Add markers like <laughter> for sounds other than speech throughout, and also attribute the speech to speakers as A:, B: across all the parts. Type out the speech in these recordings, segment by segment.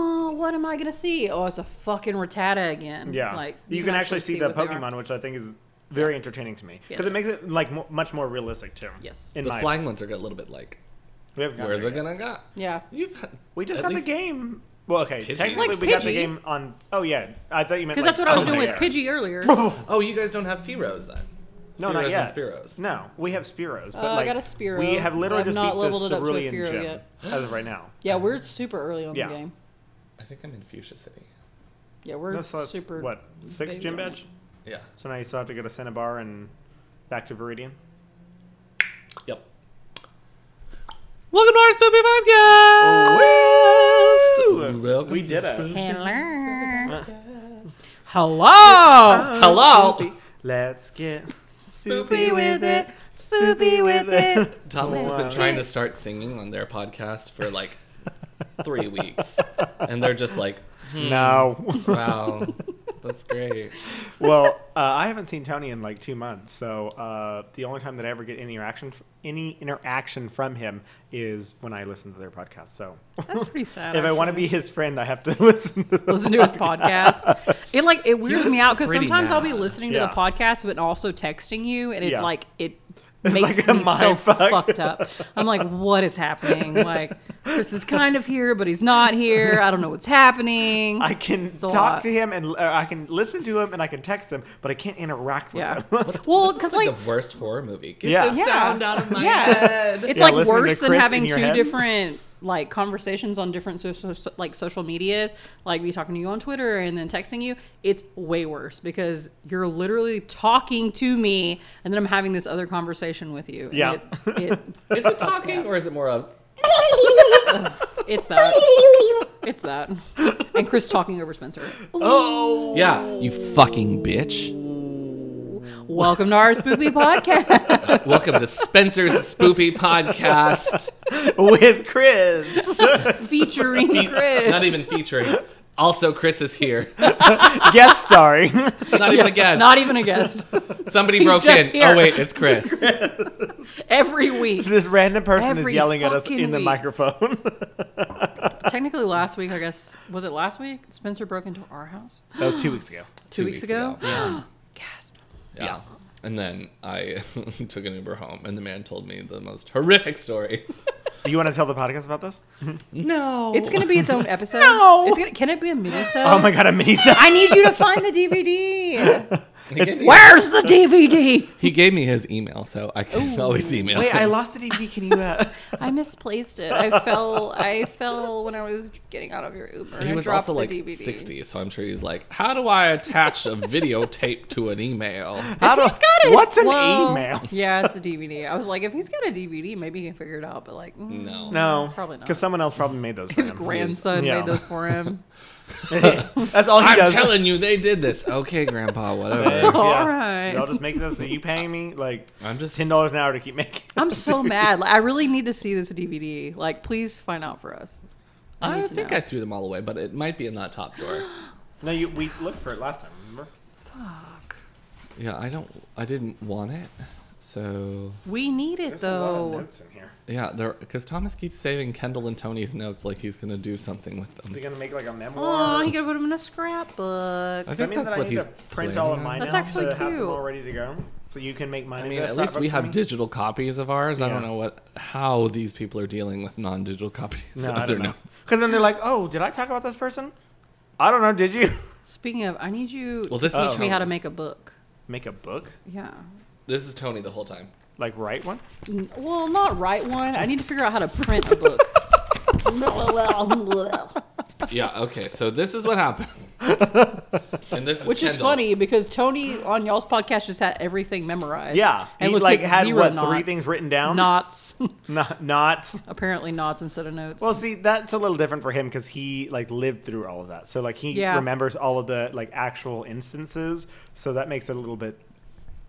A: "Uh, what am I gonna see? Oh, it's a fucking Rattata again.
B: Yeah,
A: like
B: you, can, actually, see, the
A: what they are.
B: Pokemon, which I think is very entertaining to me because
A: Yes.
B: it makes it like mo much more realistic too.
A: Yes.
B: in
C: the
B: my
C: flying ones are a little bit like,
B: we haven't gotten
C: where's
B: there
C: it
B: yet.
C: gonna go?
A: Yeah.
C: You've had,
B: We just
C: at
B: got
C: least-
B: the game. Well, okay,
C: Pidgey.
B: technically
A: Like
B: we got the
A: Pidgey.
B: game on. Oh yeah, I thought you meant
A: Because
B: like, oh,
A: that's what I was
B: on
A: doing with
B: there.
A: Pidgey earlier.
B: <laughs>
C: Oh, you guys don't have Fearos then?
B: No,
C: Fearos
B: not yet.
C: And Spearos.
B: No, we have Spiros. But
A: Uh, I
B: like,
A: got a Spearow,
B: We have
A: but
B: literally
A: I've
B: just
A: not
B: beat
A: leveled it
B: the
A: up to a
B: Cerulean
A: Fearow
B: gym
A: yet.
B: as of
A: <laughs>
B: right now.
A: yeah, we're super early on
B: Yeah.
A: the game.
C: I think I'm in Fuchsia City.
A: Yeah, we're
B: No, so that's,
A: super.
B: what six
A: big
B: gym
A: on it.
B: badge?
C: Yeah.
B: So now you still have to go to Cinnabar and back to Viridian.
C: Yep. Welcome to our Spoopy Podcast! Welcome
B: We
C: to
B: did
C: the
B: it.
A: Hello.
C: Spoopy- Oh, Hello!
B: Let's get
A: Spoopy with it. Spoopy with it.
C: Thomas has
B: Wow.
C: been trying to start singing on their podcast for <laughs> like three weeks. And they're just like,
B: Hmm. No. <laughs>
C: wow, that's great.
B: well, uh, I haven't seen Tony in like two months, so uh, the only time that I ever get any interaction, any interaction from him is when I listen to their podcast. So,
A: <laughs> That's pretty sad.
B: if I want to be his friend, I have to <laughs> listen to the
A: listen to
B: <laughs>
A: his podcast. It like it weirds
C: was
A: me out because
C: pretty
A: sometimes I'll be
C: mad.
A: listening
B: Yeah.
A: to the podcast but also texting you, and it
B: Yeah.
A: like it
B: <laughs> It's
A: makes
B: like a
A: me so
B: mindfuck.
A: fucked up. I'm like, what is
B: <laughs>
A: happening? Like Chris is kind of here, but he's not here. I don't know what's happening.
B: I can
A: a
B: talk
A: lot.
B: to him and uh, I can listen to him and I can text him, but I can't interact with <laughs>
A: yeah.
B: him.
A: Well,
C: It's
A: because
C: like,
A: like.
C: the worst horror movie. Get
B: Yeah.
C: the
A: Yeah.
C: sound out of my
A: Yeah.
C: head.
A: It's
B: Yeah,
A: like
B: listening to
A: worse than
B: Chris
A: having
B: in your
A: two
B: head.
A: different like conversations on different social so, like social medias, like me talking to you on Twitter and then texting you. It's way worse because you're literally talking to me and then I'm having this other conversation with you. and
B: Yeah.
A: it, it,
C: <laughs> Is it talking or is it more of
A: it's
C: <laughs>
A: that. It's that. And Chris talking over Spencer.
C: Oh.
B: Oh.
C: Yeah, you fucking bitch.
A: Welcome to our spoopy podcast. <laughs>
C: Welcome to Spencer's Spoopy Podcast.
B: with
A: <laughs>
B: Chris.
A: Featuring Chris.
C: Not even featuring. Also, Chris is here.
B: Guest starring. <laughs>
C: Not even a guest.
A: Not even a
C: <laughs>
A: guest.
C: Somebody
A: He's
C: broke in.
A: just here.
C: Oh wait, it's Chris.
A: Every week.
B: this random person
A: Every
B: is yelling at us
A: fucking
B: in the
A: week.
B: microphone.
A: Technically last week, I guess was it last week? Spencer broke into our house?
B: that was two weeks ago.
A: Two, weeks, ago? <gasps>
C: Yeah.
A: Gasp.
C: Yeah. And then I <laughs> took an Uber home, and the man told me the most horrific story.
B: You want to tell the podcast about this?
C: No,
A: It's gonna be its own episode.
B: No.
A: it's gonna. Can it be a minisode?
B: Oh my god, amazing.
A: I need you to find the DVD.
C: He gave, me,
A: Where's the DVD?
C: he gave me his email, so I can always email.
B: Wait,
C: him.
B: I lost the DVD. Can you? Uh...
A: I misplaced it. I fell. I fell when I was getting out of your Uber. and
C: he
A: I
C: was
A: dropped
C: also
A: the
C: like
A: DVD.
C: 60, so I'm sure he's like, "How do I attach a videotape to
A: <laughs>
C: an email?"
B: How do-
A: He's got it.
B: What's an
A: Well,
B: email?
A: Yeah, it's a DVD. I was like, if he's got a DVD, maybe he can figure it out. But like, mm,
C: No,
B: No,
A: Probably not.
B: Because someone else probably made those. for
A: his
B: him.
A: grandson
B: Yeah.
A: made those for him.
B: <laughs> That's all he
C: I'm
B: does.
C: telling you, they did this. Okay,
A: <laughs>
B: <laughs>
C: Grandpa,
B: Yeah.
C: whatever.
B: Yeah.
A: right.
B: Y'all just make this. Are you paying me like
C: I'm just
B: ten dollars an hour to keep making?
A: I'm so mad. Like, I really need to see this DVD. Like, please find out for us. I,
C: I
A: need to
C: think
A: know.
C: I threw them all away, but it might be in that top <gasps> drawer.
B: No, you, we looked for it last time. Remember?
A: Fuck.
C: Yeah, I don't. I didn't want it. So
A: We need it though.
B: notes in here.
C: yeah, there because Thomas keeps saving Kendall and Tony's notes like he's gonna do something with
B: Is he
C: them.
B: gonna make like a memoir?
A: Oh, you gotta put them in a scrapbook.
C: I
B: Does that
C: think
B: mean
C: that's
B: that
C: what
B: I need
C: he's
B: to print all of
C: planning on.
B: mine
A: That's
B: now
A: actually
B: to have them
A: cute.
B: all ready to go, so you can make mine.
C: I
B: into
C: mean,
B: a
C: at least
B: scrapbook
C: we
B: for
C: have
B: me?
C: digital copies of ours. I don't
B: Yeah.
C: know what how these people are dealing with non-digital copies
B: No,
C: of
B: I
C: their
B: don't know.
C: notes.
B: Because then they're like, "Oh, did I talk about this person? I don't know. Did you
A: Speaking of, I need you
C: Well,
A: to
C: this is
A: teach me how
C: totally-
A: to make a book.
B: make a book?
A: Yeah.
C: This is Tony the whole time.
B: Like write one?
A: N- Well, not write one. I need to figure out how to print a
C: <laughs>
A: book. <laughs>
C: Yeah. Okay. So this is what happened.
B: <laughs>
C: and this is
A: Which is
C: Kendall.
A: funny because Tony on y'all's podcast just had everything memorized.
B: Yeah,
A: And
B: he
A: looked
B: like
A: at
B: had
A: zero
B: what
A: knots.
B: three things written down?
A: Knots.
B: <laughs>
A: <laughs>
B: not, not.
A: Apparently knots instead of notes.
B: Well, see, that's a little different for him because he like lived through all of that, so like he
A: Yeah.
B: remembers all of the like actual instances. So that makes it a little bit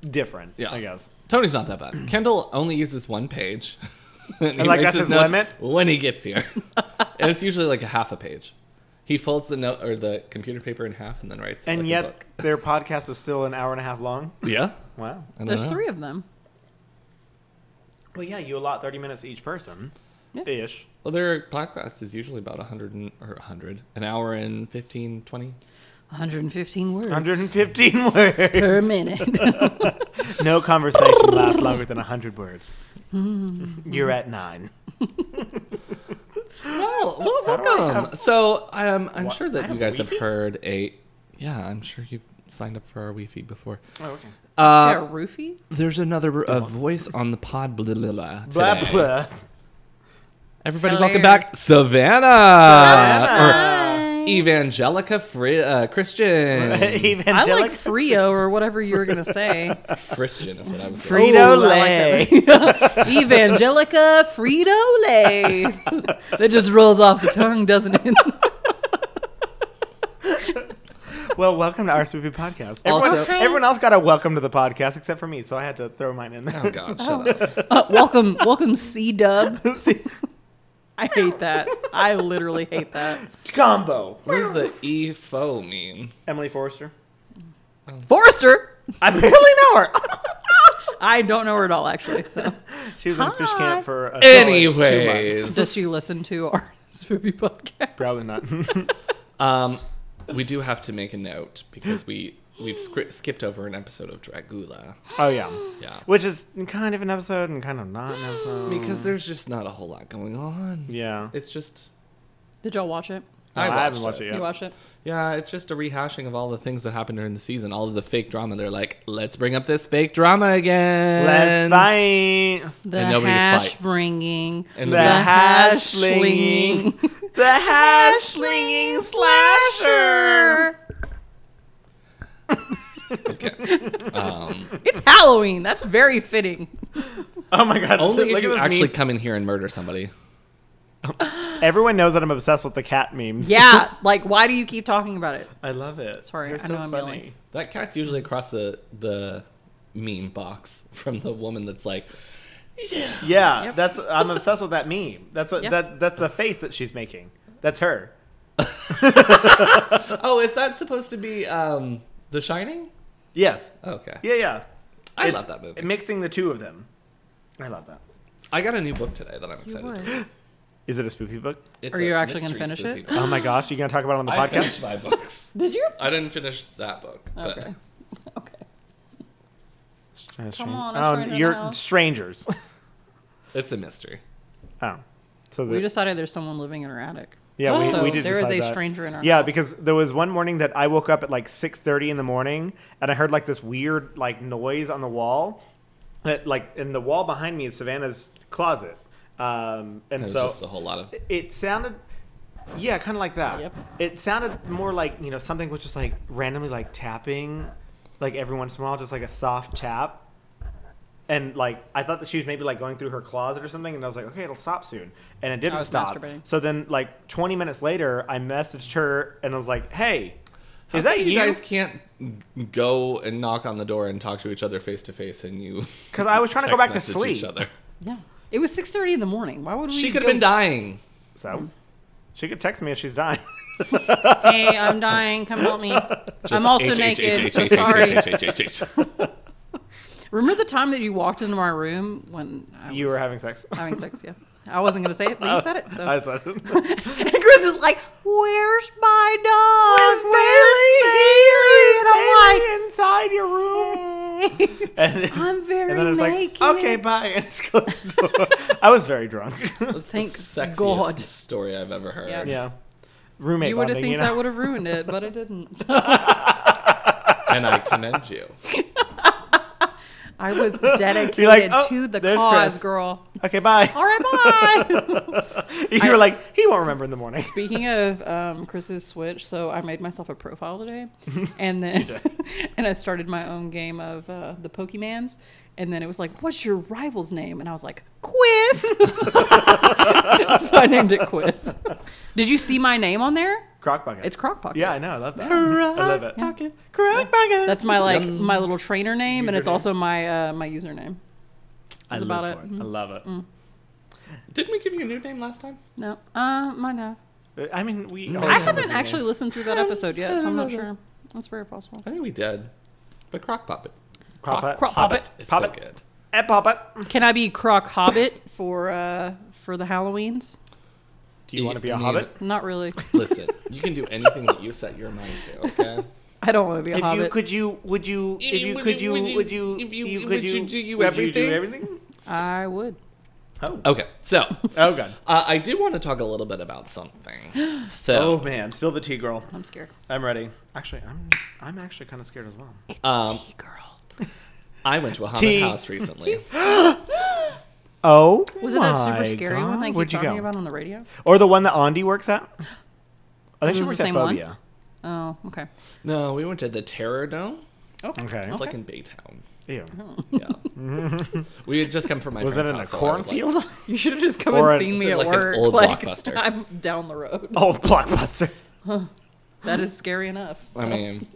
B: different.
C: Yeah.
B: I guess.
C: Tony's not that bad. <clears throat> Kendall only uses one page. <laughs> and he
B: like,
C: makes
B: that's his
C: notes
B: limit?
C: when he gets here, <laughs> and it's usually like a half a page. He folds the note or the computer paper in half and then writes. it
B: And
C: like a
B: yet
C: book.
B: their podcast is still an hour and a half long.
C: yeah,
B: Wow.
C: I don't
A: There's
C: know.
A: three of them.
B: Well, yeah, you allot thirty minutes to each person. ish.
C: Well, their podcast is usually about 100 and, or 100, an hour and 15, <gasps> 20.
A: 115 words
B: 115 <laughs> words.
A: per minute.
B: No conversation lasts longer than 100 <laughs> words. You're at nine.
C: Well, well welcome. so um, I'm
B: What?
C: sure
B: I
C: that
B: have
C: you guys have
B: Wi-Fi?
C: heard a. Yeah, I'm sure you've signed up for our Wi-Fi before.
B: Oh, okay.
A: Is
C: Uh,
A: there a roofie?
C: there's another uh, voice on the pod. Blah, blah, blah,
B: Blah,
C: today.
B: blah.
C: Everybody,
A: Hello.
C: welcome back, Savannah, Uh, or Evangelica Fri-
B: <laughs>
C: uh, Christian.
A: I
B: Evangelical.
A: like Frio or whatever you were gonna
C: <laughs>
A: say.
C: Christian is what I was.
A: Free- <laughs>
B: Frito-Lay.
C: Saying.
A: Evangelica Frito Lay. <laughs> that just rolls off the tongue, doesn't it? <laughs>
B: well, welcome to our Swoopy podcast. Everyone,
C: Also-
B: everyone else got a welcome to the podcast except for me, so I had to throw mine in there. <laughs>
C: Oh God, shut up.
A: Uh, welcome, welcome, C Dub. I hate that. I literally hate that.
B: Combo.
C: What does the E fo mean?
B: Emily Forrester.
A: Forrester.
B: I barely know her.
A: <laughs> I don't know her at all, actually.
C: <laughs>
A: So,
B: She was in fish
A: Hi.
B: camp for a solid two months.
C: Anyways,
A: does she listen to our <laughs> spoopy podcast?
B: Probably not. <laughs>
C: Um, we do have to make a note because we we've scri- skipped over an episode of Dragula.
B: oh yeah,
C: Yeah,
B: which is kind of an episode and kind of not an episode.
C: because there's just not a whole lot going on.
B: yeah,
C: It's just
A: Did y'all watch it?
B: No,
C: I, watched
B: haven't watched it,
A: You
B: yet.
A: watched it?
C: Yeah, it's just a rehashing of all the things that happened during the season, all of the fake drama. They're like, let's bring up this fake drama again.
B: Let's fight
A: The
C: And nobody just
A: hash
C: bites.
A: bringing.
C: And
B: the
C: The
B: hash
A: hash
B: slinging,
A: slinging.
B: the hash
A: <laughs>
B: slinging slasher.
C: Okay. Um,
A: It's Halloween. That's very fitting.
B: Oh my god!
C: only
B: look at
C: if you
B: this
C: actually
B: meme.
C: come in here and murder somebody.
B: Everyone knows that I'm obsessed with the cat memes.
A: Yeah. Like, why do you keep talking about it?
B: I love it.
A: Sorry,
B: They're
A: I know I'm yelling.
C: That cat's usually across the the meme box from the woman that's like,
B: Yeah,
A: Yep.
B: that's I'm obsessed with that meme. That's a,
A: Yep.
B: that that's the face that she's making. That's her.
C: oh, is that supposed to be um, The Shining? Oh,
B: Yes.
C: Okay.
B: Yeah, yeah.
C: I
B: It's
C: love that movie.
B: Mixing the two of them. I love that.
C: I got a new book today that I'm excited. about.
B: Is it a spoopy book?
C: It's
A: Are
C: a
A: you actually gonna
C: mystery
A: finish it?
C: spooky book.
B: Oh my gosh, you gonna talk about it on the
C: I
B: podcast?
C: finished my books.
A: Did you?
C: I didn't finish that book. But
A: Okay. Okay.
B: Come
A: on, a stranger
B: oh,
A: in the
B: you're
A: house.
B: strangers.
C: It's a mystery.
B: oh, so the,
A: We decided there's someone living in her attic.
B: yeah, we,
A: so
B: we did
A: there is
B: decide
A: a
B: that.
A: stranger in our
B: Yeah,
A: house.
B: because there was one morning that I woke up at like 6:30 in the morning and I heard like this weird like noise on the wall. That like in the wall behind me is Savannah's closet. Um, and
C: It's
B: so
C: just a whole lot of.
B: it sounded yeah kind of like that
A: Yep.
B: it sounded more like you know something was just like randomly like tapping like every once in a while just like a soft tap and like i thought that she was maybe like going through her closet or something and i was like okay it'll stop soon and it didn't
A: was
B: stop
A: masturbating.
B: so then like 20 minutes later i messaged her and i was like hey is that
C: you,
B: you
C: guys can't go and knock on the door and talk to each other face to face and you
B: because i was trying to go
C: text
B: back to
C: message
B: sleep
C: each other.
A: Yeah. It was 6:30 in the morning. Why would we?
C: She could have
A: go-
C: been dying.
B: so she could text me if she's dying <laughs>
A: Hey, I'm dying. Come help me. I'm also naked. So sorry. Remember the time that you walked into my room when I
B: you
A: was
B: were having sex
A: having sex? Yeah. I wasn't gonna say it, but you said it. So.
B: i said it
A: And Chris is like, "Where's my dog? Where's,
B: inside your room
A: Bailey?" And I'm like,
B: and
A: "I'm very
B: and then it's
A: naked."
B: like, okay, bye, and just closed the door. I was very drunk.
C: That's
A: Thank
C: the sexiest
A: God.
C: story I've ever heard.
A: Yeah.
B: yeah, <laughs> roommate.
A: You would
B: bonding,
A: have think
B: you know?
A: that would have ruined it, but it didn't.
C: And I commend you.
A: I
B: <laughs>
A: was dedicated
B: "Oh,
A: to the
B: there's
A: cause,
B: Chris."
A: girl.
B: Okay, bye.
A: All right, bye.
B: <laughs> you
A: I-
B: were like, he won't remember in the morning.
A: Speaking of um, Chris's Switch, so I made myself a profile
B: <laughs>
A: today, and then <laughs> and I started my own game of uh, the Pokemans, and then it was like, "What's your rival's name?" And I was like, "Quiz." <laughs> so I named it Quiz. Did you see my name on there?
B: Crock bucket.
A: It's Crockpocket.
B: yeah, I know. I love that. I love it.
A: Crockpocket.
B: Crock bucket.
A: That's my like
C: Yum.
A: my little trainer name, and it's
B: Username.
A: also my uh, my username.
B: I
A: is
B: live
A: about
B: for
A: it.
B: I love it.
C: Didn't we give you a new name last time?
A: No, uh, mine have.
B: I mean, we.
C: I
B: always
A: I
B: have
A: haven't
B: nicknames.
A: actually listened through that episode yet, so I'm not sure. That's very possible.
C: I think we did. But Crock Poppet.
B: Crock
A: Crock- Crock
B: Poppet.
A: Poppet.
C: It's
B: Poppet.
C: so good.
B: Eh, Papa.
A: Can I be Croc Hobbit for uh for the Halloweens?
B: Do you want to be a
C: I mean,
B: hobbit?
A: Not really.
C: Listen, you can do anything that you set your mind to. Okay.
A: <laughs> I don't want to be a
B: If
A: Hobbit.
B: you could, you would you if you could you would you
C: if you-
B: you
C: would
B: could
C: you
B: you
C: do you
B: would
C: everything?
B: everything?
A: I would.
B: Oh,
C: Okay. So
B: oh god.
C: uh, I do want to talk a little bit about something.
B: Oh
C: So,
B: man, spill the tea, girl.
A: I'm scared.
B: I'm ready. Actually, I'm I'm actually kind of scared as well.
A: It's
C: Um,
A: tea girl.
C: I went to a haunted
B: Tea.
C: house recently.
B: Oh,
A: Was it that super
B: my
A: scary
B: God.
A: one they keep
B: Where'd you
A: talking
B: go?
A: about on the radio?
B: Or the one that Andy works at? I think
A: Which
B: she
A: is
B: works
A: the
B: at
A: same one?
B: Phobia.
A: Oh, okay.
C: No, we went to the Terror Dome.
A: Oh,
B: Okay.
A: Okay.
C: It's like in Baytown.
B: Ew.
A: Mm-hmm.
C: Yeah. we had just come from my
B: Was that
C: parents'
B: in a
C: house, so I was like,
B: cornfield? <laughs>
A: You should have just come and
B: Or an-
A: seen me
C: it's
A: at
C: like an
A: work.
C: old
A: like,
C: Blockbuster.
A: <laughs> I'm down the road.
B: Old blockbuster.
A: That is scary enough. so.
C: I mean,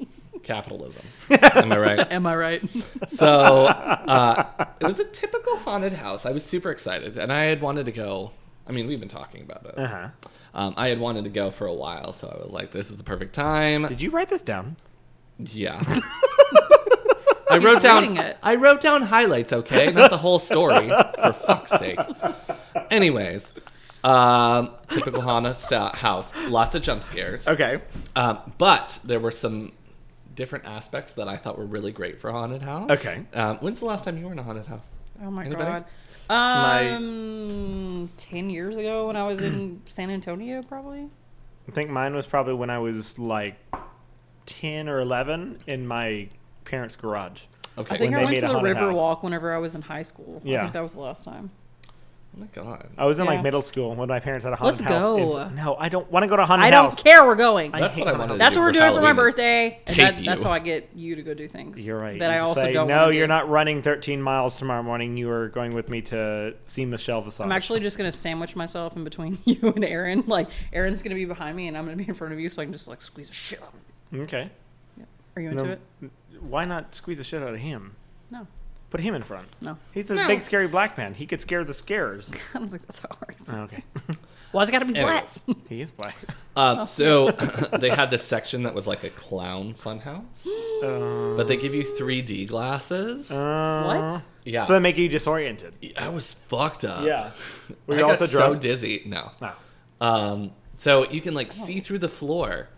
C: capitalism. Am I right?
A: Am I right?
C: So uh, it was a typical haunted house. I was super excited, and I had wanted to go. I mean, we've been talking about it.
B: Uh huh.
C: Um, I had wanted to go for a while, so I was like, "This is the perfect time."
B: Did you write this down?
C: yeah. I wrote down.
A: reading it.
C: I wrote down highlights. Okay, not the whole story. for fuck's sake. Anyways, um, typical haunted sta- house. Lots of jump scares.
B: Okay.
C: Um, but there were some different aspects that I thought were really great for haunted house.
B: Okay.
C: Um, when's the last time you were in a haunted house?
A: <laughs> Oh my
C: Anybody?
A: god. Um, ten years ago when I was in San Antonio, probably.
B: I think mine was probably when I was like 10 or 11 in my parents' garage.
C: Okay.
A: I think I
B: When they
A: went
B: made
A: to
B: a
A: the
B: haunted
A: River
B: house.
A: Walk whenever I was in high school. I
B: Yeah.
A: think that was the last time.
C: oh my god.
B: I was in
A: Yeah.
B: like middle school when my parents had a
A: Let's
B: haunted house. in-
A: go.
B: no, I don't want to go to a haunted
A: I
B: house.
A: don't care. We're going.
B: I
C: That's
B: hate
C: what I
B: haunted
C: wanted to
A: that's
B: houses.
A: what we're doing for my
C: Halloween is
A: birthday. and
C: tape
A: that-
C: you.
A: That's how I get you to go do things.
B: You're right.
A: That
B: You
A: I
B: just
A: also
B: say,
A: don't.
B: No,
A: wanna do.
B: you're not running 13 miles tomorrow morning. You are going with me to see Michelle Visage.
A: I'm actually just gonna sandwich myself in between <laughs> you and Aaron. Like Aaron's gonna be behind me and I'm gonna be in front of you, so I can just like squeeze the shit out. of him.
B: Okay.
A: Are you into
B: No.
A: it?
B: Why not squeeze the shit out of him?
A: No,
B: Put him in front.
A: no. <laughs>
B: He's a
A: No.
B: big, scary black man. He could scare
A: <laughs>
B: the scarers.
A: I was like, that's how it works.
B: Oh, okay. <laughs>
A: Why does it gotta be black?
C: Anyways.
B: he is black.
A: Oh.
C: Um, so <laughs> they had this section that was like a clown funhouse,
B: Uh,
C: but they give you 3D glasses.
A: What?
C: yeah.
B: So they make you disoriented.
C: I was fucked up.
B: Were
C: I
B: you
C: got
B: also
C: so
B: drunk?
C: dizzy. No.
B: no.
C: Um, so you can like see through the floor.
A: <laughs>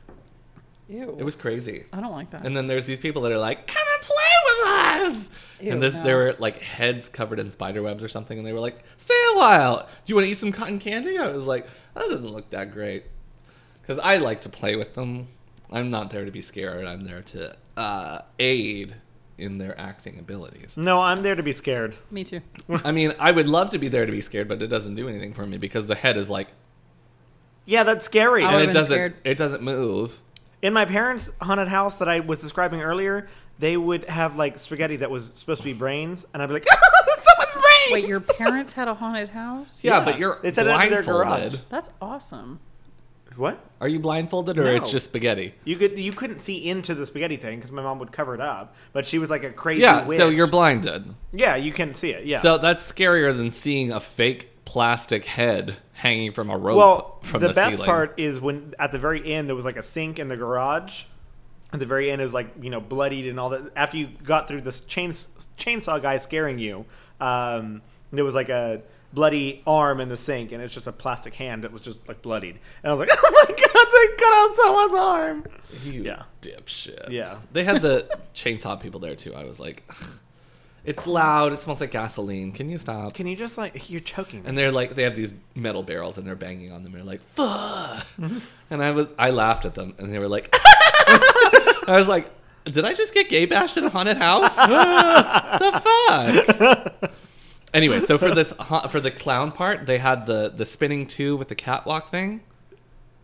A: Ew.
C: It was crazy.
A: I don't like that.
C: And then there's these people that are like, "Come and play with us!"
A: Ew,
C: and this,
A: no.
C: there were like heads covered in spider webs or something, and they were like, "Stay a while. Do you want to eat some cotton candy?" I was like, "That doesn't look that great," because I like to play with them. I'm not there to be scared. I'm there to uh, aid in their acting
B: <laughs>
C: abilities.
B: No, I'm there to be scared.
A: Me
B: <laughs>
A: too.
C: I mean, I would love to be there to be scared, but it doesn't do anything for me because the head is like,
B: Yeah, that's
A: I
B: scary.
C: and
A: would've
C: it
A: been
C: doesn't,
A: scared.
C: it doesn't move.
B: In my parents' haunted house that I was describing earlier, they would have like spaghetti that was supposed to be brains, and I'd be like, <laughs> someone's brains.
A: Wait, your parents had a haunted house?
C: Yeah,
B: Yeah.
C: but you're
B: They said it under their
C: blindfolded.
B: garage.
A: That's awesome.
B: What?
C: Are you blindfolded or
B: No.
C: it's just spaghetti?
B: You could you couldn't see into the spaghetti thing because my mom would cover it up, but she was like a crazy.
C: Yeah,
B: witch.
C: so you're blinded.
B: yeah, you can see it. Yeah.
C: So that's scarier than seeing a fake plastic head hanging from a rope
B: well,
C: from
B: the,
C: the,
B: best
C: ceiling.
B: part is when at the very end there was like a sink in the garage. At the very end, it was like you know bloodied and all that. After you got through this chains, chainsaw guy scaring you, um, there was like a bloody arm in the sink, and it's just a plastic hand that was just like bloodied. And I was like, <laughs> oh my god, they cut out someone's arm.
C: You
B: Yeah.
C: dipshit.
B: Yeah.
C: They
B: <laughs>
C: had the chainsaw people there too. I was like, "Ugh, it's loud. It smells like gasoline. Can you stop?
B: Can you just like you're choking?
C: and they're like, they have these metal barrels and they're banging on them. And they're like, fuck.
B: Mm-hmm.
C: and I was, I laughed at them and they were like, <laughs> I was like, did I just get gay bashed in a
B: <laughs>
C: haunted house? the fuck. anyway, so for this ha- for the clown part, they had the the spinning two with the catwalk thing.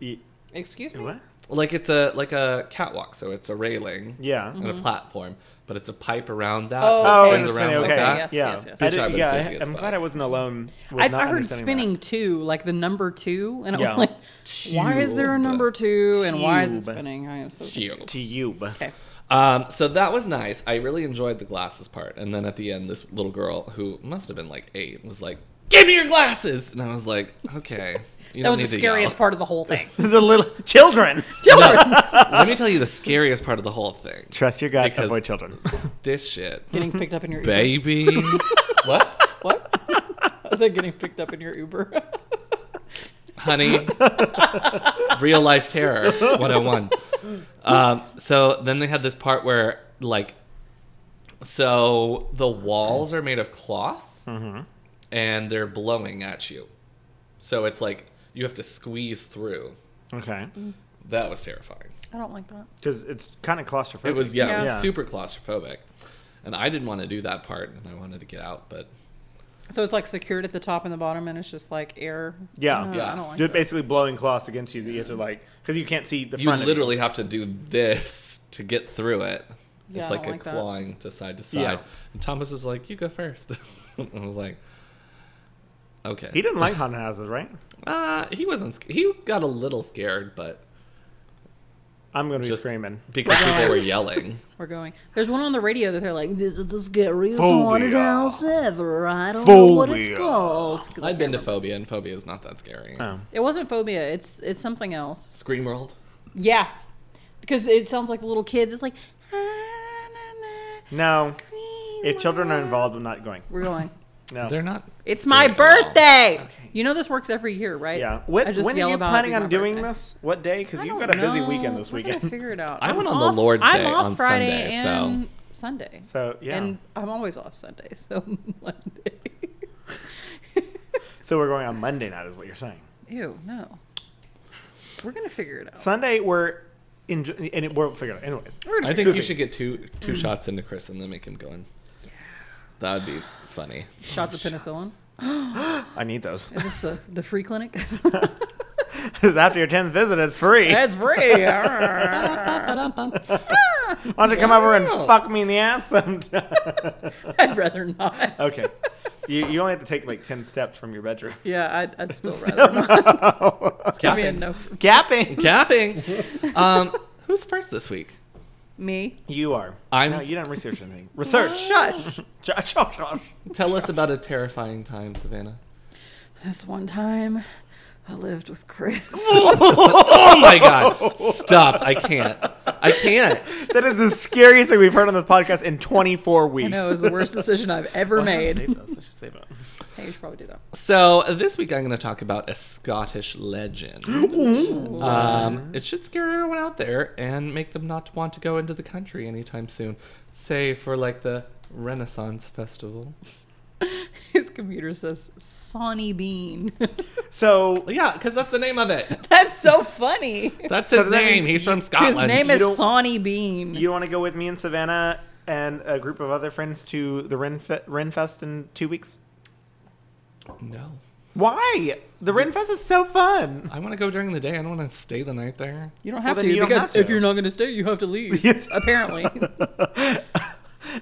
B: Y-
A: Excuse me?
B: what?
C: Like it's a like a catwalk, so it's a railing
B: Yeah.
C: and a platform, but it's a pipe around that.
A: Oh, okay.
C: that
B: Oh,
A: Spins
B: and it's
A: around
B: spinning.
A: like
B: Okay,
A: that.
B: yeah.
A: Yes, yes, yes.
B: I
C: Bitch,
B: did-
C: I was
B: yeah,
C: dizzy as
B: I'm
C: fuck.
B: glad I wasn't alone. With
A: I,
B: not
A: I heard
B: understanding
A: spinning
B: that.
A: two, like the number two, and I
B: Yeah.
A: was like, why is there a
C: Tube.
A: number two and why is it
B: Tube.
A: spinning? I am so
C: Cute.
B: to you, but
A: Okay.
C: Um, so that was nice. I really enjoyed the glasses part. And then at the end, this little girl who must have been like eight was like, "Give me your glasses!" And I was like, "Okay." You
A: that
C: don't
A: was the
C: need to
A: scariest
C: yell.
A: part of the whole
C: <laughs>
A: thing.
B: <laughs> the little children.
C: Let me tell you the scariest part of the whole thing.
B: Trust your gut.
C: Because-
B: avoid children. <laughs>
C: This shit,
A: Getting picked up in your Uber.
C: baby.
A: <laughs>
C: what,
A: What? <laughs> I was like getting picked up in your Uber. <laughs>
C: honey? Real life terror 101. Um, so then they had this part where like, so the walls are made of cloth, and they're blowing at you. So it's like you have to squeeze through.
B: okay.
C: That was terrifying.
A: I don't like that.
B: Because it's kind of claustrophobic.
C: It was yeah, it was
A: Yeah.
C: super claustrophobic, and I didn't want to do that part, and I wanted to get out, but
A: So it's like secured at the top and the bottom, and it's just like air.
B: Yeah.
A: No,
C: Yeah.
A: I don't like that.
B: Just basically blowing cloths against you that you have to like because you can't see the
C: you
B: front. of
C: literally have to do this <laughs> to get through it.
A: Yeah,
C: it's
A: I
C: like
A: don't
C: a
A: like that.
C: clawing to side to side.
B: Yeah.
C: And Thomas was like, "You go first. <laughs> I was like, "Okay."
B: He didn't like haunted houses, right?
C: uh, he wasn't. sc- He got a little scared, but
B: I'm gonna be
C: Just-
B: screaming.
C: because
B: <laughs>
C: people were yelling.
A: We're going. There's one on the radio that they're like, "This is the scariest
B: Phobia.
A: haunted house ever." I don't know what it's
B: Phobia.
A: called. <laughs> 'Cause I
C: I'd been to
A: can't remember.
C: phobia, and phobia is not that scary.
B: Oh.
A: It wasn't phobia. It's it's something else.
C: Scream World.
A: Yeah, because it sounds like little kids. It's like. "Ah, na, na,
B: No.
A: scream
B: If children are
A: out."
B: involved, I'm not going.
A: we're
B: <laughs>
A: going.
B: No.
C: They're not.
A: It's my
C: Scream out.
A: birthday.
B: Okay.
A: You know this works every year, right?
B: yeah. When,
A: I just
B: when
A: yell
B: are you
A: about it
B: planning
A: being
B: on
A: my
B: doing
A: birthday.
B: this? What day? Because
A: I
B: you've
A: don't
B: got a busy
A: know.
B: weekend this
A: We're gonna
B: weekend.
A: figure it out.
C: I
A: I'm
C: went on the Lord's
A: I'm
C: Day
A: off
C: on
A: Friday
C: Sunday, so-
A: and Sunday.
B: So yeah.
A: And I'm always off Sunday, <laughs> so Monday.
B: so we're going on Monday night, is what you're saying.
A: Ew, no. We're gonna figure it out.
B: Sunday we're enjoy- and it, we'll figure it out. Anyways,
A: We're gonna
C: I
A: figure
C: think you should get two
B: Mm.
C: two shots into Chris and then make him go in. That would be funny. <laughs>
A: it out. shots of penicillin.
B: I need those. <laughs>
A: Is this the the free clinic? <laughs>
B: 'Cause after your tenth visit, it's free. Why
A: That's
B: <laughs>
A: free. <laughs>
C: I'd
B: don't you come over and
C: Wow.
B: fuck me in the ass sometime?
A: I'd rather not.
B: okay. You, you only have to take like ten steps from your bedroom.
A: Yeah, I'd, I'd
B: <laughs>
A: still rather not. Just give me a
C: Capping.
A: no. From
B: Gapping.
C: Capping.
B: <laughs>
C: Um, who's first this week?
A: me.
B: You are.
C: I'm-
B: No, you didn't research anything. <laughs> Research.
A: Shush.
B: Josh, Josh, Josh.
C: Tell us about a terrifying time, Savannah.
A: This one time, I lived with
B: <laughs>
A: Chris.
C: Oh my god. Stop. I can't. I can't.
B: That is the scariest thing we've heard on this podcast in 24 weeks.
A: I know it was the worst decision I've ever
B: Well, I
A: made.
B: haven't saved those. I should save them.
A: Hey, you should probably do that. <laughs>
C: So this week I'm going to talk about a Scottish legend. Um, it should scare everyone out there and make them not want to go into the country anytime soon, say for like the Renaissance Festival.
A: His computer says Sonny Bean.
B: <laughs>
A: <laughs>
B: So
C: Yeah, because that's the name of it.
A: That's so funny.
B: <laughs>
C: That's
B: So
C: his
B: does that
C: name.
B: mean
C: He's from Scotland.
A: His name
B: You
A: is
B: don't-
A: Sonny Bean.
B: you want to go with me and Savannah and a group of other friends to the Ren, Fe- Ren Fest in two weeks?
C: No.
B: Why? The Ren Fest is so fun.
C: I want to go during the day. I don't want to stay the night there.
A: You don't have
B: then
A: to
B: you don't
A: because
B: have to.
A: if you're not going to stay, you have to
B: <laughs>
A: leave.
B: Yes.
A: Apparently,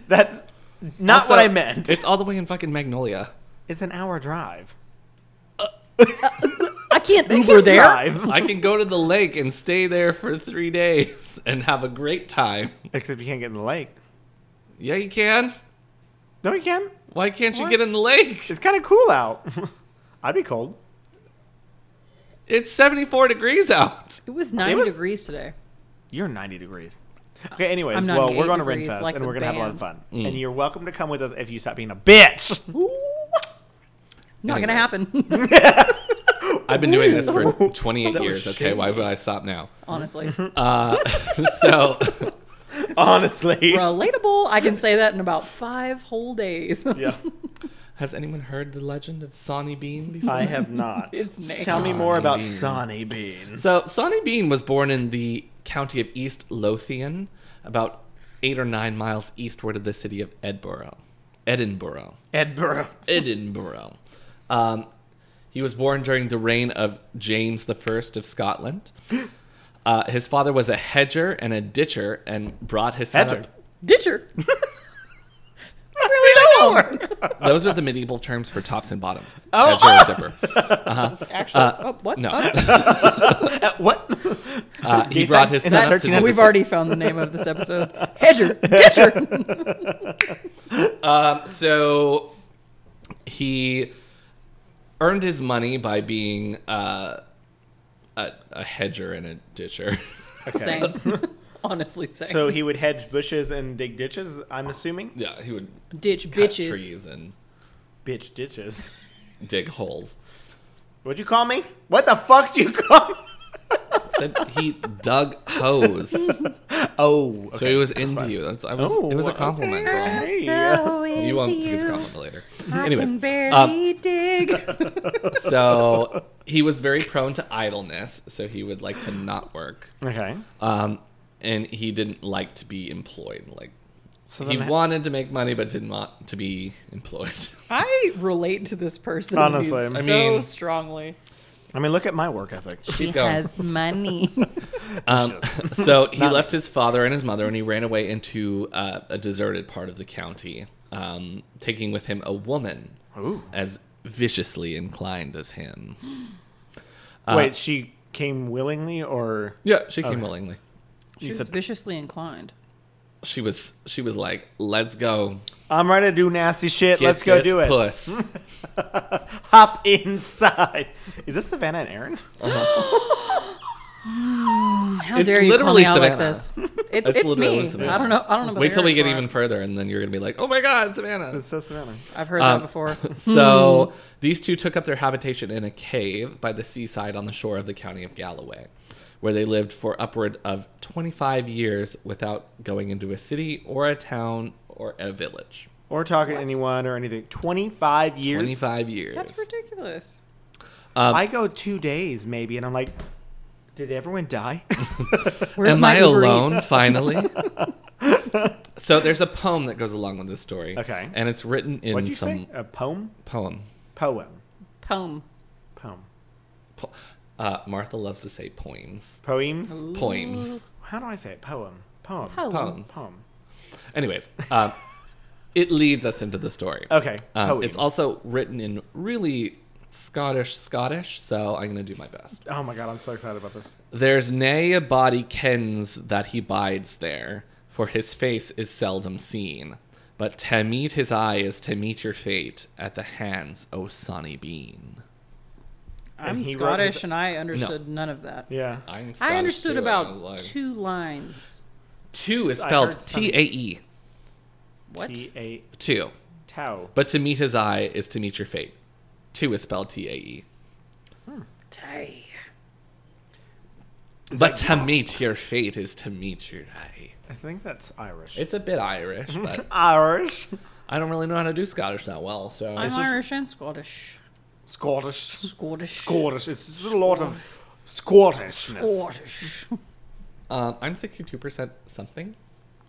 B: That's not
C: Also,
B: what I meant.
C: It's
B: It's,
C: all the way in fucking Magnolia.
B: an hour drive.
A: I can't Uber there.
B: Drive. <laughs>
C: I can go to the lake and stay there for three days <laughs> and have a great time.
B: Except you can't get in the lake.
C: Yeah, you can.
B: No, you can.
C: Why can't you
B: What?
C: get in the lake?
B: It's kind of cool out. <laughs> I'd be cold.
C: It's 74 degrees out.
A: It was nine
B: was-
A: degrees today.
B: You're 90 degrees. Okay, anyways,
A: I'm
B: well,
A: 98
B: we're going to Ren
A: degrees,
B: Fest
A: like
B: and
A: the
B: we're going to have a lot of fun.
A: band.
B: And you're welcome to come with us if you stop being a
C: <laughs>
B: bitch.
A: Not going to
C: Anyways.
A: happen. <laughs>
C: I've been doing this for 28 years. Okay, why would I stop now?
A: Honestly,
C: Uh, <laughs> so,
B: Honestly.
A: relatable. I can say that in about five whole days.
B: Yeah.
C: has anyone heard the legend of Sonny Bean before?
B: I have not.
A: His name.
B: Tell me more about
C: Bean.
B: Sonny Bean.
C: So, Sonny Bean was born in the county of East Lothian, about eight or nine miles eastward of the city of Edinburgh. Edinburgh.
B: <laughs> Edinburgh.
C: Edinburgh. Um, he was born during the reign of James I of Scotland. Uh, his father was a hedger and a ditcher and brought his son.
B: Hedger.
C: up-
A: <laughs> Ditcher. I really don't know.
C: <laughs>
A: her.
C: Those are the medieval terms for tops and bottoms.
B: Oh.
C: Hedger and dipper.
A: Actually, oh, what?
C: No. <laughs>
A: Oh.
B: Uh, <laughs> what?
C: Uh, he
B: Gay
C: brought
B: sex
C: his
B: in the
C: son up to
B: 1300s.
C: the
A: We've already found the name of this
C: <laughs>
A: episode. Hedger, Ditcher.
C: Um, so he earned his money by being uh, a, a hedger and a ditcher. <laughs>
A: <laughs> Same. Honestly, same.
B: So he would hedge bushes and dig ditches. I'm assuming
C: yeah, he would
A: Ditch
C: cut
A: bitches.
C: trees and
B: bitch ditches.
C: dig holes.
B: What'd you call me? What the fuck did you call? me?
C: Said he dug hose,
B: Oh,
C: so he was into you. That's I was. it was
B: Oh,
C: a compliment, girl. Oh,
B: Hey,
C: <laughs>
A: So
C: You won't
A: into
C: get his
A: you.
C: compliment later.
A: I
C: Anyways, uh,
A: can barely
C: <laughs>
A: dig.
C: so he was very prone to idleness, so he would like to not work.
B: okay.
C: Um, and he didn't like to be employed. Like
B: So
C: he
B: then-
C: wanted to make money, but didn't want to be employed. <laughs>
A: I relate to this person
B: Honestly.
A: so
B: I
C: mean-
A: strongly.
B: I mean, look at my work ethic.
C: Keep going.
A: money.
C: Um, so he left his father and his mother, and he ran away into uh, a deserted part of the county, um, taking with him a woman
B: Ooh.
C: as viciously inclined as him. Uh,
B: Wait, she came willingly, or
C: Yeah, she came willingly.
A: She
B: You
A: was
B: said-
A: viciously inclined.
C: She was she was like, "Let's go,
B: I'm ready to do nasty shit.
C: Get
B: Let's go
C: this
B: do it. <laughs>
C: puss."
B: Hop <laughs> inside. Is this Savannah and Aaron?
A: How
C: It's
A: dare you
C: literally
A: call me out like
C: Savannah.
A: this? It,
C: It's
A: it's
C: literally
A: me.
C: Savannah.
A: I don't know. I don't know. About
C: Wait till we
A: Eric
C: get
A: Rock.
C: even further, and then you're gonna be like, "Oh my God, Savannah!"
B: It's so Savannah.
A: I've heard
C: Um,
A: that
C: <laughs>
A: before.
C: so these two took up their habitation in a cave by the seaside on the shore of the county of Galloway, where they lived for upward of 25 years without going into a city or a town or a village.
B: Or talking to anyone or anything. 25 years.
C: 25 years.
A: That's ridiculous.
B: I go two days maybe, and I'm like, did everyone die? <laughs>
A: Where's
C: Am
A: my
C: I
A: Uber
C: alone
A: Eats?
C: finally? so there's a poem that goes along with this story.
B: Okay.
C: And it's written in
B: What'd you
C: some
B: say? A poem?
C: poem.
B: Poem.
A: Poem.
B: Poem.
C: Po- uh, Martha loves to say poems.
B: Poems?
C: Poems.
B: How do I say it? Poem. Poem.
A: Poem.
C: Poems.
B: Poem.
C: Anyways, um, <laughs> it leads us into the story.
B: Okay.
C: Um,
B: poems.
C: it's also written in really Scottish Scottish, so I'm gonna do my best.
B: Oh my god, I'm so excited about this.
C: There's nay a body kens that he bides there, for his face is seldom seen. But to meet his eye is to meet your fate at the hands o' Sonny Bean.
B: And
A: I'm
B: he wrote
A: Scottish,
B: his-
A: and I understood none of that.
B: Yeah.
C: I'm Scottish
A: I understood
C: too, and I
A: about
C: was like-
A: two lines.
C: two is
B: I
C: spelled
B: heard Sonny-
C: T A E
A: What?
B: T A
C: two,
B: Tau.
C: but to meet his eye is to meet your fate. Two is spelled T A E,
A: Tay.
C: but to meet your fate is to meet your eye.
B: I think that's Irish.
C: It's a
B: <laughs>
C: bit Irish, but
B: Irish.
C: I don't really know how to do Scottish that well, so
A: I'm
C: it's just
A: Irish and Scottish.
B: Scottish.
A: Scottish.
B: Scottish. It's just a lot of Scottishness.
A: Scottish.
C: um, I'm 62% something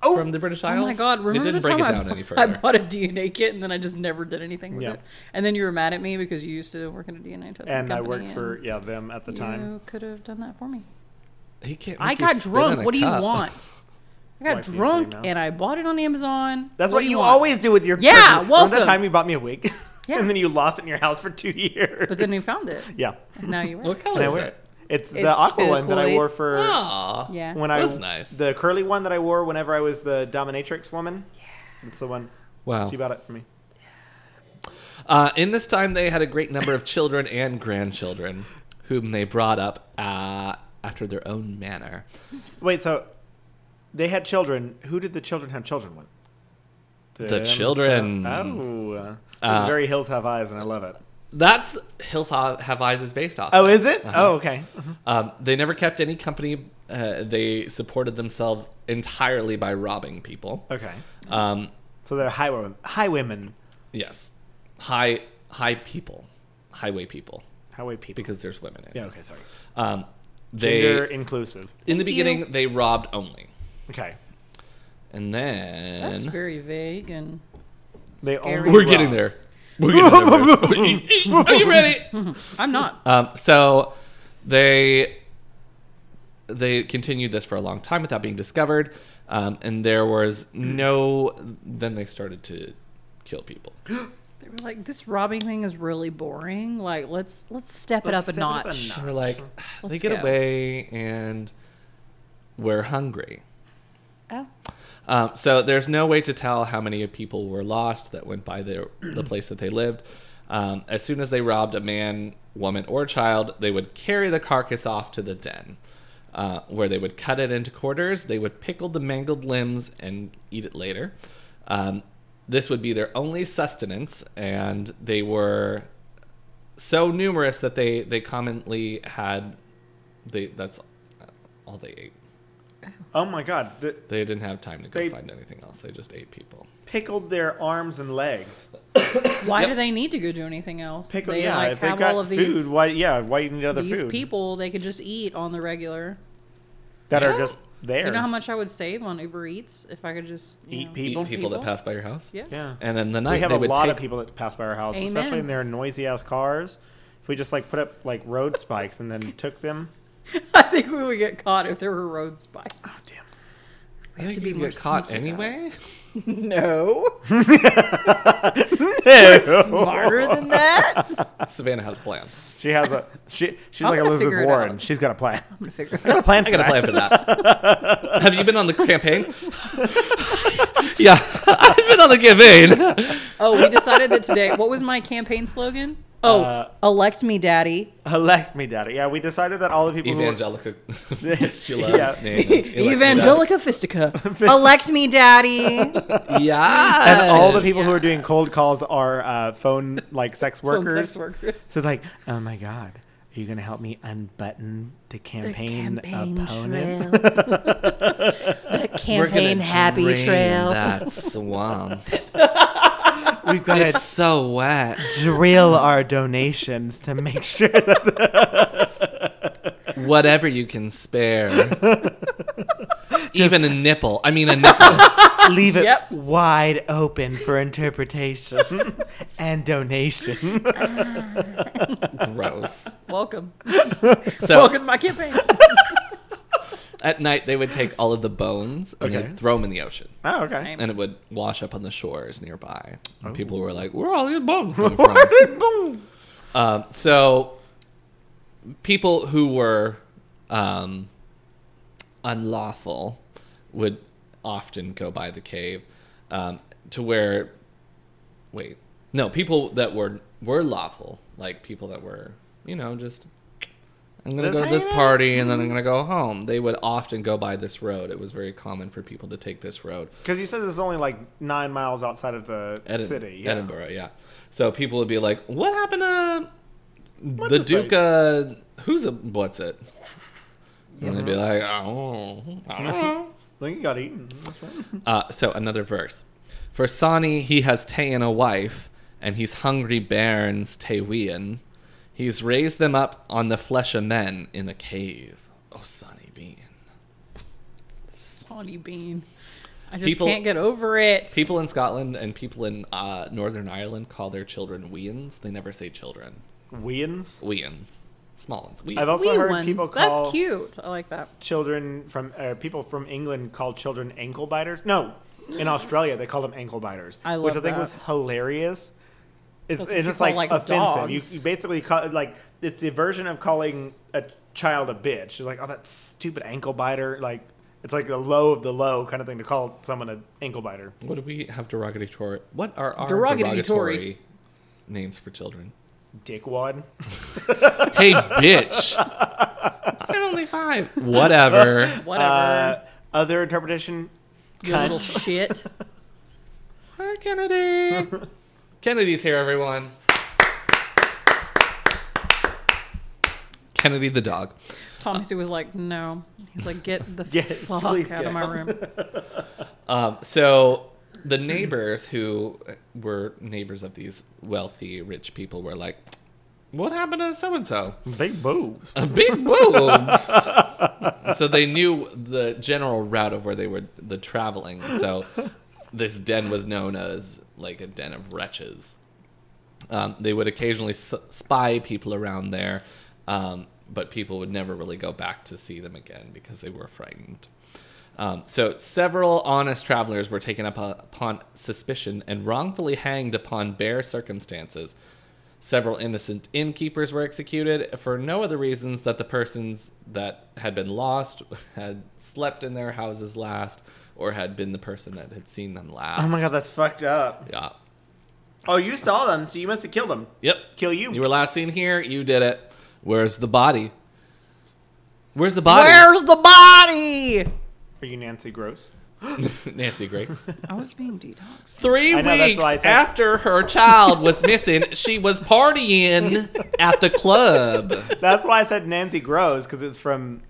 B: Oh!
C: from the British
A: Oh
C: Isles.
A: my god! Remember
C: it didn't
A: the
C: break
A: time
C: it
A: <laughs>
C: down
A: I,
C: any
A: bought, I
C: further.
A: bought a DNA kit and then I just never did anything with
B: Yeah.
A: it. And then you were mad at me because you used to work in a DNA testing
B: and I
A: company
B: worked
A: and
B: for yeah them at the
A: you
B: time.
A: could have done that for me.
C: He can't
A: I
C: make you
A: got
C: spit in
A: drunk.
C: a
A: What do you
C: cup.
A: want? I got
B: Wipe the entire
A: drunk
B: mouth.
A: and I bought it on Amazon.
B: That's what,
A: do
B: you
A: want?
B: always do with your
A: Yeah,
B: presents. Remember that
A: welcome.
B: time you bought me a wig, <laughs>
A: Yeah.
B: and then you lost it in your house for two <laughs> years.
A: But then you found it.
B: yeah,
A: And now you wear
C: What
A: it.
B: and
C: color
B: I
C: is
B: wear
C: it?
B: it. It's,
A: It's
B: the aqua one that I
A: turquoise.
B: wore for
C: Aw.
A: Yeah.
B: when I
C: That's nice.
B: the curly one that I wore whenever I was the dominatrix woman. Yeah, that's the one.
C: Wow.
B: She bought it for me.
C: Uh, in this time, they had a great number of children and grandchildren, whom they brought up uh, after their own manner.
B: Wait, so they had children. Who did the children have children with? Them, so-
C: children.
B: Oh, uh,
C: Uh,
B: it's very hills have eyes, and I love it.
C: That's Hills Ha- Have Eyes is based off.
B: Oh,
C: of.
B: is it? Oh, okay.
C: Um, they never kept any company. Uh, they supported themselves entirely by robbing people.
B: Okay.
C: Um,
B: So they're highwaymen. Highwaymen.
C: Yes. High high people. Highway people.
B: Highway people.
C: Because there's women in. it.
B: yeah. Okay. Sorry.
C: Um they
B: Gender inclusive.
C: in the
A: Thank
C: beginning they robbed only.
B: Okay.
C: And then
A: That's very vague and
B: They
A: Scary.
B: only
C: <laughs> We're
B: rob.
C: getting there. We're
A: <laughs>
C: getting there. <laughs> Are you ready?
A: I'm not.
C: Um, so they they continued this for a long time without being discovered, um, and there was no. Then they started to kill people.
A: They were like, this robbing thing is really boring. Like, let's let's step it
B: Let's
A: up a
B: step it up a
A: notch.
B: notch.
C: They were like, they
A: Let's
C: get
A: go.
C: away, and we're hungry.
A: Oh,
C: Um,
A: <clears throat>
C: so there's no way to tell how many people were lost that went by the, the place that they lived. Um, as soon as they robbed a man, woman, or child, they would carry the carcass off to the den, uh, where they would cut it into quarters. They would pickle the mangled limbs and eat it later. Um, this would be their only sustenance, and they were so numerous that they they commonly had they that's all they ate.
B: Oh my god, th-
C: They didn't have time to go
B: They-
C: find anything else. They just ate people.
B: pickled their arms and legs.
A: Why do they need to go do anything else?
B: Pickled,
A: they
B: yeah.
A: like
B: if they've
A: have
B: got
A: all of
B: food,
A: these
B: why? Yeah, why you need other
A: these
B: food
A: people they could just eat on the regular.
B: that
C: Yeah.
B: are just there?
A: You know how much I would save on Uber Eats if I could just you
B: Eat
A: know,
B: people?
C: eat people, that
A: People?
C: pass by your house.
A: Yeah.
B: Yeah,
C: And in the night
B: we have
C: they
B: a
C: would
B: lot
C: take
B: of people that pass by our house,
A: Amen.
B: especially in their noisy ass cars. If we just like put up like road spikes and then took them,
A: <laughs> I think we would get caught if there were road spikes.
B: oh, damn.
A: We have to
C: you
A: be
C: can
A: more
C: get caught
A: sneaky about it. <laughs>
C: anyway.
B: <laughs>
A: No, we're smarter than <laughs> that. I'm
C: <laughs> Savannah has a plan.
B: She has a she. She's
A: I'm
B: like
A: gonna
B: Elizabeth
A: figure it
B: Warren.
A: out.
B: She's got a plan.
A: gonna figure it
B: Got a
A: out.
B: plan
C: <laughs> I
B: for
C: got a
B: that.
C: plan for that. have you been on
B: <laughs>
C: the campaign? yeah, <laughs> I've been on the campaign.
A: Oh, we decided that today. What was my campaign slogan? Oh,
B: Uh,
A: elect me,
B: <laughs>
A: daddy.
B: Elect me, daddy. Yeah, we decided that all the people. who-
C: Evangelica
B: <laughs>
C: Fistula's
B: Yeah.
C: name is
A: Evangelica
B: <laughs>
A: Fistica. elect me, daddy.
C: Yeah.
B: and all the people who are doing cold calls are uh, phone like sex
A: Phone
B: workers.
A: sex workers.
B: So it's like, oh my god, are you gonna help me unbutton the campaign, opponent?
A: the
C: We're gonna
A: campaign happy
C: drain
A: trail. <laughs>
C: That swamp.
B: We've got
C: It's so wet.
B: to drill our donations to make <laughs> sure that
C: Whatever you can spare. Even a nipple. I mean a nipple.
B: <laughs> leave it
A: Yep.
B: wide open for interpretation
A: <laughs>
B: and donation. <laughs>
C: Gross.
A: Welcome.
C: So
A: Welcome to my campaign.
C: at night they would take all of the bones and
B: Okay.
C: they'd throw them in the ocean.
B: Oh, okay.
A: Same.
C: And it would wash up on the shores nearby. And people were like, where are all these bones come from? Um, so people who were um, unlawful would often go by the cave um, to where wait no people that were were lawful like people that were you know just i'm gonna
B: Just
C: go to this
B: hanging out. Mm-hmm.
C: party and then i'm gonna go home they would often go by this road it was very common for people to take this road
B: Because you said this is only like nine miles outside of the
C: Edin-
B: city. Yeah.
C: Edinburgh, yeah. So people would be like, "What happened to the
B: his face?"
C: Duca? Who's a what's it?" And
B: Mm-hmm.
C: they'd be like, "Oh, I don't know."
B: I think you got eaten. That's right.
C: Uh, so another verse. For Sani, he has ta'en a wife, and he's hungry bairns ta'ween. He's raised them up on the flesh of men in a cave. Oh, Sani Bean.
A: Sawney Bean. I just
C: People-
A: can't get over it.
C: People in Scotland and people in uh, Northern Ireland call their children weans. They never say children.
B: Weans.
C: Weans. Small ones. Weans.
B: I've also
A: Wee
B: heard
A: ones.
B: people
A: That's
B: call
A: cute. I like that.
B: children from uh, people from England call children ankle biters. No,
A: <gasps>
B: in Australia they called them ankle biters,
A: I love
B: which I think was
A: that.
B: hilarious. It's,
A: That's what
B: it's
A: you
B: just
A: call, like,
B: like, offensive. You,
A: dogs.
B: you basically call it like it's the version of calling a child a bitch. It's like, oh, that stupid ankle biter. Like it's like the low of the low kind of thing to call someone an ankle biter.
C: What do we have derogatory? What are our derogatory,
A: Derogatory.
C: names for children?
A: <laughs>
B: Dickwad.
C: hey, <laughs> bitch! I'm only five. Whatever.
A: Whatever.
B: Uh, other interpretation.
A: you little shit.
C: Hi, Kennedy. Kennedy's here, everyone. Kennedy the dog.
A: Thomas was like, no. He's like, get the
B: <laughs> Get-
A: fuck out
B: please
A: of
B: get
A: my
B: out.
A: room.
C: Um, so the neighbors who were neighbors of these wealthy, rich people were like, "What happened to so and so?"
B: Big boobs.
C: A big boobs. <laughs> so they knew the general route of where they were the traveling. So this den was known as like a den of wretches. Um, they would occasionally s- spy people around there, um, but people would never really go back to see them again because they were frightened. Um, so several honest travelers were taken up uh, upon suspicion and wrongfully hanged upon bare circumstances. Several innocent innkeepers were executed for no other reasons that the persons that had been lost had slept in their houses last or had been the person that had seen them last.
B: Oh my god, that's fucked up.
C: Yeah.
B: Oh, you saw them, so you must have killed them.
C: Yep.
B: Kill you.
C: You were last seen here. You did it. Where's the body? Where's the body?
A: Where's the body?
B: Are you Nancy Gross?
C: <laughs>
B: <laughs>
C: Nancy Grace.
A: I was being detoxed.
C: Three
B: I know, that's
C: weeks
B: why I said-
C: after her child was missing, she was partying at the club.
B: That's why I said Nancy Gross because it's from.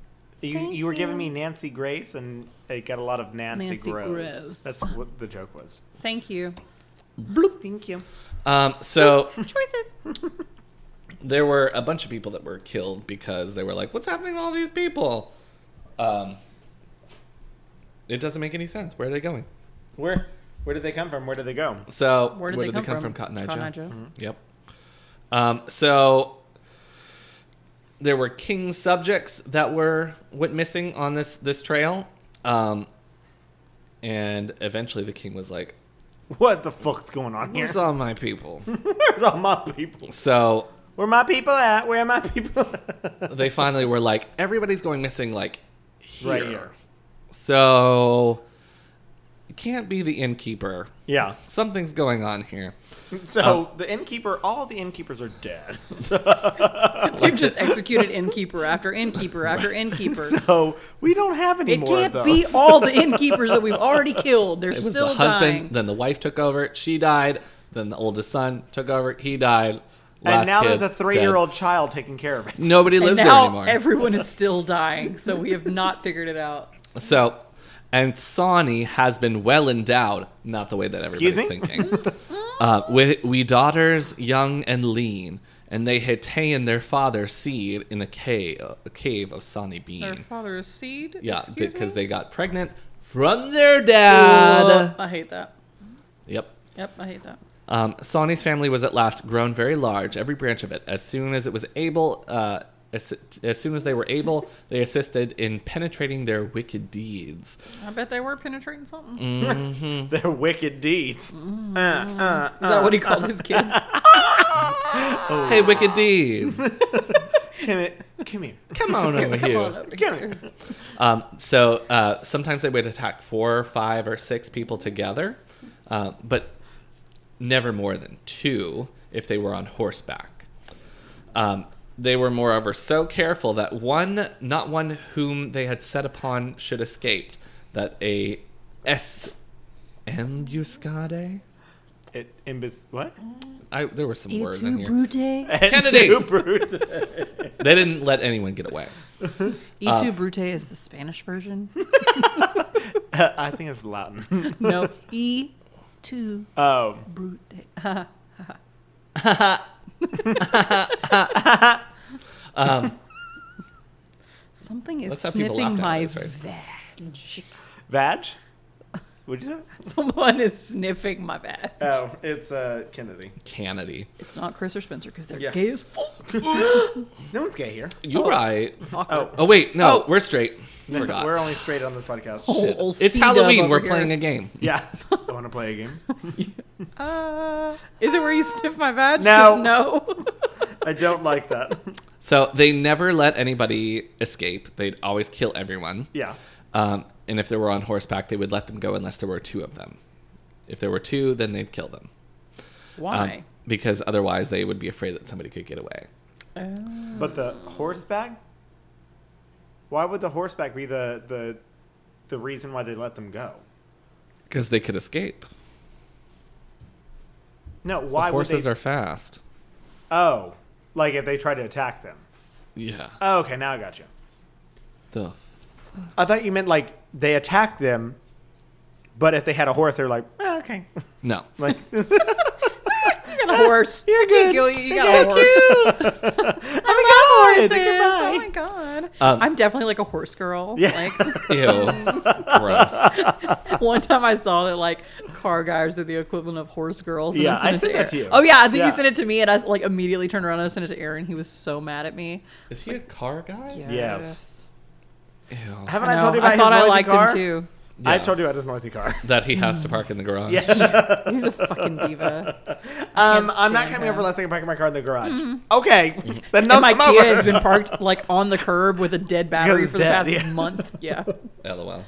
B: You, you were giving me Nancy Grace, and it got a lot of Nancy,
A: Nancy
B: Gross.
A: Gross.
B: That's what the joke was.
A: Thank you.
B: Thank you.
C: Um, so
A: Choices.
C: there were a bunch of people that were killed because they were like, "What's happening to all these people?" Um, it doesn't make any sense. Where are they going?
B: Where where did they come from? Where did they go?
C: So
A: Where did they come from?
C: Cotton Eye
A: Cotton Eye
C: Joe.
A: Joe.
C: Yep. Um, so there were king subjects that were went missing on this this trail, um, and eventually the king was like,
B: What the fuck's going on here?
C: "Where's all my people?"
B: Where's all my people?
C: so
B: Where my people at? Where are my people?
C: they finally were like, "Everybody's going missing." Like here.
B: Right here.
C: So it can't be the innkeeper.
B: <laughs> yeah.
C: Something's going on here.
B: So
C: Oh.
B: the innkeeper, all the innkeepers are dead. <laughs>
A: They've just executed innkeeper after innkeeper
C: <laughs>
A: after innkeeper.
B: So we don't have any
A: It
B: more
A: can't
B: of
A: be
B: those.
A: all the innkeepers that we've already killed. They're
C: It was
A: still
C: the husband.
A: dying.
C: Then the wife took over. She died. Then the oldest son took over. He died. Last
B: and now
C: kid,
B: there's a three-year-old child taking care of it.
C: dead. Nobody
A: and
C: lives there
A: now
C: anymore.
A: everyone is still dying, so we have not figured it out.
C: so, and Sani has been well endowed. Not the way that
B: Excuse
C: everybody's thinking. uh, with we daughters young and lean, and they had ta'en their father seed in the cave, a cave of
A: <laughs>
C: Sani
A: Their
C: Bean.
A: father's seed.
C: Yeah,
A: Excuse
C: because
A: me?
C: they got pregnant from their
A: Ugh,
C: dad.
A: I hate that.
C: Yep.
A: Yep, I hate that.
C: Um, Sawny's family was at last grown very large, every branch of it. As soon as it was able, uh, as, as soon as they were able, they assisted in penetrating their wicked deeds.
A: I bet they were penetrating something.
C: Mm.
A: Is Mm.
B: They're wicked deeds. Uh, uh, uh.
A: that what he called <laughs> his kids? Oh.
C: Hey, wicked deed,
B: Come here. Come here.
C: come on
A: <laughs>
C: over
A: Come
C: here.
A: on over here.
B: Come here.
C: <laughs> Um, so uh, sometimes they would attack four or five or six people together, uh, but never more than two if they were on horseback. Um, they were, moreover, so careful that one, not one whom they had set upon, should escape. That a s embuscade.
B: It, imbis- what?
C: I, there were some words in here.
A: brute.
B: <laughs>
C: <laughs> Kennedy.
B: Zoo brute.
C: They didn't let anyone get away.
A: E2 E
C: Uh,
A: brute is the Spanish
C: <laughs>
A: version.
B: I think it's Latin.
A: no, E E2
B: Oh,
A: brute. Something is
C: Let's have people
A: sniffing
C: laugh at
A: my
C: us, right?
A: vag.
B: Vag? What'd you say?
A: <laughs> Someone is sniffing my vag.
B: Oh, it's uh, Kennedy.
C: Kennedy.
A: It's not Chris or Spencer because they're
B: Yeah.
A: gay as fuck.
B: No one's gay here.
C: You're
A: Oh.
C: right.
A: Awkward.
C: Oh, wait. No,
A: Oh.
C: we're straight. Forgot.
B: We're only straight on this podcast.
C: <laughs>
A: Oh.
C: Shit.
A: old
C: It's
A: C-dub
C: Halloween.
A: over
C: We're
A: here.
C: playing a game.
B: Yeah. I want to play a game.
A: Uh, is it where you sniff my vag?
B: Ah. No.
A: 'Cause No. <laughs>
B: I don't like that. <laughs>
C: So they never let anybody escape. They'd always kill everyone.
B: Yeah.
C: Um, and if they were on horseback, they would let them go unless there were two of them. If there were two, then they'd kill them. Um,
A: Why?
C: because otherwise, they would be afraid that somebody could get away.
B: But the horseback? Why would the horseback be the, the, the reason why they let them go?
C: Because they could escape.
B: No, why would
C: Horses
B: they?
C: are fast.
B: oh, like if they try to attack them.
C: Yeah.
B: Oh, okay, now I got you.
C: The f-
B: I thought you meant like they attacked them, but if they had a horse, they were like,
A: Oh.
B: "Ah, okay,
C: no.
B: <laughs>
A: <laughs>
B: like "Oh
A: you got a horse.
B: You're
A: Can't
B: good.
A: kill you. You got a horse.
B: I'm a god.
A: Oh <laughs>
B: Goodbye.
A: my god.
C: Um,
A: I'm definitely like a horse girl.
B: Yeah.
A: Like <laughs>
B: <laughs>
C: Ew. Gross.
A: one time I saw that like car guys are the equivalent of horse girls. and
B: Yeah,
A: sent
B: I
A: it
B: sent that
A: Aaron.
B: to you.
A: Oh yeah, I think
B: Yeah.
A: you sent it to me, and I like immediately turned around and sent it to Aaron. He was so mad at me.
C: Is he a car guy?
B: Yes.
C: Ew.
B: Haven't
A: I,
B: I,
A: know.
B: told you about
A: I
B: his
A: thought I
B: noisy
A: liked
B: car?
A: him too.
B: I
C: Yeah.
B: told you about his noisy car.
C: That he has to park in the garage.
A: He's a fucking
B: <laughs>
A: diva. <laughs>
B: Um,
A: Can't
B: I'm not
A: stand
B: coming
A: him. Mm-hmm.
B: over unless I can park my car in the garage.
A: <laughs>
B: Okay, then <laughs> no,
A: And my
B: I'm
A: Kia
B: over. <laughs>
A: has been parked like on the curb with a dead battery
B: it's
A: for
B: dead, <laughs>
A: the past
B: yeah.
A: month. Yeah.
C: LOL.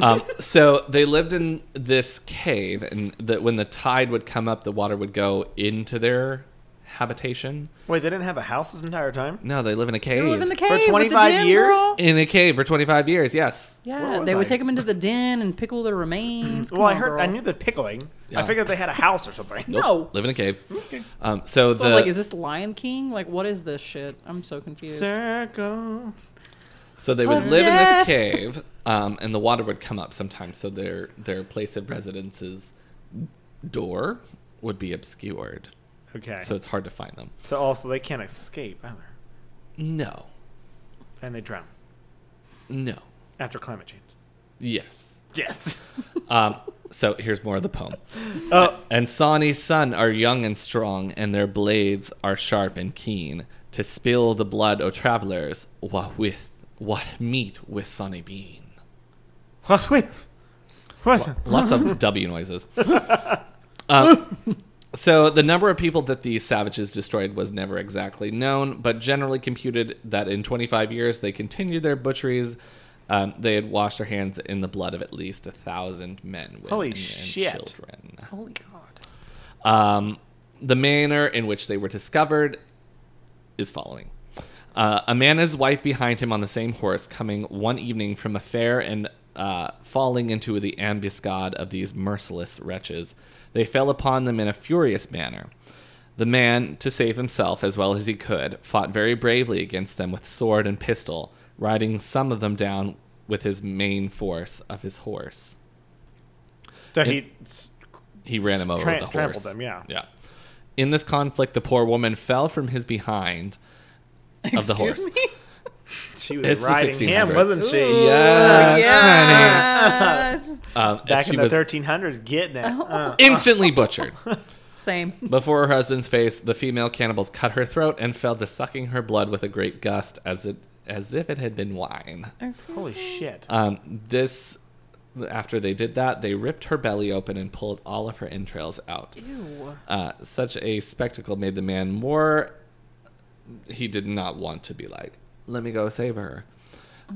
C: Um, so they lived in this cave, and that when the tide would come up, the water would go into their habitation.
B: Wait, they didn't have a house this entire time?
C: No, they live in a cave.
A: They live in the cave with the
B: 25
A: den,
B: years?
A: girl.
C: In a cave for 25 years, yes.
A: Yeah,
B: Where was
A: they would
B: I?
A: take them into the den and pickle their remains.
B: Well,
A: Come
B: I
A: on,
B: heard,
A: girl.
B: I knew the pickling.
C: Yeah.
B: I figured they had a house or something.
A: <laughs> Nope. No.
C: Live in a cave. Um, so,
A: So
C: the,
A: like, is this Lion King? Like, what is this shit? I'm so confused.
B: Circle.
C: So they would
A: Of
C: live
A: death.
C: in this cave, um, and the water would come up sometimes. So their their place of residence's door would be obscured,
B: Okay.
C: so
B: So,
C: it's hard to find them.
B: also they can't escape either,
C: No,
B: and they drown
C: no,
B: after climate change.
C: yes.
A: <laughs>
B: Yes.
C: Um, so here's more of the poem.
B: Oh,
C: And Sawny's son are young and strong, and their blades are sharp and keen to spill the blood o' travelers. What with what meat with Sonny Bean?
B: what? Wait. What?
C: Lots
B: <laughs>
C: of W noises. Um, so the number of people that these savages destroyed was never exactly known, but generally computed that in 25 years they continued their butcheries. Um, they had washed their hands in the blood of at least a thousand men, women,
B: Holy
C: and
B: shit.
C: children.
A: Holy <laughs> God.
C: Um, the manner in which they were discovered is following. Uh, a man and his wife behind him on the same horse, coming one evening from a fair and uh, falling into the ambuscade of these merciless wretches, they fell upon them in a furious manner. The man, to save himself as well as he could, fought very bravely against them with sword and pistol, riding some of them down with his main force of his horse.
B: So he s-
C: He ran him over
B: Tra-
C: with the
B: trampled
C: horse.
B: him, yeah.
C: Yeah. In this conflict, the poor woman fell from his behind of the
A: Excuse
C: horse.
A: <laughs> me?
B: she was
C: It's the
B: riding him,
C: 1600s.
B: wasn't she?
C: Yes,
A: Yes.
C: Um, as
B: Back
C: she
B: in the
C: was
B: 1300s, getting it.
A: Oh.
B: Uh, <laughs>
C: instantly butchered.
A: <laughs> Same.
C: Before her husband's face, the female cannibals cut her throat and fell to sucking her blood with a great gust, as it as if it had been wine.
B: holy shit.
C: Um, this, after they did that, they ripped her belly open and pulled all of her entrails out.
A: Ew.
C: Uh, such a spectacle made the man more. He did not want to be like, let me go save her.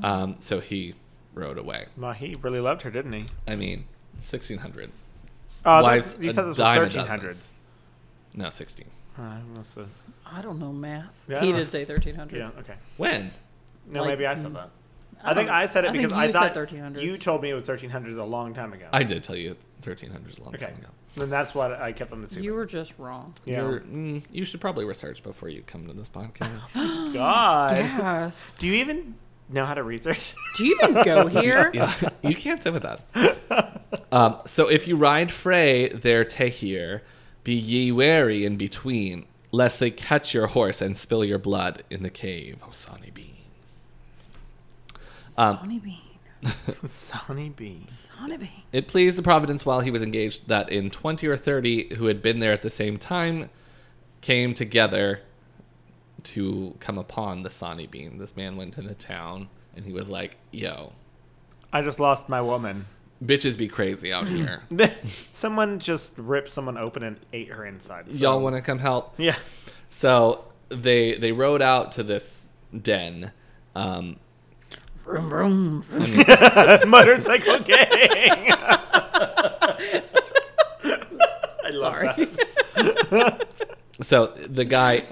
C: Um, so he rode away.
B: Well, he really loved her, didn't he?
C: I mean, 1600s.
B: Oh,
C: Wives,
B: that, you said
C: a
B: this was
C: dime a dozen.
B: 1300s.
C: No, 16.
B: Uh, I must have-
A: I don't know math.
B: Yeah, I
A: he
B: don't know.
A: did say 1300.
B: yeah, okay.
C: When?
B: No,
A: Like,
B: maybe I said that.
A: I
B: I think
A: don't-
B: I said it
A: I think
B: because I
A: you said
B: thought
A: 1300s.
B: you told me it was 1300s a long time ago.
C: I did tell you 1300s a long
B: okay.
C: time ago.
B: Then that's what I kept on the super.
A: You were just wrong. <gasps>
B: yeah.
C: You're- mm, you should probably research before you come to this podcast.
B: God.
A: Yes.
B: Do you even know how to research? <laughs>
A: Do you even <laughs> go here?
C: yeah, <laughs> you can't sit with us. Um, so if you ride Frey there, Tehir, be ye wary in between, lest they catch your horse and spill your blood in the cave, O Sonny Bean. Um,
A: Sonny Bean.
B: Sonny B.
A: Sonny Bean.
C: It pleased the Providence while he was engaged that in 20 or 30 who had been there at the same time came together to come upon the Sonny Bean. This man went into town and he was like, yo,
B: I just lost my woman.
C: bitches be crazy out here.
B: <laughs> someone just ripped someone open and ate her insides. so-
C: Y'all want to come help?
B: Yeah. <laughs>
C: So they they rode out to this den. Um,
A: Vroom, vroom, vroom.
B: <laughs> Motorcycle gang. <laughs> I love
A: Sorry.
B: that.
C: so the guy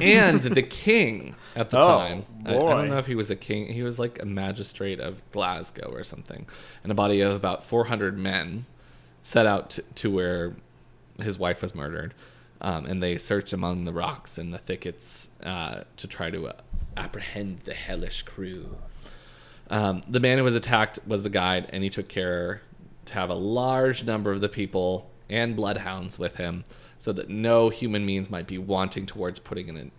C: and the king at the
B: Oh,
C: time. I, I
B: boy.
C: don't know if he was a king. He was like a magistrate of Glasgow or something. And a body of about 400 men set out to, to where his wife was murdered. Um, and they searched among the rocks and the thickets uh, to try to uh, apprehend the hellish crew. Um, the man who was attacked was the guide, and he took care to have a large number of the people and bloodhounds with him so that no human means might be wanting towards putting an,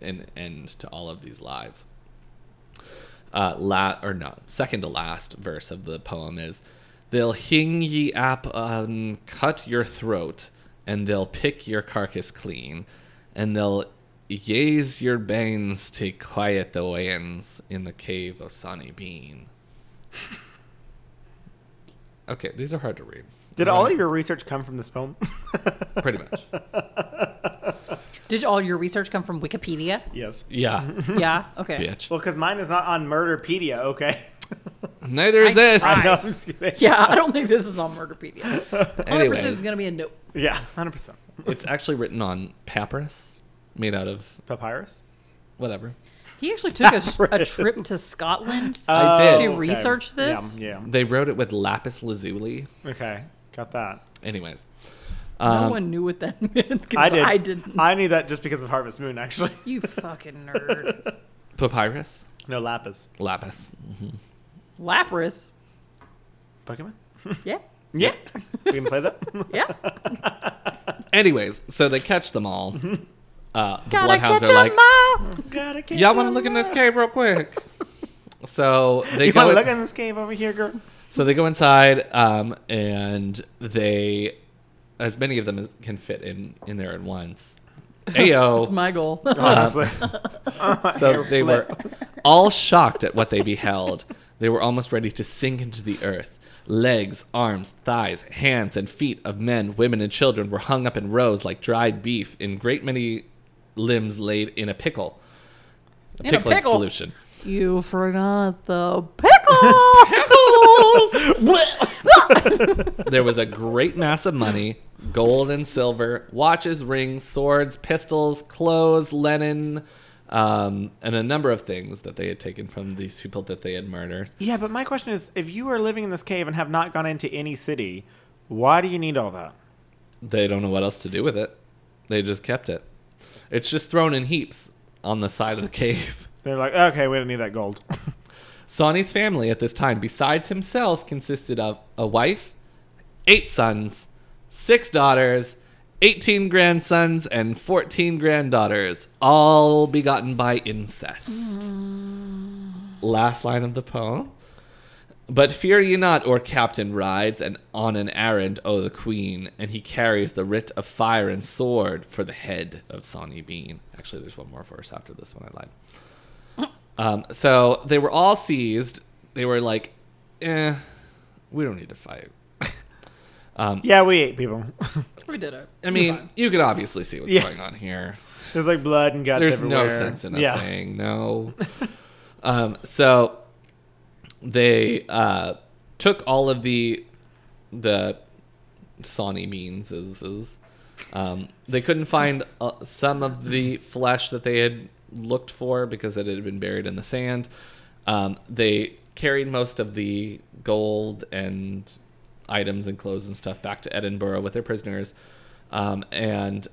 C: an end to all of these lives. Uh, la- or no, second to last verse of the poem is They'll hing ye up and cut your throat, and they'll pick your carcass clean, and they'll yaze your banes to quiet the winds in the cave of Sonny Bean. <laughs> Okay, these are hard to read.
B: Did all of your research come from this poem?
A: <laughs>
C: Pretty much.
A: <laughs> Did all your research come from Wikipedia?
B: <laughs> yes.
A: <laughs>
C: Yeah,
B: Hmm.
A: Yeah. Okay.
C: bitch.
B: Well, because mine is not on Murderpedia, okay? <laughs>
C: Neither is
A: I
C: this.
A: tried.
B: No, I'm just kidding.
A: Yeah, I don't think this is on Murderpedia. 100%
C: Anyways.
A: is going to be a no.
B: Yeah, hundred percent.
C: It's actually written on papyrus, made out of
B: Papyrus.
C: whatever.
A: He
B: <laughs>
A: actually took a, s- a trip to Scotland.
C: I did.
A: Uh, To research this?
B: Oh, Yeah,
C: They wrote it with lapis lazuli.
B: yeah. Okay, got that.
C: Anyways,
A: no
C: um,
A: one knew what that <laughs> meant 'cause
B: I did.
A: I didn't.
B: I knew that just because of Harvest Moon, actually. <laughs>
A: you fucking nerd.
C: papyrus,
B: No lapis.
C: lapis.
A: Lapras.
B: Pokemon.
A: Yeah.
B: Yeah, we can play that. <laughs>
A: Yeah.
C: Anyways, so they catch them
A: <laughs>
C: all. Uh, the
A: Gotta catch
C: bloodhounds
A: 'em
C: are like,
A: all.
B: Gotta keep
C: y'all want to
B: on
C: look in this
B: up.
C: cave
A: <laughs>
C: real quick. so they
B: You
C: go.
B: want to
C: in-
B: look in this cave over here, girl?
C: So they go inside, um, and they, as many of them as can fit in in there
A: <laughs>
C: at once.
A: That's
C: Ayo.
A: my goal. <laughs>
B: Honestly,
C: so
B: hair
C: they were all shocked at what they beheld. They were almost ready to sink into the earth. Legs, arms, thighs, hands, and feet of men, women, and children were hung up in rows like dried beef, in great many limbs laid in a pickle. A
A: In a
C: pickling
A: pickle.
C: solution.
A: you forgot the
B: <laughs>
A: pickles.
C: there was a great mass of money gold and silver watches rings swords pistols clothes linen um, and a number of things that they had taken from these people that they had murdered
B: yeah. But my question is, if you are living in this cave and have not gone into any city, why do you need all that?
C: they don't know what else to do with it they just kept it it's just thrown in heaps on the side of the <laughs> cave
B: They're like, okay, we don't need that gold.
C: Sonny's family at this time, besides himself, consisted of a wife, eight sons, six daughters, 18 grandsons, and 14 granddaughters, all begotten by incest. Last line of the poem. But fear ye not, or captain rides, and on an errand, o the queen, and he carries the writ of fire and sword for the head of Sonny Bean. Actually, there's one more verse after this one. I lied. Um, so they were all seized. They were like, eh, we don't need to fight. um,
B: yeah, we ate people. <laughs>
A: we did it.
C: I mean, you can obviously see what's
B: Yeah.
C: going on here.
B: There's like blood and guts.
C: There's
B: everywhere.
C: no sense in us
B: yeah. <laughs>
C: saying no. um, so they uh, took all of the the Sawney means is, is um, they couldn't find uh, some of the flesh that they had looked for because it had been buried in the sand. Um, they carried most of the gold and items and clothes and stuff back to Edinburgh with their prisoners, um, and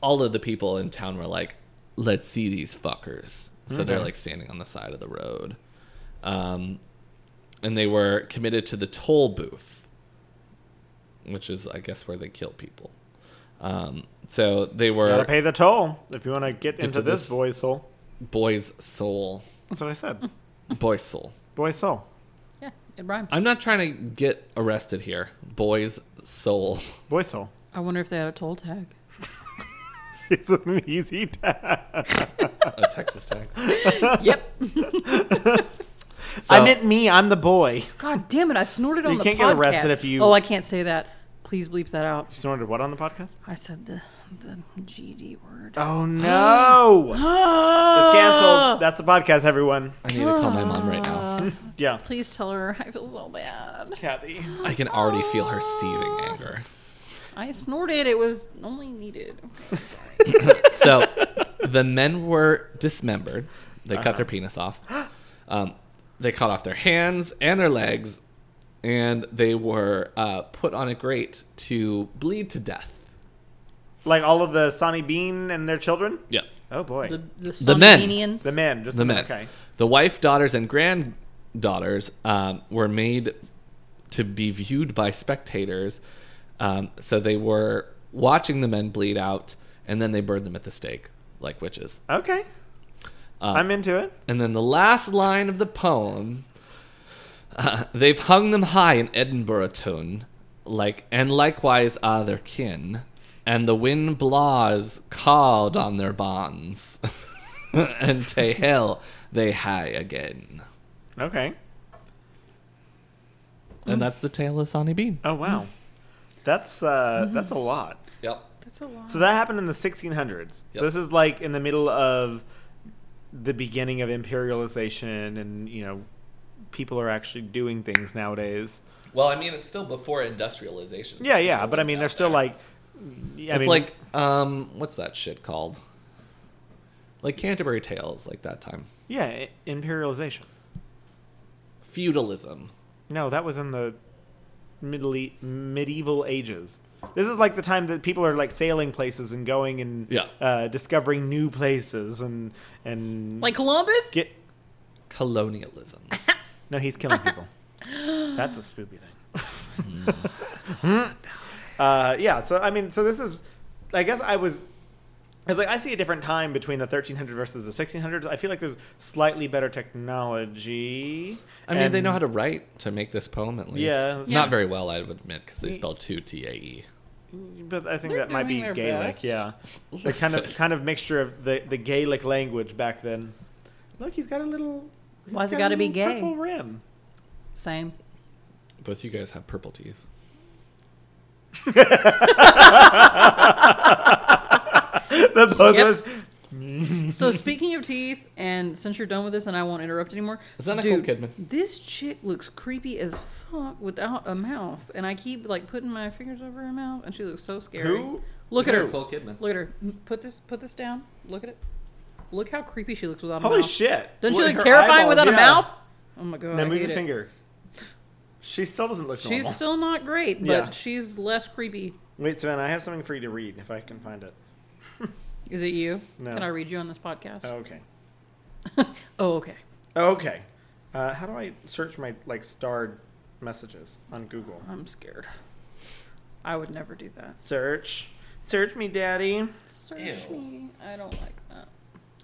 C: all of the people in town were like, "Let's see these fuckers." So they're like standing on the side of the road, um, and they were committed to the toll booth which is I guess where they kill people. Um, so they
B: Gotta
C: were
B: pay the toll if you want to get into
C: to
B: this,
C: this.
B: boy's soul.
C: boy's soul,
B: That's what I said.
C: boy's soul.
B: Boy's soul.
A: Yeah, it rhymes. i
C: I'm not trying to get arrested here. Boy's soul. <laughs>
B: Boy's soul. <laughs>
A: wonder if they had a toll tag.
B: It's an easy task.
C: A Texas tag.
A: yep.
C: So,
B: I meant me. I'm the boy.
A: God damn it! I snorted on
B: You
A: the
B: can't
A: podcast.
B: get arrested if you-
A: Oh, I can't say that. Please bleep that out.
B: You snorted what on the podcast?
A: I said the the GD word.
B: <gasps> Oh no! it's canceled. That's the podcast, everyone.
C: I need to call my mom right now.
B: Yeah,
A: Please tell her I feel so bad.
B: Kathy.
C: I can already feel her seething anger.
A: I snorted. It was only needed.
C: So the men were dismembered. They cut their penis off. Um, they cut off their hands and their legs, and they were uh, put on a grate to bleed to death.
B: Like all of the Sonny Bean and their children.
C: Yeah.
B: Oh boy,
A: The
B: the,
A: the,
C: The men.
A: Sonnenians.
B: men. Just
C: the men.
B: Okay.
C: The wife, daughters, and granddaughters um, were made to be viewed by spectators. Um, so they were watching the men bleed out, and then they burned them at the stake like witches.
B: Okay.
C: Uh,
B: I'm into it.
C: And then the last line of the poem uh, they've hung them high in Edinburgh tune, like, and likewise are their kin, and the wind blaws called on their bonds, <laughs> and tae hill they high again.
B: Okay. Mm.
C: And that's the tale of Sonny Bean.
B: Oh wow, that's uh, that's a lot.
C: Yep.
A: That's a lot.
B: So that happened in the 1600s.
C: Yep.
B: This is like in the middle of the beginning of imperialization and you know people are actually doing things nowadays.
C: Well, I mean, it's still before industrialization.
B: Yeah, yeah, but I mean, they're still like. I
C: it's
B: mean,
C: like um, what's that shit called? Like Canterbury Tales, like that time
B: yeah, i- imperialization.
C: feudalism.
B: No, that was in the middle e- medieval ages. This is like the time that people are like sailing places and going and
C: Yeah.
B: uh, discovering new places and and
A: Like Columbus?
B: get.
C: colonialism.
B: No, he's killing people. That's a spoopy thing.
C: Hmm.
B: <laughs> uh, yeah, so I mean, so this is, I guess I was, I was like, I see a different time between the 1300 versus the 1600s. I feel like there's slightly better technology.
C: I mean, they
B: and-
C: know how to write to make this poem at least.
B: Yeah, that's
C: not
A: true.
C: very well, I would admit, because they spell two T A E.
B: But I think
A: They're
B: that might be
A: doing their
B: Gaelic,
A: best.
B: <laughs> yeah. The kind of kind of mixture of the, the Gaelic language back then. Look, he's got a little. he's
A: Why's it
B: got
A: gotta
B: a
A: be
B: little
A: gay?
B: Purple rim. <laughs>
A: Same.
C: Both you guys have purple teeth.
B: the both
A: Yep.
B: of us.
A: So speaking of teeth, and since you're done with this, and I won't interrupt anymore,
C: Is that Nicole Kidman?
A: This chick looks creepy as fuck without a mouth, and I keep like putting my fingers over her mouth, and she looks so scary.
B: Who?
A: Look at her.
C: Nicole Kidman.
A: Look at her. Put this. Put this down. Look at it. Look how creepy she looks without a
B: Holy
A: mouth.
B: shit!
A: Doesn't she
B: Look
A: look
B: at her
A: terrifying
B: eyeballs,
A: without a
B: yeah.
A: mouth? Oh my god.
B: Now
A: I
B: move your
A: hate it.
B: finger. She still doesn't look normal.
A: She's still not great, but
B: Yeah.
A: she's less creepy.
B: Wait, Savannah, I have something for you to read if I can find it.
A: Is it you?
B: No.
A: Can I read you on this podcast?
B: Okay.
A: oh okay.
B: Okay. Uh, how do I search my like starred messages on Google?
A: I'm scared. I would never do that.
B: Search. Search me, daddy.
A: Search
C: Ew.
A: me. I don't like that.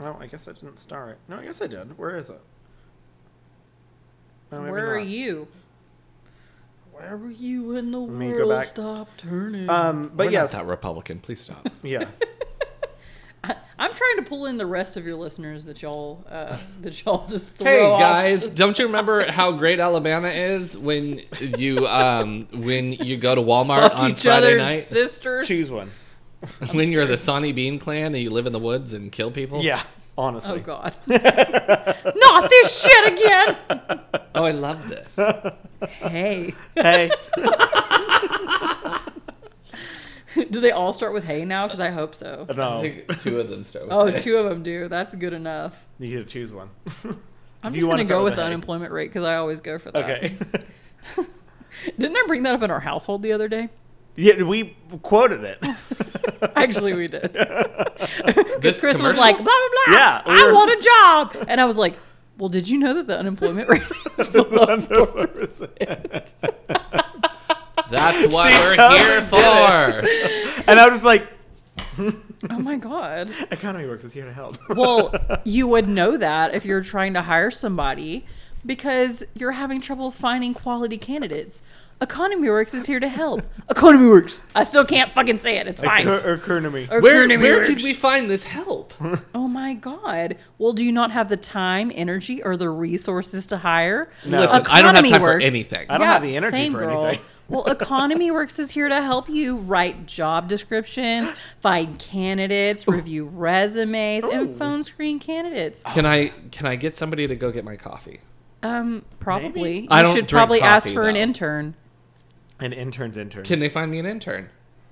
B: Oh, I guess I didn't star it. No, I guess I did. Where is it? No, maybe
A: Where are
B: not.
A: you? Where were you when the
B: Let me go
A: world
B: back.
A: stopped turning?
B: Um, but
C: We're
B: yes,
C: not that Republican. Please stop.
B: yeah.
A: I'm trying to pull in the rest of your listeners that y'all uh, <laughs> that y'all just throw
C: hey
A: off
C: guys,
A: the-
C: don't
A: <laughs>
C: you remember how great Alabama is when you um when you go to Walmart
A: fuck
C: on
A: each
C: Friday
A: other's
C: night
A: sisters. <laughs>
B: Choose one.
C: when you're the Sonny Bean clan and you live in the woods and kill people?
B: Yeah,
A: Oh
B: honestly. <laughs>
A: god, not this shit again.
C: Oh, I love this.
A: Hey,
B: Hey,
A: <laughs> do they all start with hey now? Because I hope so.
C: I
B: no, you
C: think two of them start with
A: Oh,
C: A.
A: two of them do. That's good enough.
B: get to choose one.
A: I'm
B: If you
A: just
B: wanna
A: gonna
B: start
A: go with
B: with a
A: the
B: hey.
A: unemployment rate because I always go for that.
B: Okay. <laughs>
A: Didn't I bring that up in our household the other day?
B: yeah, we quoted
A: <laughs>
B: it. <laughs>
A: Actually, we did. <laughs> Because
C: This
A: Chris was
C: commercial?
A: like, blah, blah, blah.
B: Yeah, we
A: I
B: were-
A: want a job. And I was like, well, did you know that the unemployment rate <laughs> is below
B: <laughs>
C: That's what
B: She
C: we're
B: doesn't
C: here
B: get
C: for.
B: and I was just like,
A: Oh, my God.
B: economy works is here to help. <laughs>
A: Well, you would know that if you're trying to hire somebody because you're having trouble finding quality candidates. Economy Works is here to
B: <laughs>
A: help. Economy Works. I still can't fucking say it. It's fine. Er
B: Or economy.
C: Where,
A: Economy
C: where
A: Works.
C: could we find this help?
A: Oh my God. Well, do you not have the time, energy, or the resources to hire?
B: No.
C: Listen, I don't have
A: Economy
C: time
A: Works-
C: for anything.
B: I don't have the energy
A: same
B: for
A: girl.
B: anything.
A: well, Economy Works is here to help you write job descriptions, find candidates, review resumes,
B: Ooh.
A: and phone screen candidates.
C: Can I can I get somebody to go get my coffee?
A: Um, probably. You
C: I don't
A: should
C: drink
A: probably ask
C: coffee,
A: for an
C: though.
A: intern.
B: And interns, intern.
C: Can they find me an intern?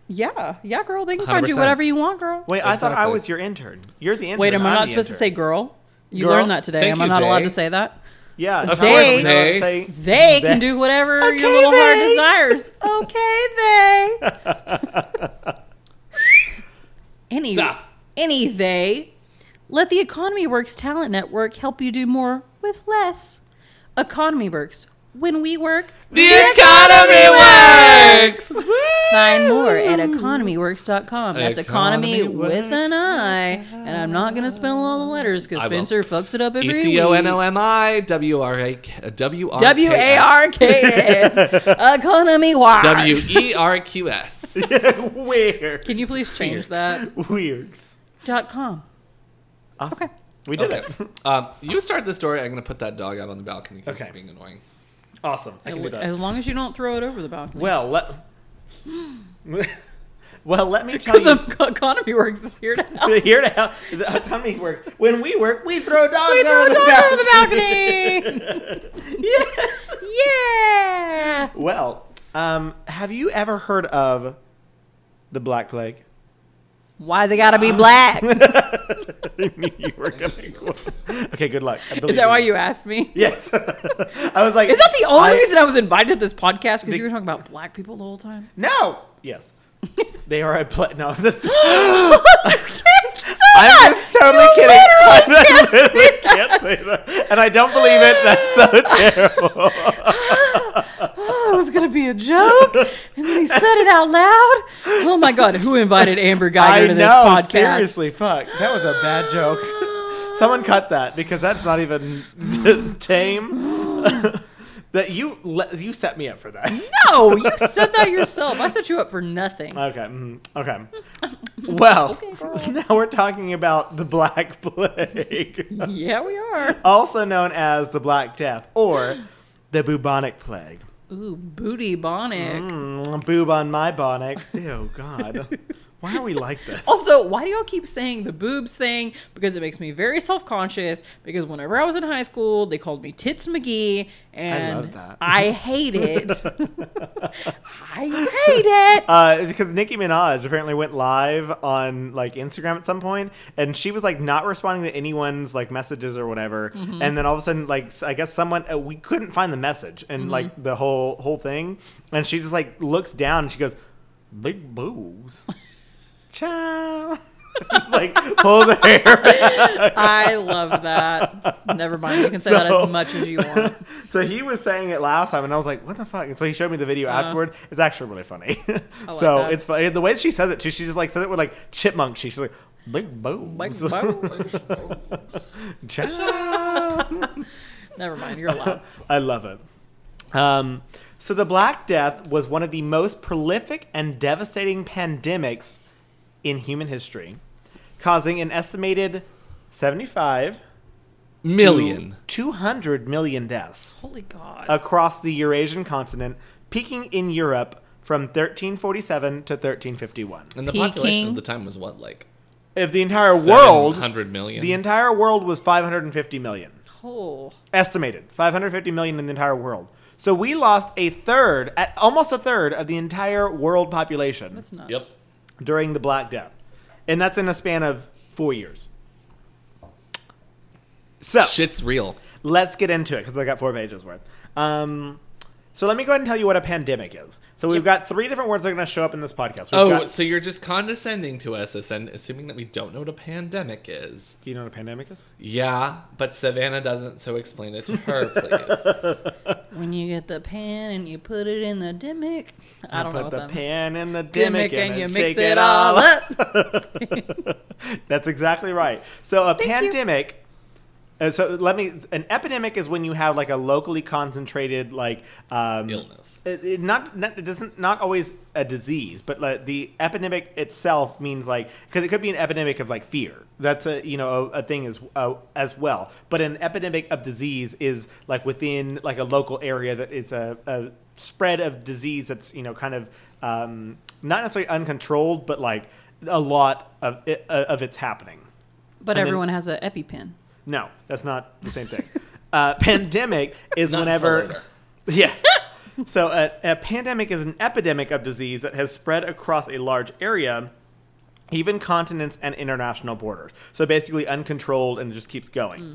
A: Yeah, yeah, girl. They can find you
C: 100%.
A: whatever you want, girl.
B: Wait, I thought I
C: Exactly.
B: was your intern. You're the intern.
A: Wait, am I
B: I'm
A: not
B: the
A: supposed to
B: intern.
A: say girl? You
B: Girl?
A: learned that today.
C: Thank
A: am I
C: you,
A: not allowed
C: they.
A: to say that?
B: Yeah,
A: Of
B: of course.
A: course.
C: They-
B: Say,
A: They can do whatever your
B: Okay,
A: little heart
B: they.
A: desires. Okay, they.
C: <laughs>
A: any
C: Stop.
A: any they. Let the Economy Works Talent Network help you do more with less. Economy Works. When we work,
C: The economy works.
A: Find more at economyworks.com. That's economy,
C: Economy
A: with an
C: works.
A: I. And I'm not going to spell all the letters because
C: I will.
A: Spencer fucks it up every
C: E
A: week.
C: C O N O M I W R A uh, W R
A: W A R K S. Economy Works.
C: W E R Q S.
B: <laughs> weird.
A: Can you please change
C: Weird.
A: that?
B: Weird.
A: Dot com.
B: Awesome.
A: Okay.
B: We did
C: Okay.
B: it. <laughs>
C: Um, you start the story. I'm gonna put that dog out on the balcony because
B: Okay.
C: it's being annoying.
B: Awesome. I can do that.
A: As long as you don't throw it over the balcony.
B: Well, let. <laughs> Well, let
A: <laughs>
B: me tell
A: Because
B: you.
A: economy works is here to help.
B: Here to help. <laughs> The economy works. When we work, we throw dogs
A: We throw
B: out
A: a
B: of
A: dog
B: the
A: over the
B: balcony.
A: balcony.
B: yeah.
C: <laughs>
A: yeah.
B: Well, um, have you ever heard of the Black Plague? <laughs>
A: Why's it gotta be
C: <laughs>
A: black?
B: I knew you were gonna. quote- Okay, good luck. I
A: Is
B: believe
A: that
B: you.
A: why you asked me?
B: <laughs> Yes. I was like.
A: Is that the only
B: I-
A: reason I was invited to this podcast? Because
B: The-
A: you were talking about black people the whole <gasps> time.
B: No.
A: <laughs>
B: Yes. They are a pla- no. <laughs> That's, I'm
A: I'm
B: just totally kidding. <laughs> I literally can't say that, and I don't believe it. That's so terrible.
A: Oh, it was gonna be a joke, and then he said it out loud. Oh my god, who invited Amber Geiger
B: I
A: to this
B: know.
A: podcast?
B: Seriously, fuck. That was a bad joke. <laughs> Someone cut that because that's not even <laughs> tame. that you let, you set me up for that.
A: No, you said that yourself. I set you up for nothing.
B: Okay. mhm,
A: <laughs>
B: Okay. Well,
A: Okay, girl.
B: <laughs> now we're talking about the Black <laughs> Plague,
A: yeah, we are.
B: also known as the Black Death or the bubonic plague.
A: Ooh, booty bonic.
B: Mm, boob on my bonnet. Ew, God. Why are we like this?
A: Also, why do y'all keep saying the boobs thing? Because it makes me very self conscious. Because whenever I was in high school, they called me Tits McGee, and I,
B: love that.
A: hate it. <laughs> I hate it.
B: Uh, it's because Nicki Minaj apparently went live on like Instagram at some point, and she was like not responding to anyone's like messages or whatever. And then all of a sudden, like s- I guess someone uh, we couldn't find the message and like the whole whole thing, and she just like looks down and she goes, "Big boobs, ciao." <laughs> It's like pull the hair. back.
A: I love that. Never mind. You can say that
B: So-
A: as much as you want.
B: <laughs> so he was saying it last time, and I was like, "What the fuck?" And so he showed me the video afterward. It's actually really funny.
A: Uh-huh. like
B: <laughs> so
A: that.
B: it's funny the way she says it too. She just like says it with like chipmunk. She's like, "Big <laughs> boobs,
A: Like, why-
B: Ciao.
A: Never mind. You're allowed.
B: I love it. Um, so the Black Death was one of the most prolific and devastating pandemics in human history, causing an estimated seventy-five
C: Million.
B: two hundred million deaths.
A: Holy God.
B: across the Eurasian continent, peaking in Europe from 1347 to 1351.
C: And the
A: Peking.
C: population at the time was what, like
B: If the entire world,
C: 100 million?
B: the entire world was 550 million,
A: oh.
B: estimated 550 million in the entire world. So we lost a third, at almost a third of the entire world population
A: That's nuts.
C: yep.
B: during the Black Death, and that's in a span of four years. So
C: Shit's real.
B: let's get into it because I got four pages worth. Um, so let me go ahead and tell you what a pandemic is. So we've got three different words that are going to show up in this podcast. We've
C: Oh,
B: got,
C: so you're just condescending to us, ascend- assuming that we don't know what a pandemic is.
B: you know what a pandemic is?
C: Yeah, but Savannah doesn't, so explain it to her,
A: <laughs>
C: please.
A: When you get the pan and you put it in the dimmick. I don't
B: put
A: know what
B: the
A: that means.
B: pan in the
A: Dimmick
B: dimmick
A: and, you mix
B: shake
A: it all up.
B: <laughs> That's exactly right. So a
A: Thank you.
B: pandemic. uh, so let me. An epidemic is when you have like a locally concentrated like um,
C: Illness.
B: It, it not, not it doesn't not always a disease, but like the epidemic itself means like because it could be an epidemic of like fear. That's a you know a, a thing as uh, as well. But an epidemic of disease is like within like a local area that it's a, a spread of disease that's you know kind of um, not necessarily uncontrolled, but like a lot of it, of it's happening.
A: But
B: And then-
A: everyone has an EpiPen.
B: No, that's not the same thing. uh, pandemic is
C: <laughs> Not until
B: whenever.
C: later.
B: <laughs> Yeah. so a, a pandemic is an epidemic of disease that has spread across a large area, even continents and international borders. So basically uncontrolled and it just keeps going.
C: Hmm.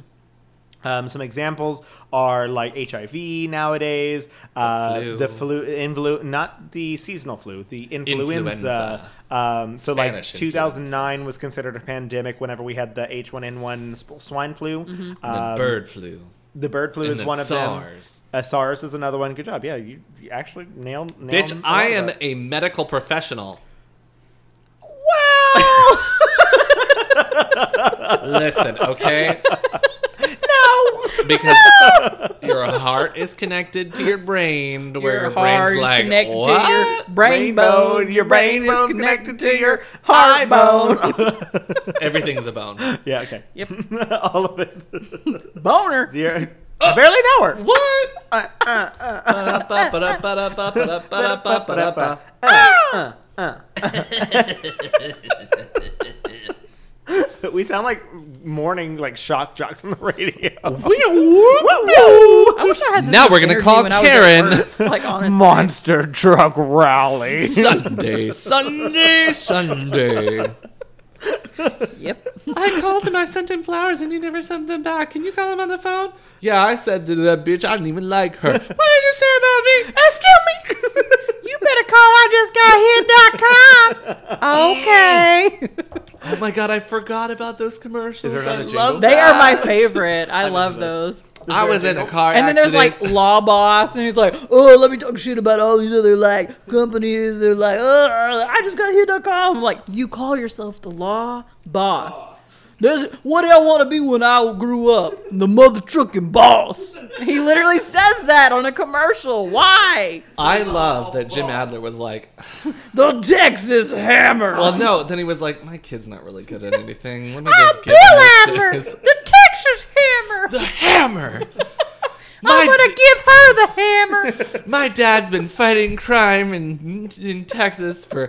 B: Um, some examples are like HIV nowadays, uh,
C: flu.
B: the flu, influ, not the seasonal flu, the influenza.
C: Influenza.
B: Um, so
C: Spanish
B: like
C: influenza.
B: 2009 was considered a pandemic whenever we had the H1N1 sp- swine flu.
C: the
B: Um,
C: bird flu.
B: the bird flu
C: and
B: is
C: then
B: one of
C: SARS.
B: them. Uh, SARS is another one. Good job. Yeah, you, you actually nailed. nailed a
C: Bitch,
B: lot
C: I
B: of
C: am
B: that.
C: a medical professional.
A: Wow!
C: <laughs> Listen, okay?
A: no! <laughs>
C: Because your heart is connected to your brain, to where your,
A: heart
C: brain's
A: is
C: like,
A: connected
C: what?
A: to your brain bone.
B: Your brain
A: is
B: bone's connected to your
A: heart bone.
B: heart bone.
C: Everything's
A: <laughs>
C: a bone.
B: <laughs> yeah. Okay.
A: Yep.
B: <laughs> All of it. <laughs>
A: Boner.
B: You're- I barely know her.
C: What?
B: Uh, uh, uh,
C: Ba-da-ba-ba-da-ba-da-ba-da-ba-da-ba-da-ba.
B: uh, uh, uh, uh. <laughs> we sound like morning like shock jocks on the radio. <laughs>
A: I wish I had this
C: Now
A: sort of
C: we're gonna
A: energy
C: call
A: when I was at
C: Karen.
A: work, <laughs> Like honestly.
B: Monster truck rally.
C: Sunday, Sunday, Sunday.
A: Yep.
C: I called and I sent him flowers and he never sent them back. Can you call him on the phone? Yeah, I said to that bitch, I didn't even like her. <laughs> what did you say about me? Excuse <laughs> me.
A: You better call I just got hit.com. Okay.
C: oh my god, I forgot about those
B: Is
C: commercials.
B: there
C: I
B: another jingle?
A: <laughs>
C: love
A: They are my
C: that.
A: favorite. I, love
B: those.
A: those.
C: I was in a car
A: And then there's like
C: accident.
A: Law Boss, and he's like, oh, let me talk shit about all these other like companies. They're like, oh, I just got hit.com. I'm like, you call yourself the Law Boss. There's, what did I want to be when I grew up? The mother trucking boss. He literally says that on a commercial. Why?
C: I love that Jim Adler was like,
A: The Texas Hammer.
C: well, no. Then he was like, my kid's not really good at anything. Let me
A: I'm
C: just
A: Bill
C: give him
A: <laughs> Adler,
C: this."
A: the Texas Hammer.
C: The <laughs> hammer.
A: I'm
C: My
A: gonna give her the <laughs> hammer.
C: My dad's been fighting crime in in Texas for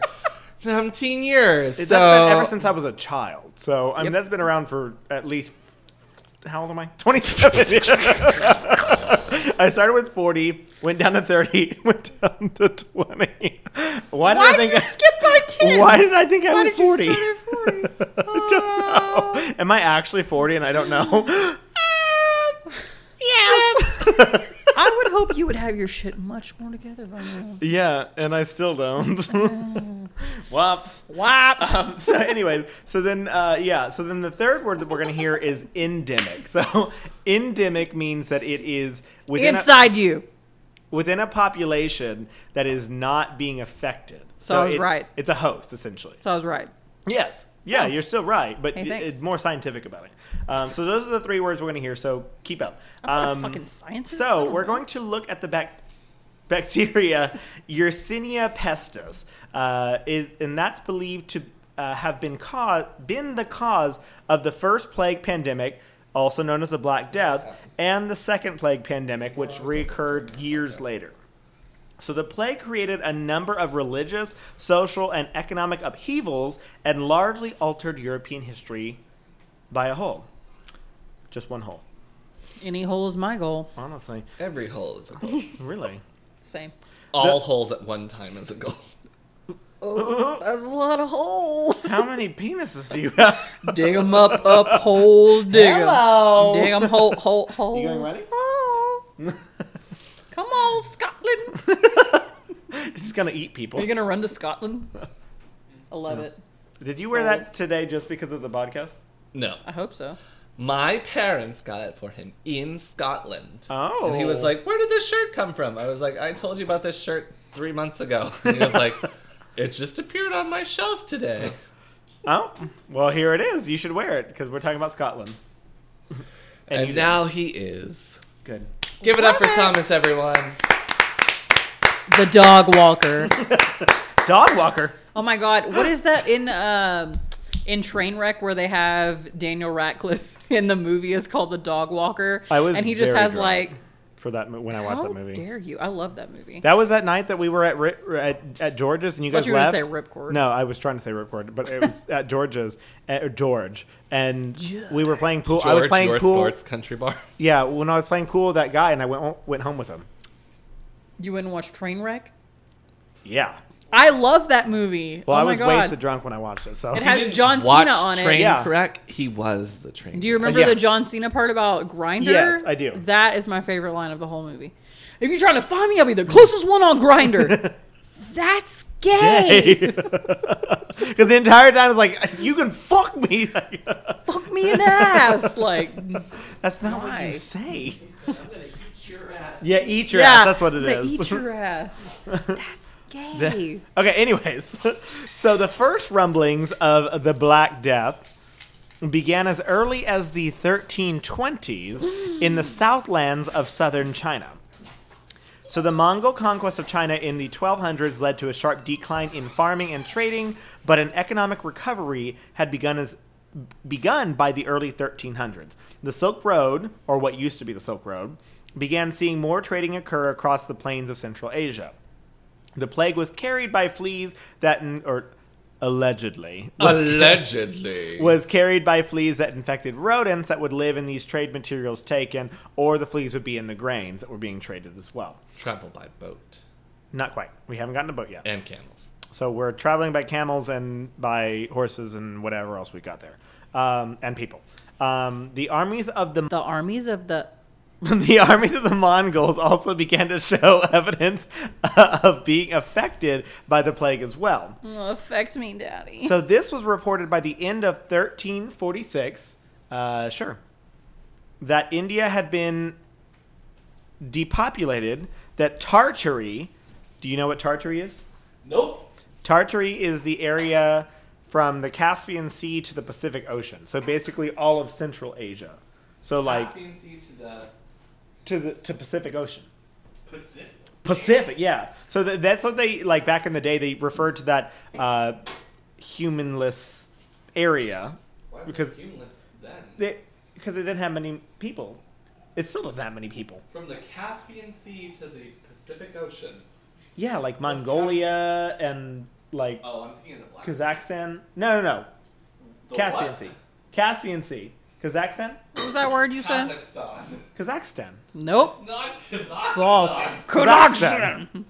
C: umpteen years.
B: It's
C: so
B: been ever since I was a child. So I mean, that's been around for at least how old
A: <laughs>
B: am I? Twenty-seven. <laughs> I started with forty, went down to thirty, <laughs> went down to twenty. Why
A: Why
B: did
A: did
B: I think?
A: you skip by
B: I,
A: ten?
B: why did I think I
A: Why
B: was
A: did you
B: forty? <laughs>
A: start at 40?
B: don't know. Am I actually forty and I don't know? <gasps>
A: Yes. <laughs> I would hope you would have your shit much more together by now.
B: yeah, and I still don't. <laughs>
A: Mm.
B: Whoops.
A: Wow.
B: Um, <laughs> so anyway, so then uh, yeah, so then the third word that we're gonna hear is endemic. <laughs> So endemic means that it is within a,
A: Inside you.
B: within a population that is not being affected.
A: So I was
B: it-
A: right.
B: It's a host essentially.
A: So I was right.
B: Yes. Yeah, you're still right, but
A: Hey,
B: it-
A: thanks.
B: it's more scientific about it. Um, so those are the three words we're going to hear. So keep up.
A: not a
B: Um,
A: fucking scientist. I
B: So
A: don't
B: we're
A: know.
B: going to look at the bac- bacteria Yersinia pestis, uh, is, and that's believed to uh, have been cause been the cause of the first plague pandemic, also known as the Black Death, and the second plague pandemic, which recurred years later. So the plague created a number of religious, social, and economic upheavals and largely altered European history by a whole. Just one hole,
A: Any hole is my goal.
B: honestly.
C: every hole is a goal.
B: <laughs> Really?
A: Same.
C: All holes at one time is a goal.
A: That's a lot of holes.
B: How many penises <laughs> do you have?
A: Dig 'em up, up holes. Dig 'em.
B: Hello.
A: Dig 'em hole, <laughs> hole, holes.
B: You going ready?
A: Holes. Come on, Scotland.
B: <laughs> Just gonna eat people.
A: Are you gonna run to Scotland? I love it.
B: Did you wear
A: Balls.
B: that today just because of the podcast?
C: No,
A: I hope so.
C: my parents got it for him in Scotland.
B: Oh.
C: and he was like, "Where did this shirt come from?" I was like, "I told you about this shirt three months ago." <laughs> And he was
B: <laughs>
C: like, "It just appeared on my shelf today."
B: Oh, well, here it is. You should wear it because we're talking about Scotland.
C: And,
B: you did.
C: now he is.
B: good.
C: Give it up for Thomas, everyone.
A: The dog walker.
B: Dog walker.
A: Oh my God, what is that in um, in Trainwreck where they have Daniel Radcliffe <laughs> in the movie is called the Dog Walker,
B: I was
A: and he just
B: very
A: has
B: drunk.
A: like,
B: For that mo- when I watched
A: how
B: that movie.
A: dare you? I love that movie.
B: That was that night that we were at Ri- at, at George's and you
A: Thought
B: guys
A: you were gonna
B: left.
A: say Ripcord.
B: No, I was trying to say ripcord, but it was at George's at or George, and we were playing pool. I was
C: George,
B: playing
C: your
B: pool.
C: sports country bar.
B: Yeah, when I was playing pool, with that guy and I went went home with him.
A: you wouldn't watch Trainwreck?
B: Yeah.
A: I love that movie.
B: Well,
A: oh
B: I
A: my
B: was
A: God.
B: wasted drunk when I watched it. So
A: It
B: <laughs>
A: has
C: didn't
A: John
C: watch
A: Cena on it.
C: train
B: Yeah.
C: Wreck. He was the train.
A: Do you remember
B: Yeah.
A: the John Cena part about Grinder?
B: Yes, I do.
A: That is my favorite line of the whole movie. If you're trying to find me, I'll be the closest one on
B: <laughs>
A: Grinder. That's gay.
B: Because the entire time it's like, you can fuck me. <laughs>
A: Fuck me in the ass. Like,
B: That's not what
A: Why?
B: you say. Yeah, eat your
A: yeah,
B: ass. That's what it
A: I'm gonna
B: is. <laughs>
A: Eat your ass. That's gay.
B: okay, anyways. <laughs> So the first rumblings of the Black Death began as early as the 1320s in the southlands of southern China. So the Mongol conquest of China in the 1200s led to a sharp decline in farming and trading, but an economic recovery had begun as begun by the early 1300s. The Silk Road, or what used to be the Silk Road, began seeing more trading occur across the plains of Central Asia. The plague was carried by fleas that, in, or allegedly,
A: <laughs>
B: was
C: Allegedly.
B: was carried by fleas that infected rodents that would live in these trade materials taken, or the fleas would be in the grains that were being traded as well.
C: Traveled by boat
B: Not quite. We haven't gotten a boat yet.
C: and camels.
B: So we're traveling by camels and by horses and whatever else we got there, um, and people. Um, the armies of the <laughs>
A: The armies of the
B: the armies of the Mongols also began to show <laughs> evidence uh, of being affected by the plague as well.
A: Oh, affect me, daddy.
B: <laughs> So this was reported by the end of 1346. Uh, sure, that India had been depopulated. That Tartary. Do you know what Tartary is?
C: Nope.
B: Tartary is the area from the Caspian Sea to the Pacific Ocean. So basically all of Central Asia. So like
C: sea to the
B: to the to Pacific Ocean.
C: Pacific.
B: Pacific, yeah. So th- that's what they like back in the day. They referred to that uh, humanless area because
C: humorless then?
B: they because it didn't have many people. It still doesn't have many people.
C: From the Caspian Sea to the Pacific Ocean.
B: Yeah, like Mongolia and like
C: Oh, I'm thinking of the black.
B: Kazakhstan. No, no, no. Caspian Sea. Caspian Sea. Kazakhstan.
A: What was that word you said?
C: Kazakhstan.
B: Kazakhstan.
A: Nope.
C: It's <laughs> not Kazakhstan.
B: Kazakhstan.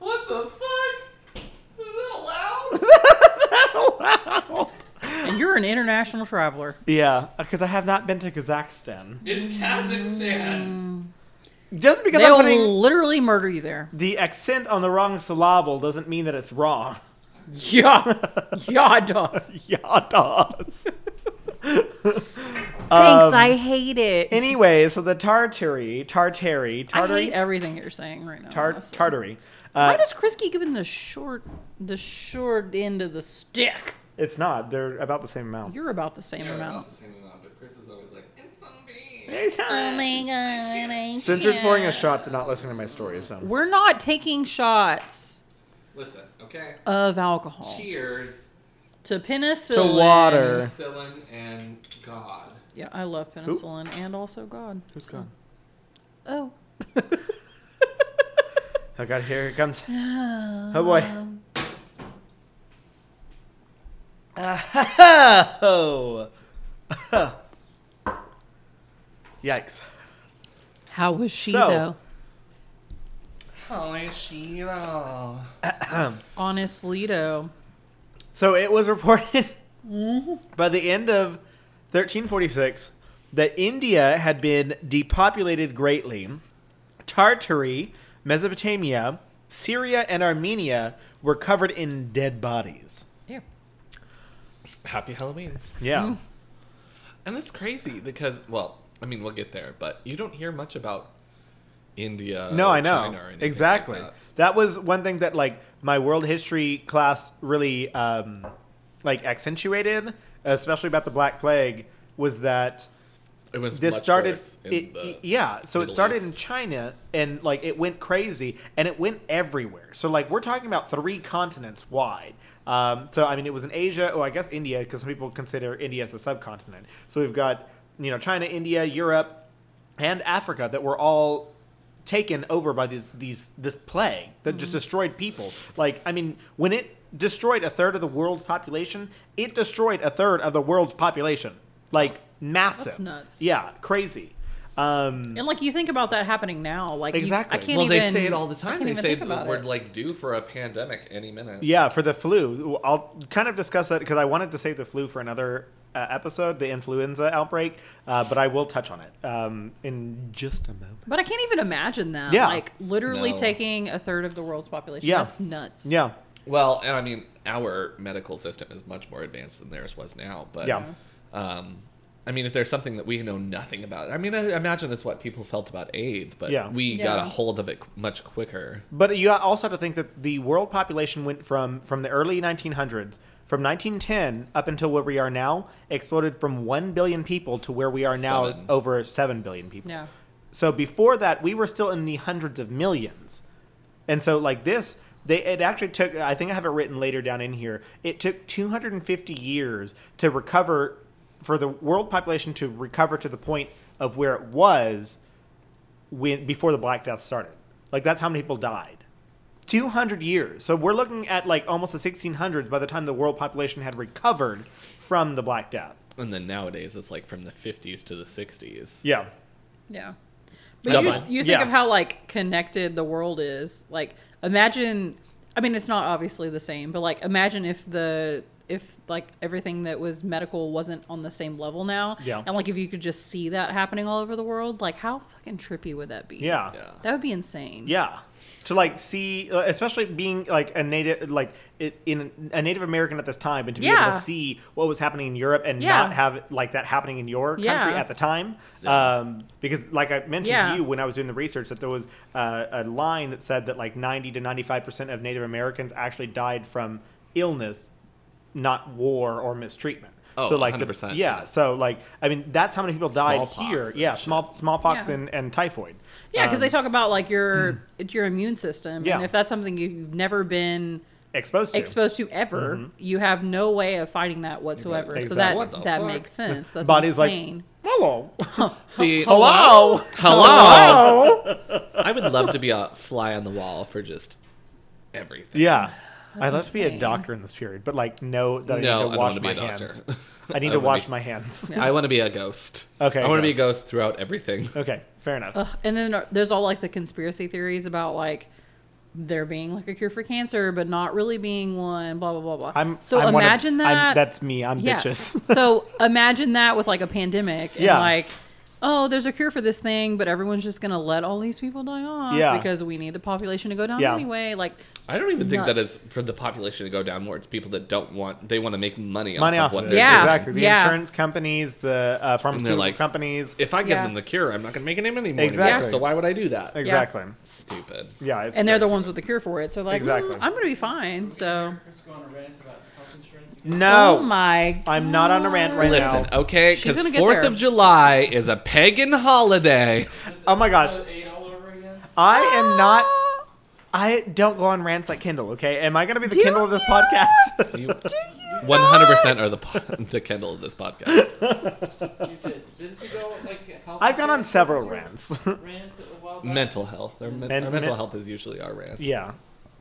C: What the fuck? Is that allowed?
A: <laughs> And you're an international traveler.
B: Yeah, because I have not been to Kazakhstan.
C: it's Kazakhstan.
B: Just because
A: They
B: I'm
A: will
B: putting
A: literally murder you
B: <laughs>
A: there.
B: the accent on the wrong syllable doesn't mean that it's wrong. <laughs>
A: Yeah. yeah, it does. <laughs>
B: Yadas. Um,
A: Thanks, I hate it.
B: anyway, so the Tartary, Tartary,
A: I hate
B: Tartary,
A: everything you're saying right now.
B: tar-
A: honestly.
B: Tartary.
A: Why
B: Uh,
A: does Chris keep giving the short, the short end of the stick?
B: it's not. They're about the same amount.
A: You're about the same
C: They're about
A: amount.
C: the same amount, but Chris is always like, it's the me.
A: Oh
B: Spencer's
A: my god! I
B: pouring us shots and not listening to my story, so.
A: We're not taking shots
C: Listen, okay?
A: of alcohol
C: Cheers
A: to penicillin.
B: To water.
C: penicillin and God.
A: Yeah, I love penicillin and also God.
B: Who's gone?
A: Oh.
B: Oh god, here it comes. Oh boy. Oh.
A: <laughs>
B: <laughs> Yikes.
A: How was she
B: So-
A: though?
C: How is she though?
A: Honestly, though.
B: So it was reported <laughs> by the end of 1346 that India had been depopulated greatly. Tartary, Mesopotamia, Syria, and Armenia were covered in dead bodies.
A: Yeah.
C: Happy Halloween.
B: Yeah.
C: And it's crazy because, well, I mean, we'll get there, but you don't hear much about India.
B: No,
C: or
B: I know.
C: Uh, China or anything like
B: Exactly.
C: that.
B: that. was one thing that like my world history class really um like accentuated, especially about the black plague was that
C: It was
B: this
C: much
B: started
C: worse in
B: it,
C: the
B: it- yeah so it
C: Middle
B: started in
C: East.
B: china and like it went crazy and it went everywhere so like we're talking about three continents wide um, so i mean it was in asia oh i guess india because some people consider india as a subcontinent so we've got you know china india europe and africa that were all taken over by these these this plague that just
A: Mm-hmm.
B: destroyed people like i mean when it destroyed a third of the world's population it destroyed a third of the world's population like massive
A: That's nuts.
B: yeah, crazy. Um,
A: And like you think about that happening now, like you-
B: Exactly.
A: I can't
C: well, they
A: even-
C: say it all the
A: I
C: time.
A: can't
C: They
A: even
C: say
A: think
C: that
A: about
C: we're
A: it.
C: like due for a pandemic any minute.
B: yeah, for the flu, I'll kind of discuss that because I wanted to save the flu for another uh, episode, the influenza outbreak, uh, but I will touch on it um, in just a moment.
A: But I can't even imagine that.
B: Yeah.
A: Like literally
C: No.
A: taking a third of the world's population.
B: Yeah.
A: That's nuts.
B: Yeah,
C: Well, and I mean, our medical system is much more advanced than theirs was now. But
B: Yeah.
C: um, I mean, if there's something that we know nothing about, I mean, I imagine it's what people felt about AIDS, but
B: Yeah.
C: we got a
A: Yeah.
C: hold of it qu- much quicker.
B: but you also have to think that the world population went from from the early 1900s, from 1910 up until where we are now, exploded from one billion people to where we are now
C: Seven.
B: over seven billion people.
A: Yeah.
B: So before that, we were still in the hundreds of millions. And so like this, they it actually took I think I have it written later down in here. It took 250 years to recover for the world population to recover to the point of where it was when before the Black Death started. Like that's how many people died. 200 years. So we're looking at like almost the 1600s by the time the world population had recovered from the Black Death.
C: And then nowadays, it's like from the 50s to the 60s.
B: Yeah.
A: Yeah. But you,
C: Double.
A: just, you think
B: Yeah.
A: of how like connected the world is. Like imagine I mean it's not obviously the same, but like imagine if the if like everything that was medical wasn't on the same level now.
B: Yeah.
A: And like if you could just see that happening all over the world, like how fucking trippy would that be?
B: Yeah.
C: Yeah.
A: That would be insane.
B: Yeah. To like see, uh, especially being like a native, like i- in a Native American at this time, and to be
A: Yeah.
B: able to see what was happening in Europe and
A: Yeah.
B: not have like that happening in your country
A: Yeah.
B: at the time,
C: Yeah.
B: um, because like I mentioned
A: Yeah.
B: to you when I was doing the research that there was uh, a line that said that like ninety to ninety five percent of Native Americans actually died from illness, not war or mistreatment.
C: Oh,
B: so like the-
C: 100%,
B: yeah.
C: yeah.
B: So like I mean that's how many people died
C: Smallpox
B: here.
C: and
B: Yeah,
C: shit.
B: small smallpox
A: Yeah.
B: and, and typhoid.
A: Yeah, because
B: Um, hmm.
A: they talk about like your it's your immune system,
B: Yeah.
A: and if that's something you've never been
B: exposed to
A: exposed to ever, you have no way of fighting that whatsoever. So
B: Mm-hmm. Exactly.
A: that
C: What the
A: that
C: fuck?
A: makes sense. That's
B: Body's like,
A: insane.
B: Hello.
C: See,
A: Oh,
B: Hello. Oh.
C: Hello. I would love to be a fly on the wall for just
B: <laughs>
C: everything.
B: Yeah. I'd love to be a
A: insane.
B: doctor in this period, but like know that I
C: No,
B: need
C: I don't
B: to wash
C: wanna be
B: my
C: a doctor. <laughs>
B: hands.
C: I
B: I need to
C: wanna
B: wash
C: be-
B: my hands.
A: Yeah.
C: I want to be a ghost.
B: Okay,
C: I want to be a
B: ghost.
C: ghost
B: <laughs>
C: throughout everything.
B: Okay, fair enough.
A: Ugh, and then there's all like the conspiracy theories about like there being like a cure for cancer, but not really being one. Blah blah blah blah.
B: I'm
A: so
B: I'm one of-
A: imagine
B: I'm-
A: that.
B: that's me.
A: <laughs>
B: I'm
A: yeah.
C: <laughs>
B: bitches. <laughs>
A: so imagine that with like a pandemic and
B: Yeah.
A: like. Oh, there's a cure for this thing, but everyone's just gonna let all these people die off
B: Yeah.
A: because we need the population to go down
B: Yeah.
A: anyway. Like,
C: I don't
A: it's
C: even think that
A: nuts.
C: is for the population to go down more. It's people that don't want. They want to make money off
B: Money
C: of
B: off
C: what
B: of it.
C: they're
A: Yeah.
C: doing.
B: Exactly. The
A: Yeah.
B: insurance companies, the uh, pharmaceutical
C: like-
B: companies.
C: If I give
A: Yeah.
C: them the cure, I'm not going to make any money more.
B: Exactly.
C: Exactly. So why would I do that?
B: Exactly.
C: Stupid.
B: Yeah. it's
A: and they're the
B: very
A: ones with the cure for it. So like,
B: Exactly.
A: "Mm, I'm gonna be fine. So
D: Chris go on a rant about health insurance
B: stupid. No.
A: oh my,
B: I'm not on a rant right
C: Listen,
B: now.
C: okay,
A: She's
C: because
A: gonna get
C: Fourth
A: there.
C: of July is a pagan holiday.
D: again.
B: Oh my gosh.
D: Episode eight all over again.
B: I
A: Ah.
B: am not. I don't go on rants like Kindle. Okay. Am I going to be the
A: Do
B: Kindle of this
A: you?
B: podcast? <laughs>
C: You, one hundred percent are the po- the Kindle of
B: <laughs>
C: this podcast.
D: You did. Didn't you go like health
B: I've gone on
D: insurance
B: several rants. <laughs>
D: episode? Rant a while back?
C: mental health. Our, men-
B: Men-
C: our mental
B: men-
C: health is usually our rant.
B: yeah.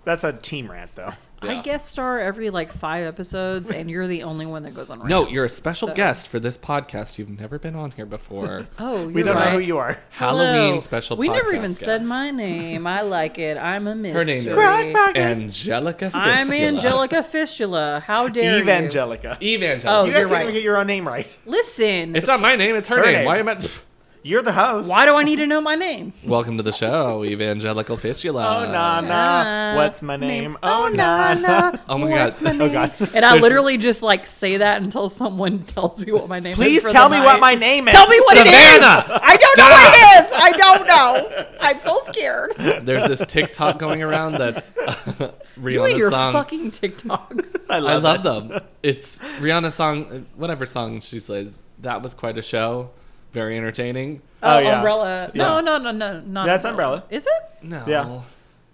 B: That's a team rant though.
A: I
C: Yeah.
A: guest star every like five episodes, and you're the only one that goes on. Rants,
C: No, you're a special
A: So-
C: guest for this podcast. You've never been on here before.
A: <laughs> Oh,
B: We don't
A: right.
B: know who you are.
C: Halloween
A: Hello.
C: special.
A: We never
C: podcast
A: even said
C: guest.
A: my name. I like it. I'm a mystery.
C: Her name is Angelica.
A: I'm
C: Fistula.
A: Angelica Fistula. How dare you?
B: Evangelica.
C: Evangelica.
A: Oh,
B: you
A: you're
B: guys didn't
A: right.
B: even get your own name right.
A: Listen,
C: It's not my name. It's her,
B: Her
C: name.
B: name.
C: Why am I? <laughs>
B: You're the host.
A: why do I need to know my name?
C: Welcome to the show, Evangelical Fistula.
B: Oh na na.
A: Ah,
B: What's my name? Oh na na.
C: Oh my
A: What's
C: God.
A: My
B: <laughs> Oh,
A: name?
B: God.
A: And I
C: There's-
A: literally just like say that until someone tells me what my name is.
B: Please
A: for the
B: tell me what
A: night.
B: my name is.
A: Tell me what it is.
C: Savannah,
A: I don't know what it is. I don't know. I'm so scared.
C: There's this TikTok going around that's <laughs>
A: You and
C: Rihanna's
A: your
C: song.
A: fucking
B: <laughs>
A: TikToks.
B: I
C: I
B: love,
C: love them. It's Rihanna's song, whatever song she says. That was quite a show. Very entertaining.
A: Oh,
B: Oh, yeah.
A: umbrella. No,
C: Yeah.
A: no, no, no, not
B: That's umbrella.
A: Is it?
C: No.
B: Yeah.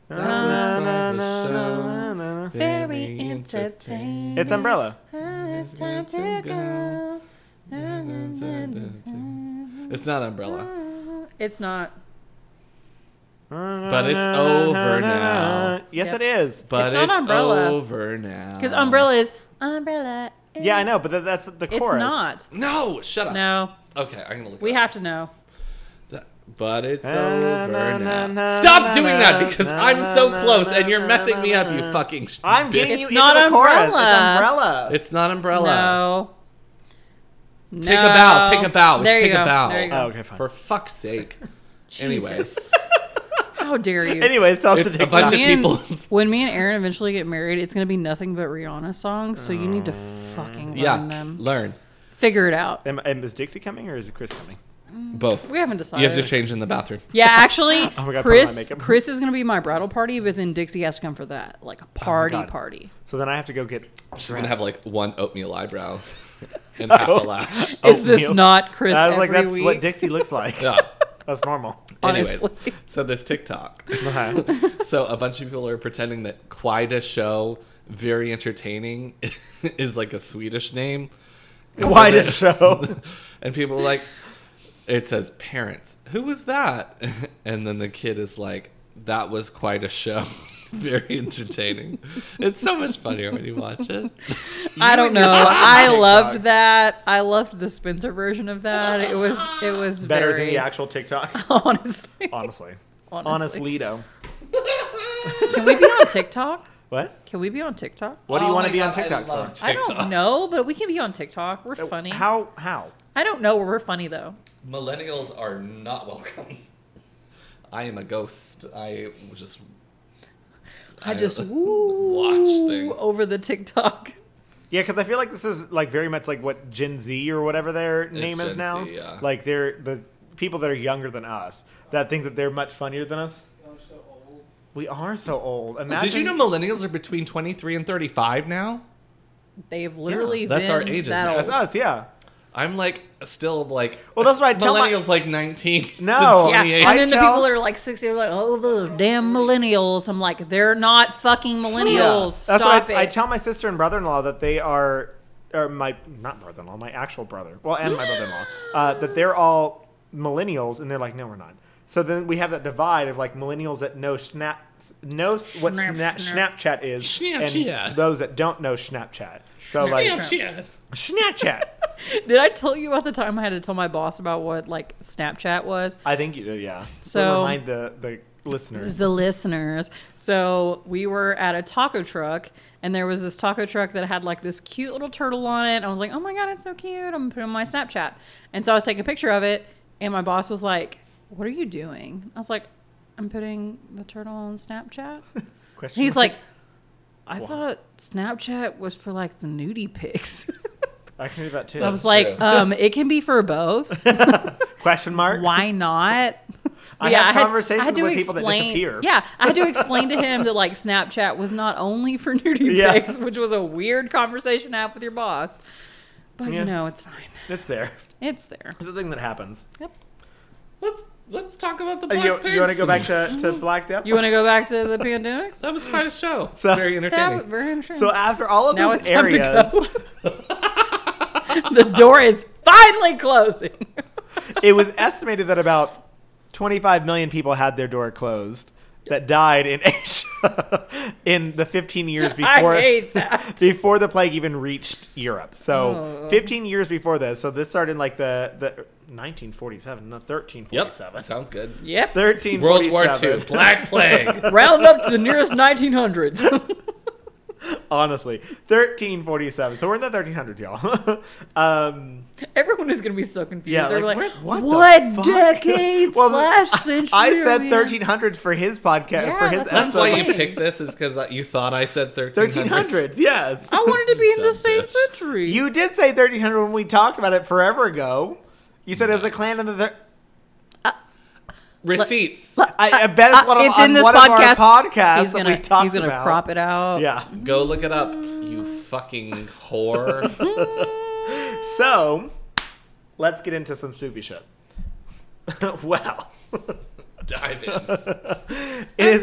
C: That was quite a show.
B: it.
A: Very entertaining.
B: It's Umbrella.
A: It's time to go.
C: It's not Umbrella.
A: It's not.
B: But
C: it's over now.
B: Yes,
A: Yep.
B: it is.
C: But
A: It's
C: it's,
A: not Umbrella.
C: over now.
A: Because umbrella is umbrella. is-
B: Oh. Yeah, I know, but that, that's the
A: It's
B: chorus.
A: not.
C: No, shut up.
A: No,
C: Okay, I'm gonna look.
A: we
C: it up.
A: have to know.
C: That- But it's
B: Na, na,
C: over
B: na, na,
C: now.
B: na,
C: Stop
B: na,
C: doing that because
B: na,
C: I'm
B: na,
C: so
B: na,
C: close
B: na,
C: and you're
B: na,
C: messing
B: na,
C: me up,
B: na,
C: you
B: na.
C: fucking. sh-
B: I'm getting
C: bitch.
A: It's
B: you
A: not
B: into the chorus. It's
A: Umbrella.
B: umbrella.
C: It's not umbrella.
A: No.
C: Take a bow, take a bow,
A: There
C: take
A: you
C: a
A: go,
C: bow.
A: There you
B: Oh,
A: go.
B: okay, fine.
C: For fuck's sake.
A: <laughs> Jesus. How dare you?
B: Anyways, tell us
C: It's
B: to
C: a
B: take
C: bunch
A: Me
C: of
A: and-
C: people's.
A: when me and Aaron eventually get married, it's gonna be nothing but Rihanna songs. So you need to
B: Uh,
A: fucking learn
C: Yeah,
A: them.
C: learn
A: Figure it out.
B: Am, am- is Dixie coming or is Chris coming?
C: both.
A: We haven't decided.
C: You have to change in the bathroom.
A: Yeah,
B: <laughs>
A: actually,
B: Oh my God, put on my
A: Chris,
B: makeup.
A: Chris is gonna be my bridal party, but then Dixie has to come for that, like a party
B: Oh God.
A: party.
B: So then I have to go get.
C: She's gonna have like one
A: <laughs>
C: oatmeal eyebrow and half a
A: Oh.
C: lash.
A: Is this
B: Oatmeal.
A: not Chris?
B: I was like,
A: every
B: that's
A: week?
B: what Dixie
A: <laughs>
B: looks like.
C: Yeah.
B: That's normal.
C: Anyways,
A: Honestly.
C: so this TikTok.
B: Okay.
C: So a bunch of people are pretending that quite a show, very entertaining, <laughs> is like a Swedish name,
B: Why did it
A: <laughs>
B: show?
C: and people are like, it says <laughs> parents. Who was that? And then the kid is like, that was quite a show. <laughs> very entertaining. it's so much funnier when you watch it.
A: I don't
B: and your
A: know.
B: fucking
A: I
B: TikToks.
A: loved that. I loved the Spencer version of that. It was it was
B: Better
A: very,
B: than the actual TikTok.
A: <laughs>
B: <laughs>
A: honestly.
B: Honestly.
A: Honestly.
B: Honestly, though.
A: Can we be on TikTok?
B: What?
A: Can we be on TikTok?
B: What do you
C: Oh
B: want
C: my
B: to be on
C: God, I
B: TikTok
C: love
B: for?
A: I don't
C: TikTok.
A: know, but we can be on TikTok. We're funny.
B: How? How?
A: I don't know where we're funny though.
C: <laughs> Millennials are not welcome. I am a ghost. I just
A: I
C: I
A: just
C: watch
A: woo
C: things.
A: over the TikTok.
B: Yeah, because I feel like this is like very much like what Gen Z or whatever their name
C: Gen
B: is
C: Z,
B: now.
C: yeah.
B: Like they're the people that are younger than us that think that they're much funnier than us.
D: Y'all are Oh, so old.
B: We are so old. Imagine,
C: Did you know millennials are between 23 and 35 now?
A: They have literally
C: that's
A: been
C: our ages
A: that
C: now.
B: That's
A: old.
B: us, yeah.
C: I'm like still like
B: Well, that's what I tell my-
C: millennials like 19
B: No.
C: to
A: Yeah,
C: 28. <laughs>
A: and
B: I
A: then the
B: tell-
A: people that are like sixty, are like, oh, those damn millennials. I'm like, they're not fucking millennials. Stop
B: That's what I,
A: it.
B: I tell my sister and brother-in-law that they are, or my not brother-in-law, my actual brother. Well, and my brother-in-law uh, that they're all millennials, and they're like, no, we're not. So then we have that divide of like millennials that know snap, know s- what
A: Snap,
B: snap,
A: snap.
B: Snapchat is,
C: Snapchat.
B: and those that don't know Snapchat. So like
C: Snapchat.
B: Snapchat.
A: Did I tell you about the time I had to tell my boss about what like Snapchat was?
B: I think you do, yeah.
A: So-
B: remind the the listeners.
A: The listeners. So we were at a taco truck, and there was this taco truck that had like this cute little turtle on it. I was like, oh my god, it's so cute. I'm gonna put it on my Snapchat. And so I was taking a picture of it, and my boss was like, "What are you doing?" I was like, "I'm putting the turtle on Snapchat."
B: Question.
A: He's
B: mark?
A: like, "I thought Snapchat was for like the nudie pics." <laughs>
B: I can do that too.
A: I was like,
C: true.
A: um, "It can be for both."
B: question mark.
A: why not?
B: <laughs> I have
A: had-
B: conversations
A: had to
B: with people that disappear.
A: <laughs> Yeah, I had to explain to him that like Snapchat was not only for nudie
B: Yeah.
A: pics, which was a weird conversation to have with your boss. But
B: Yeah.
A: you know, it's fine.
B: It's there.
A: It's there.
B: It's the thing that happens.
A: Yep.
C: Let's let's talk about the
B: Uh,
C: Black
B: You, you want to
C: Panther.
B: go back to, to
A: <laughs>
B: Black Death?
A: You want to go back to
B: <laughs>
A: the pandemic?
C: That was quite a show.
B: So-
C: very
A: That was
C: entertaining.
A: very interesting.
B: So after all of
A: now
B: those
A: it's time
B: areas,
A: to go. <laughs> the door is finally closing.
B: <laughs> it was estimated that about 25 million people had their door closed that died in <laughs> Asia in the 15 years
A: <laughs>
B: before
A: I
B: <laughs>
A: hate that.
B: before the plague even reached Europe. So
A: Oh.
B: 15 years before this. So this started in like the the 1947, not
C: Yep.
B: 1347.
C: Sounds good.
B: <laughs>
A: Yep.
B: 1347.
C: World War II. Black Plague.
A: Round up to the nearest 1900s.
B: <laughs> Honestly, 1347. So we're in the 1300s, y'all. <laughs> um,
A: <laughs> Everyone is going to be so confused.
B: Yeah,
A: They're
B: like,
A: like,
B: what-
A: what,
B: what the fuck?" <laughs>
A: decade
B: Well,
A: slash century?
B: I
A: are
B: said
A: we in?
B: 1300s for his podcast
A: Yeah,
B: for his
A: that's what I'm
C: That's
B: episode.
C: why
A: So-
C: you picked this, is because you thought I said
A: <laughs>
C: 1300.
B: 1300s, yes.
A: I wanted to be in
C: Dumb
A: the same
C: bitch.
A: century. <laughs>
B: You did say 1300 when we talked about it forever ago. You said it was a clan in the. Thir-
C: Receipts.
B: I, I bet it's
A: Uh,
B: one of,
A: it's
B: on
A: in this
B: one
A: podcast.
B: of our podcasts
A: he's gonna
B: that we talked
A: he's gonna
B: about.
A: crop it out.
B: Yeah.
C: Go look it up, you fucking whore.
B: So, let's get into some spoopy shit. <laughs> well, <laughs>
C: Dive in.
B: it is,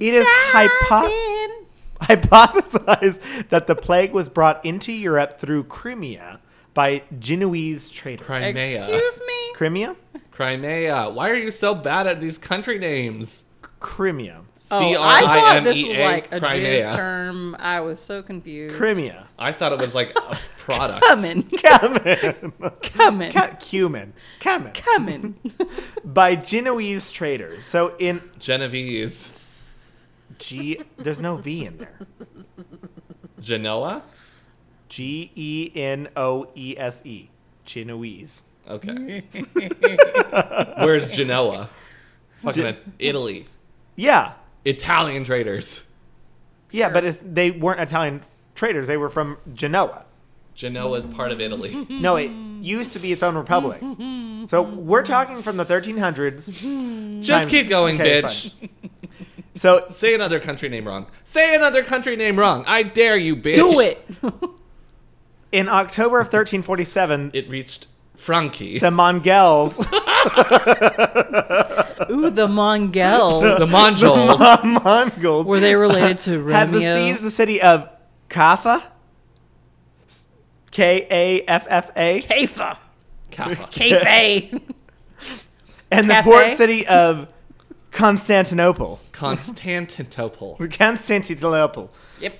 B: it is hypo- hypothesized that the plague was brought into Europe through Crimea by Genoese traders.
C: Crimea.
A: Excuse me.
B: Crimea?
C: Crimea. Why are you so bad at these country names?
B: Crimea.
A: Oh, I thought this was
C: C-R-I-M-E-A,
A: like a
C: E Crimea.
A: Jewish term. I was so confused.
B: Crimea.
C: I thought it was like a product.
A: Coming,
B: Cumin.
A: coming,
B: Cu- Cumin. Cumin. <laughs>
A: coming.
B: By Genoese traders. So in
C: Genovese.
B: G, there's no V in there.
C: Genoa?
B: G E N O E S E. Genoese. <laughs>
C: Okay. Where's Genoa? Fucking Italy.
B: Yeah.
C: Italian traders.
B: Yeah, but it's, they weren't Italian traders. They were from Genoa.
C: Genoa is part
B: <laughs>
C: of Italy.
B: No, it used to be its own republic. So we're talking from the 1300s.
C: Just
B: Times-
C: keep going,
B: okay,
C: bitch.
B: So
C: Say another country name wrong. Say another country name wrong. I dare you, bitch.
A: Do it.
B: in October of 1347,
C: It reached Frankie.
B: the
C: The,
B: Mongols, <laughs>
A: Ooh, the Mongols.
C: Mongols.
B: Mongols
A: Were they related to
B: <laughs> had
A: Romeo?
B: besieged the city of Kaffa. K A F F A. <laughs>
A: Kaifa.
C: Kappa.
A: Kaife.
B: And the
A: Cafe?
B: port city of Constantinople.
C: Constantinople.
B: Constantinople.
A: Yep.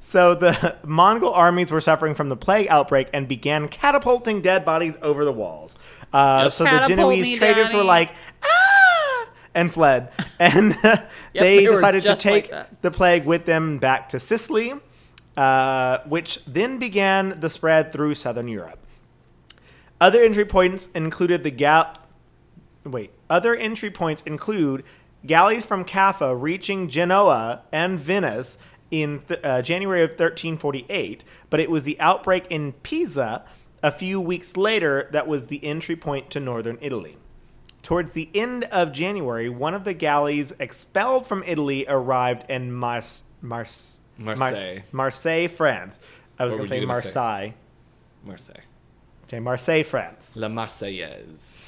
B: So the <laughs> Mongol armies were suffering from the plague outbreak and began catapulting dead bodies over the walls. Uh,
C: Yep.
B: So the
A: Catapult
B: Genoese
A: me,
B: traders
A: Daddy.
B: were like, ah, and
A: <laughs>
B: fled. And <laughs> they,
A: they were
B: decided to
A: just like
B: take
A: that.
B: the plague with them back to Sicily, uh, which then began the spread through southern Europe. Other entry points included the Gal. Wait, other entry points include galleys from Caffa reaching Genoa and Venice in th- uh, January of 1348, but it was the outbreak in Pisa a few weeks later that was the entry point to northern Italy. Towards the end of January, one of the galleys expelled from Italy arrived in Mars- Mars- Mar-
C: Marseille.
B: Marseille, France. I was
C: What
B: going
C: were
B: to say
C: you gonna say?
B: Marseille.
C: Marseille.
B: Okay, Marseille, France.
C: La Marseillaise.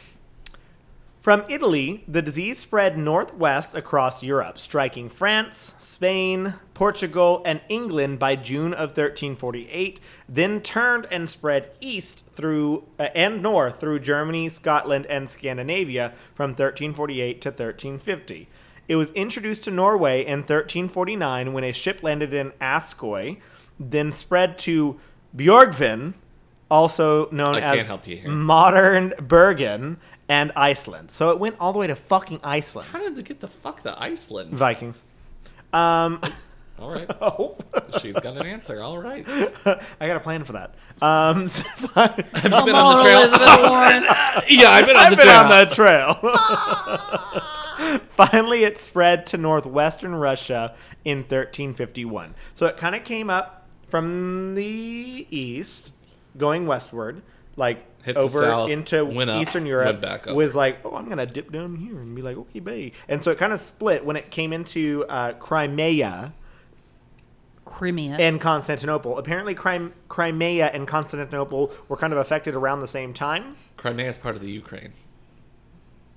B: From Italy, the disease spread northwest across Europe, striking France, Spain, Portugal, and England by June of 1348, then turned and spread east through uh, and north through Germany, Scotland, and Scandinavia from 1348 to 1350. It was introduced to Norway in 1349 when a ship landed in Askøy, then spread to Bjorgvin, also known
C: I
B: as
C: can't help you here.
B: modern Bergen and Iceland. So it went all the way to fucking Iceland.
C: How did they get the fuck to Iceland?
B: Vikings. Um,
C: All right.
B: oh,
C: She's got an answer. All right.
B: <laughs> I got a plan for that. Um, <laughs> so-
C: Have you
A: Come
C: been on the
A: on,
C: trail?
A: Elizabeth
B: <laughs>
A: Warren.
C: yeah, I've been on
B: I've
C: the
B: been
C: trail.
B: on that trail. <laughs> Finally, it spread to northwestern Russia in 1351. So it kind of came up from the east, going westward, like
C: Hit the
B: over
C: south,
B: into
C: went up,
B: Eastern
C: went
B: Europe.
C: back up.
B: Was like, oh, I'm gonna dip down here and be like, okay, bay. And so it kind of split when it came into uh, Crimea
A: Crimea.
B: and Constantinople. Apparently, Crim- Crimea and Constantinople were kind of affected around the same time.
C: Crimea is part of the Ukraine.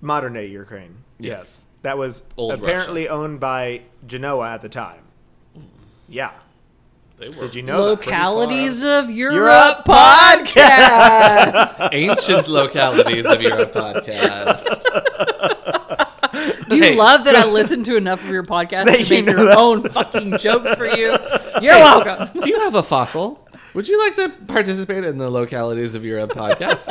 B: modern day Ukraine.
C: Yes.
B: Yes. That was
C: Old
B: apparently owned by Genoa at the time. Yeah.
C: They were <laughs>
B: Did you know that?
A: Localities of Europe,
B: Europe
A: podcast.
B: <laughs>
C: ancient localities of Europe podcast.
A: Do you
C: Hey.
A: love
B: <laughs>
A: that I listened to enough of your podcast to
B: That
A: make
B: you know
A: your
B: that.
A: own
B: <laughs>
A: fucking jokes for you? You're welcome.
C: Do you have a fossil? Would you like to participate in the localities of Europe
B: <laughs>
C: podcast?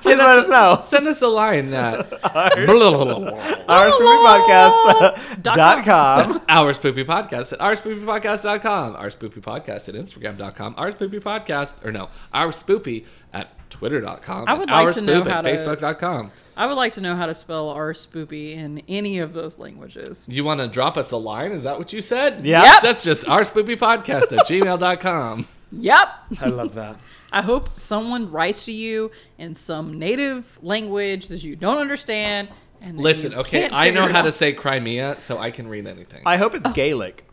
B: Please let us know.
C: Send us a line
B: <laughs>
C: at ourspoopypodcast
B: uh,
A: <laughs>
B: dot com.
C: <laughs> at ourspoopypodcast.com, ourspoopypodcast at instagram.com, ourspoopypodcast, or no, ourspoopy at twitter.com,
A: I would
C: and
A: like to know
C: ourspoop
A: how
C: at
A: to-
C: facebook.com.
A: I would like to know how to spell our spoopy in any of those languages.
C: You want to drop us a line? Is that what you said?
B: Yeah.
A: Yep.
C: That's just ourspoopypodcast at gmail.com.
A: Yep.
B: I love that.
A: I hope someone writes to you in some native language that you don't understand. And that
C: Listen,
A: you
C: okay,
A: can't
C: I know
A: figure
C: how
A: it
C: to
A: out.
C: say Crimea, so I can read anything.
B: I hope it's Gaelic.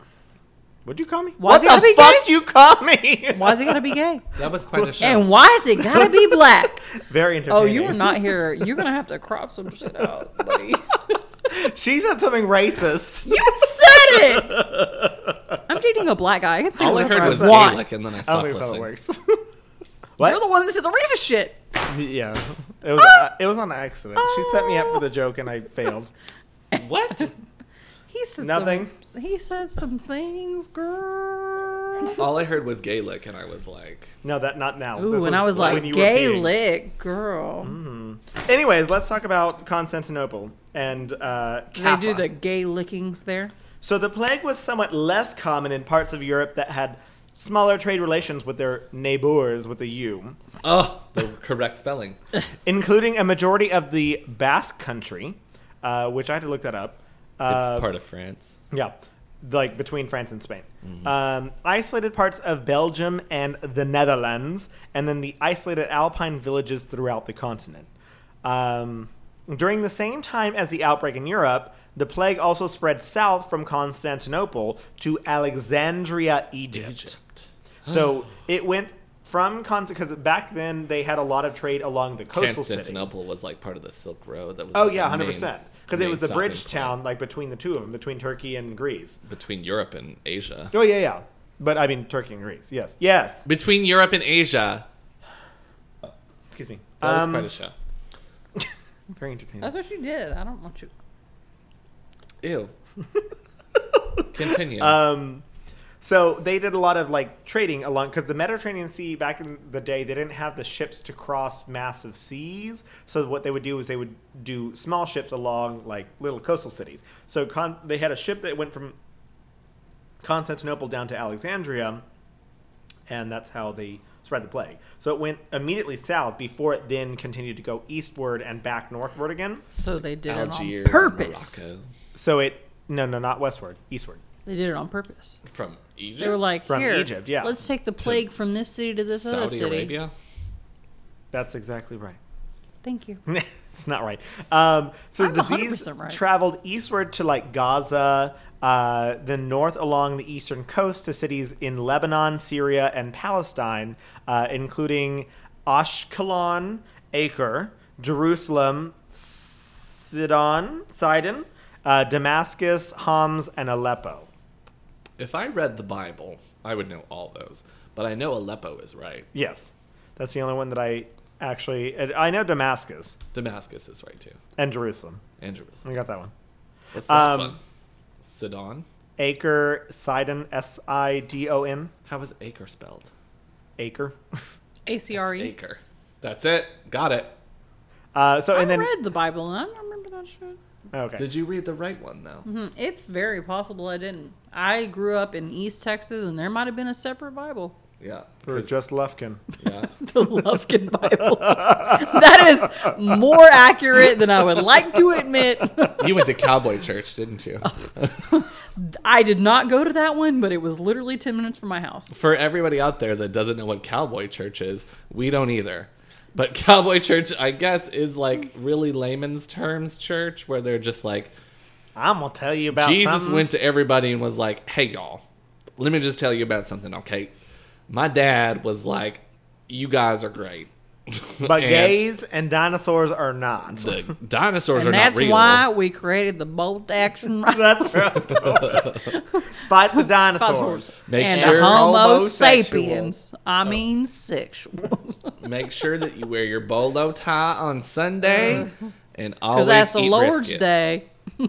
B: What'd you call me?
A: Why's it gotta
B: What
A: be
B: the fuck you call me?
A: Why is it gotta be
C: <laughs>
A: gay?
C: that was quite a show.
A: And why is it gotta be
C: <laughs>
A: black?
B: <laughs> Very entertaining.
A: Oh, you are not here. You're gonna have to crop some shit out,
C: <laughs>
A: buddy.
B: <laughs> She said something racist.
A: You said it. I'm dating a black guy. I can say
C: All I
A: whatever
C: heard was
A: want.
C: Gaelic, and then I
B: I don't
C: stopped
B: think that's how it
C: listening.
B: works. <laughs>
A: You're the one that said the racist shit.
B: yeah. It was, uh, it was on accident. She set me up for the joke and I failed. <laughs>
C: What?
A: He said
B: Nothing.
A: Some, he said some things, girl.
C: All I heard was Gaelic, and I was like,
B: No, that not now.
A: Ooh,
B: This
A: and I was
B: when
A: like,
B: you were
A: gay
B: peeing. Mm.
A: lick, girl.
B: Anyways, let's talk about Constantinople and uh,
A: They
B: Kaffa.
A: do the gay lickings there.
B: so the plague was somewhat less common in parts of Europe that had smaller trade relations with their neighbors with a U,
C: oh, the correct spelling.
B: including a majority of the Basque country, uh, which I had to look that up. Uh,
C: it's part of France.
B: yeah, like between France and Spain.
C: Mm-hmm.
B: Um, isolated parts of Belgium and the Netherlands, and then the isolated alpine villages throughout the continent. Um, during the same time as the outbreak in Europe, the plague also spread south from Constantinople to Alexandria, Egypt.
C: <gasps>
B: So it went from because back then they had a lot of trade along the coastal cities.
C: Constantinople was like part of the Silk Road. That was
B: Oh
C: like,
B: yeah,
C: the
B: hundred
C: main-
B: percent. Because it
C: main
B: was the
C: stopping
B: bridge
C: point
B: town, like between the two of them, between Turkey and Greece.
C: between Europe and Asia.
B: Oh yeah, yeah. But I mean Turkey and Greece. Yes, yes.
C: Between Europe and Asia,
B: Excuse me.
C: that
B: Um,
C: was quite a show.
B: very entertaining.
A: That's what you did. I don't want you.
C: Ew.
B: <laughs>
C: Continue.
B: Um, so they did a lot of like trading along because the Mediterranean Sea back in the day they didn't have the ships to cross massive seas. So what they would do is they would do small ships along like little coastal cities. So con- they had a ship that went from Constantinople down to Alexandria, and that's how they spread the plague. So it went immediately south before it then continued to go eastward and back northward again.
A: So they did it
C: Algiers,
A: on purpose.
C: Morocco.
B: So it no no not westward eastward.
A: They did it on purpose.
C: from Egypt.
A: They were like,
B: From
A: here,
B: Egypt, yeah.
A: Let's take the plague from this city to this other
C: Saudi
A: city.
C: Arabia.
B: That's exactly right. <laughs>
A: Thank you.
B: it's not right. Um, so
A: I'm
B: the disease
A: 100% right.
B: traveled eastward to like Gaza, uh, then north along the eastern coast to cities in Lebanon, Syria, and Palestine, uh, including Ashkelon, Acre, Jerusalem, Sidon, Sidon, uh, Damascus, Homs, and Aleppo.
C: If I read the Bible, I would know all those. But I know Aleppo is right.
B: Yes, that's the only one that I actually. I know Damascus
C: Damascus is right too.
B: and Jerusalem.
C: And Jerusalem.
B: I got that one.
C: What's the last
B: Um,
C: one? Sidon.
B: Acre, Sidon, S I D O N.
C: How is acre spelled?
B: acre.
C: It's
A: ACRE.
C: acre. That's it. Got it.
B: Uh, so
A: I
B: and then
A: read the Bible and I don't remember that shit.
B: okay,
C: Did you read the right one though?
A: Hmm, It's very possible I didn't. I grew up in East Texas and there might have been a separate Bible. <laughs>
C: Yeah.
B: for
C: 'cause-
B: just Lufkin.
C: yeah.
A: The Lovekin Bible. <laughs> that is more accurate than I would like to admit. <laughs>
C: You went to cowboy church, didn't you?
A: I did not go to that one, but it was literally 10 minutes from my house.
C: for everybody out there that doesn't know what cowboy church is, we don't either. But cowboy church, I guess, is like really layman's terms church where they're just like,
B: I'm gonna tell you about
C: Jesus
B: something.
C: went to everybody and was like, "Hey y'all, let me just tell you about something, okay? My dad was like, you guys are great,
B: but
C: <laughs> And
B: gays and dinosaurs are not. <laughs>
C: the dinosaurs
A: And
C: are
A: that's
C: not real.
A: why we created the bolt
B: <laughs>
A: action
B: That's where I was
C: <laughs>
B: going. Fight the dinosaurs.
C: Make
A: and
C: sure
A: the Homo
B: homosexuals-
A: sapiens. I mean,
C: <laughs>
A: sexuals.
C: Make sure that you wear your bolo tie
A: <laughs>
C: on Sunday, and
A: Because
C: always
A: that's the
C: eat
A: Lord's
C: brisket.
A: Day. <laughs>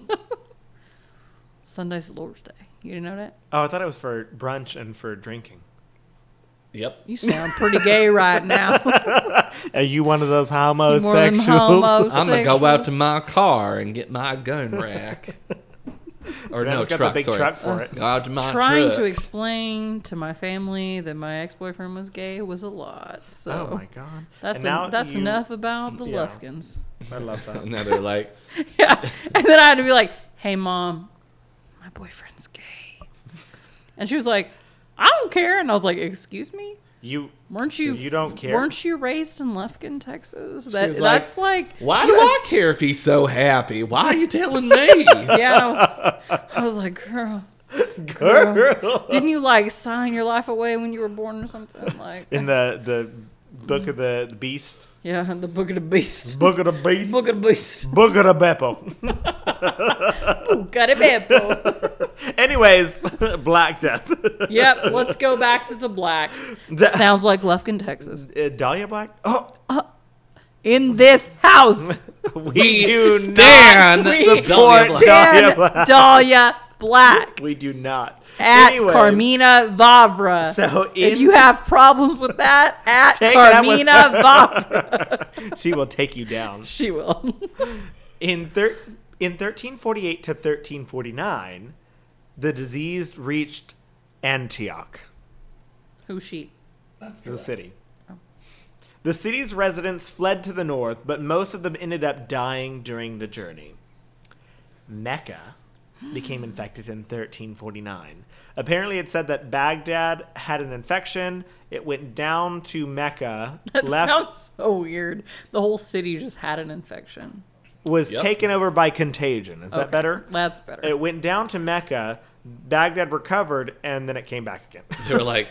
A: Sunday's the Lord's Day. You didn't know that?
B: Oh, I thought it was for brunch and for drinking.
C: Yep. <laughs>
A: You sound pretty gay right now.
B: Are you one of those homosexuals?
A: More than
B: <laughs>
A: homos.
C: I'm gonna go out to my car and get my gun rack. or
B: Savannah's
C: no
B: got the
C: truck.
B: big
C: sorry.
B: truck
A: Oh.
B: for it.
C: Go out to my
A: Trying
C: truck.
A: to explain to my family that my ex boyfriend was gay was a lot. So
B: Oh my god.
A: that's
B: And now
A: en- that's
B: you-
A: enough about the
B: Yeah.
A: Lufkins.
B: I love that.
C: <laughs> and now they're like,
A: <laughs> Yeah. And then I had to be like, hey, mom, my boyfriend's gay. And she was like, I don't care. And I was like, excuse me?
B: You
A: Weren't you?
B: You don't care?
A: Weren't you raised in Lufkin, Texas? That
C: was like,
A: that's like.
C: "Why do I care if he's so happy? Why are you telling me?"
A: <laughs> Yeah, and I was. I was like, girl,
B: girl
A: didn't you like sign your life away when you were born or something? Like,
B: in the the book of the, the beast,
A: yeah, the Book of the Beast.
B: book of the beast,
A: Book of the Beast.
B: book of the Beppo. <laughs>
A: Ooh, got it, Beppo.
B: Anyways, <laughs> Black Death.
A: Yep, let's go back to the blacks.
B: Da-
A: Sounds like Lufkin, Texas.
B: Uh, Dahlia Black? Oh,
A: In this house,
B: we
C: We
B: do not.
C: stand
A: we
C: Dahlia
B: support <laughs>
C: Black.
B: Dan-
A: Dan
B: Black.
A: Dahlia Black
B: We do not.
A: at
B: Anyway,
A: Carmina Vavra.
B: So
A: if
B: in-
A: you have problems with
B: <laughs>
A: that, at
B: Take that with-
A: Carmina Vavra.
B: <laughs> <laughs> she will take you down.
A: She will. <laughs>
B: In thir- in 1348 to 1349, the disease reached Antioch,
A: Who she?
C: That's
B: the
C: correct.
B: city.
A: Oh.
B: The city's residents fled to the north, but most of them ended up dying during the journey. Mecca
A: <gasps>
B: became infected in 1349. Apparently, it said that Baghdad had an infection. It went down to Mecca,
A: <laughs> That
B: left,
A: sounds so weird. The whole city just had an infection.
B: was
C: Yep.
B: taken over by contagion. Is that
A: Okay,
B: better?
A: That's better.
B: It went down to Mecca. Baghdad recovered, and then it came back again.
C: They were like,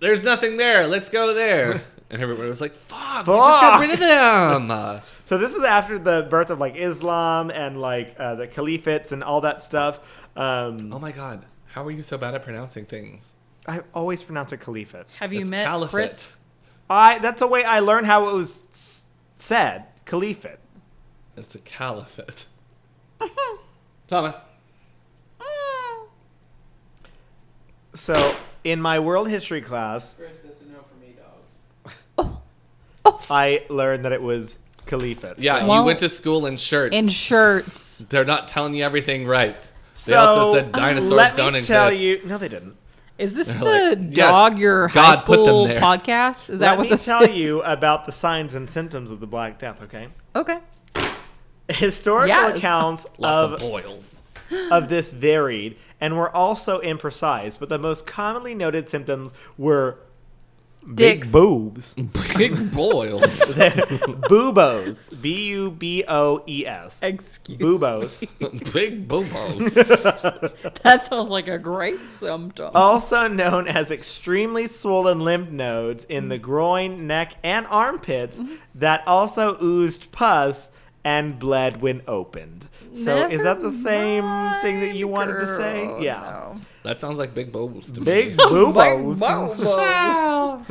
C: "There's nothing there. Let's go
B: <laughs>
C: there." And everybody was like, "Fuck, we just got
B: Fuck.
C: rid of them." Uh,
B: So this is after the birth of like Islam and like uh, the caliphates and all that stuff. Um,
C: oh my god, how are you so bad at pronouncing things?
B: I always pronounce it caliphate.
A: have you
C: It's
A: met
C: caliphate.
A: Chris?
B: I that's the way I learned how it was s- said. Caliphate.
A: <laughs>
C: It's a caliphate. Thomas,
A: Mm.
B: So in my world history class,
D: Chris, that's a no for me, dog.
B: I learned that it was caliphate.
C: Yeah,
A: Well-
C: you went to school in shirts.
A: in shirts.
C: They're not telling you everything right. They also said dinosaurs
B: let me
C: don't exist.
B: Tell you, no, they didn't.
A: Is this
C: They're
A: the
C: like, "Yes,
A: dog your high
C: God put them
A: school
C: there."
A: podcast? Is that
B: Let
A: what
B: me
A: this
B: tell
A: is?
B: you about the signs and symptoms of the Black Death. Okay,
A: Okay.
B: historical
A: Yes.
B: accounts
C: Lots
B: of
C: of boils.
B: of this varied and were also imprecise, but the most commonly noted symptoms were
A: Dicks.
B: big boobs, <laughs>
C: Big boils. <laughs>
B: boobos, b u b o e s,
A: Excuse
B: boobos.
C: Big boobos.
A: <laughs> That sounds like a great
B: Oh,
A: symptom.
B: Also known as extremely swollen lymph nodes in the groin, neck, and armpits that also oozed pus and bled when opened. So is that the
A: Never
B: same thing that
A: mind,
B: you wanted to say?
A: girl,
B: Yeah.
A: no.
C: That sounds like big boobs to
B: Big
A: <laughs>
C: me.
B: boobos.
A: Wow.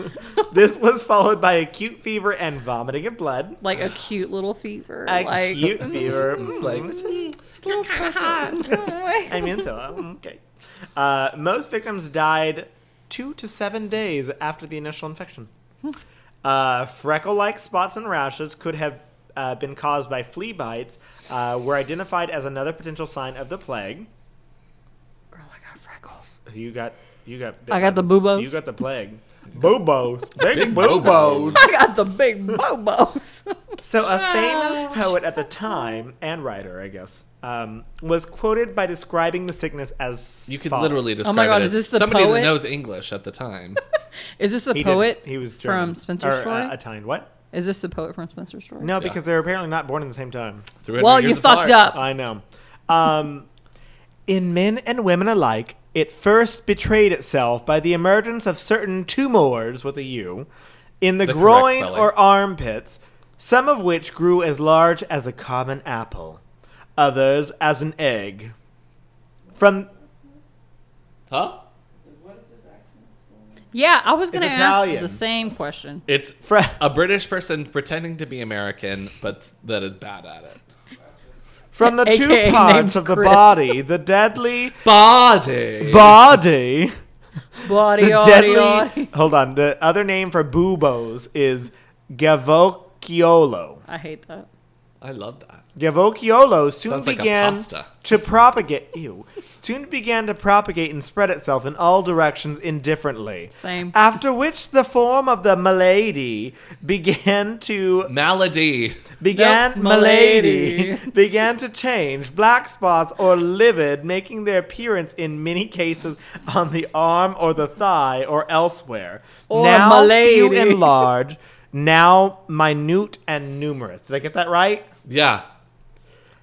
B: This was followed by acute fever and vomiting of blood.
A: like a cute little fever. like mm.
B: Acute
A: <laughs>
B: fever.
C: Like, this is
A: you're kind of
B: <laughs>
A: hot.
B: I'm into it. um, Okay. Uh, most victims died two to seven days after the initial infection.
A: Hmm.
B: Uh, freckle like spots and rashes could have uh, been caused by flea bites, uh, were identified as another potential sign of the plague.
A: Girl, I got freckles.
B: You got. You got uh,
A: I got the boobos.
B: You got the plague. Boobos. Big,
C: Big
B: boobos.
C: boobos.
A: I got the big bobos.
B: So, a famous poet at the time and writer, I guess, um, was quoted by describing the sickness as
C: you could
B: follows.
C: literally describe
A: Oh God,
C: it
A: is
C: as
A: this the
C: somebody
A: poet?
C: that knows English at
A: <laughs>
C: the time.
A: <laughs> Is this the
B: He didn't.
A: poet
B: He was German.
A: from Spencer's
B: or,
A: Story?
B: uh, Italian. What?
A: Is this the poet from Spencer's Story?
B: No, because they're apparently not born in the same time.
C: 300
A: Well, you
C: years
A: fucked
C: apart.
A: up.
B: I know. Um, in men and women alike, it first betrayed itself by the emergence of certain tumors with a U in the,
C: The correct
B: groin
C: spelling.
B: or armpits, some of which grew as large as a common apple, others as an egg. From
C: Huh?
D: So what is his accent? What's going on?
A: Yeah, I was going to
B: It's
A: ask
B: Italian.
A: the same
B: <laughs>
A: question.
C: It's
B: fr-
C: a British person pretending to be American, but that is bad at it.
B: from the
A: AKA
B: two parts
A: named
B: of the
A: Chris.
B: body, the
C: <laughs>
B: deadly
C: Body.
B: body.
A: Bloody,
B: the
A: bloody,
B: deadly.
A: bloody.
B: Hold on. The other name for buboes is Gavocchiolo.
A: I hate that.
C: I love that.
B: Gavocchiolo soon
C: Sounds like a
B: began
C: pasta.
B: to propagate. Ew. Soon began to propagate and spread itself in all directions indifferently.
A: Same.
B: After which, the form of the malady began to
C: Malady.
B: began
A: Nope,
B: malady <laughs>
A: malady.
B: began to change black spots or livid, making their appearance in many cases on the arm or the thigh or elsewhere.
A: Or
B: now few
A: malady.
B: and large, now minute and numerous. Did I get that right?
C: Yeah.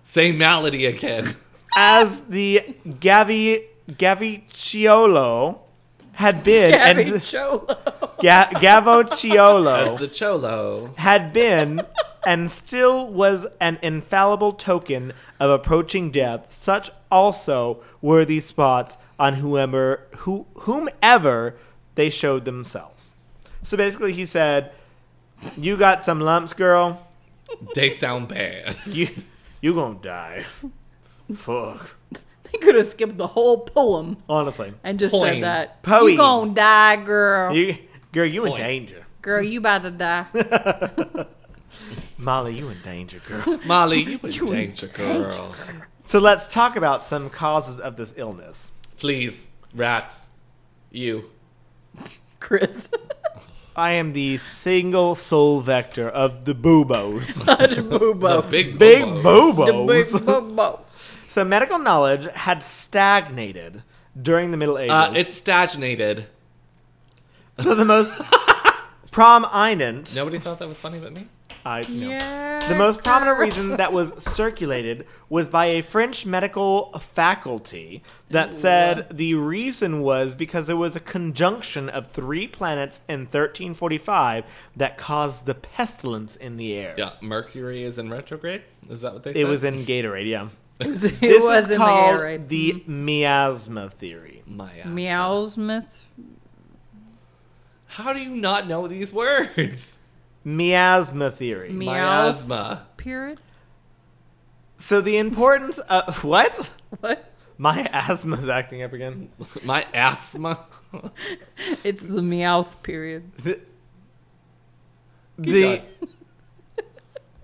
C: Say malady again.
A: <laughs>
B: As the Gavi Gavicciolo had been
A: Gabby
B: and
A: Cholo.
B: Ga- Gavocciolo
C: As the cholo.
B: had been and still was an infallible token of approaching death such also were these spots on whoever who, whomever they showed themselves so basically he said you got some lumps girl
C: They
A: <laughs>
C: sound bad.
B: you you gonna die fuck
A: <laughs> They could have skipped the whole poem
B: honestly
A: and just
C: Poem.
A: said that.
B: Poem.
A: You gonna die, girl.
B: you girl you in
C: Point.
B: danger
A: Girl, you about to die. <laughs>
B: molly you in danger girl
C: Molly, you a
A: You a
C: danger girl.
B: so let's talk about some causes of this illness
C: Please, rats. You.
A: Chris.
B: I am the single soul vector of the boobos.
A: The
C: <laughs> The
A: boobo.
C: big
B: Big
C: bobo.
A: The
B: boobos.
A: big boobo.
B: so medical knowledge had stagnated during the Middle Ages.
C: Uh, it's stagnated.
B: so the most <laughs> prominent.
C: Nobody thought that was funny but me?
B: I, no.
A: Yeah.
B: The most
A: <laughs>
B: prominent reason that was circulated was by a French medical faculty that said the reason was because there was a conjunction of three planets in 1345 that caused the pestilence in the air.
C: Yeah, Mercury is in retrograde. Is that what they said?
B: It was in
A: <laughs>
B: Gatorade, yeah.
A: It was, it
B: This
A: was
B: is
A: in
B: called
A: the Mm-hmm. air, right?
B: the miasma theory.
C: my ass.
A: Meowsmith.
C: How do you not know these words? <laughs>
B: Miasma theory.
A: Me-
C: Miasma.
A: Period.
B: so the importance of <laughs> what?
A: What? <laughs>
B: My asthma's acting up again.
C: My asthma. <laughs>
A: It's the meowth period.
B: The,
C: going.
B: the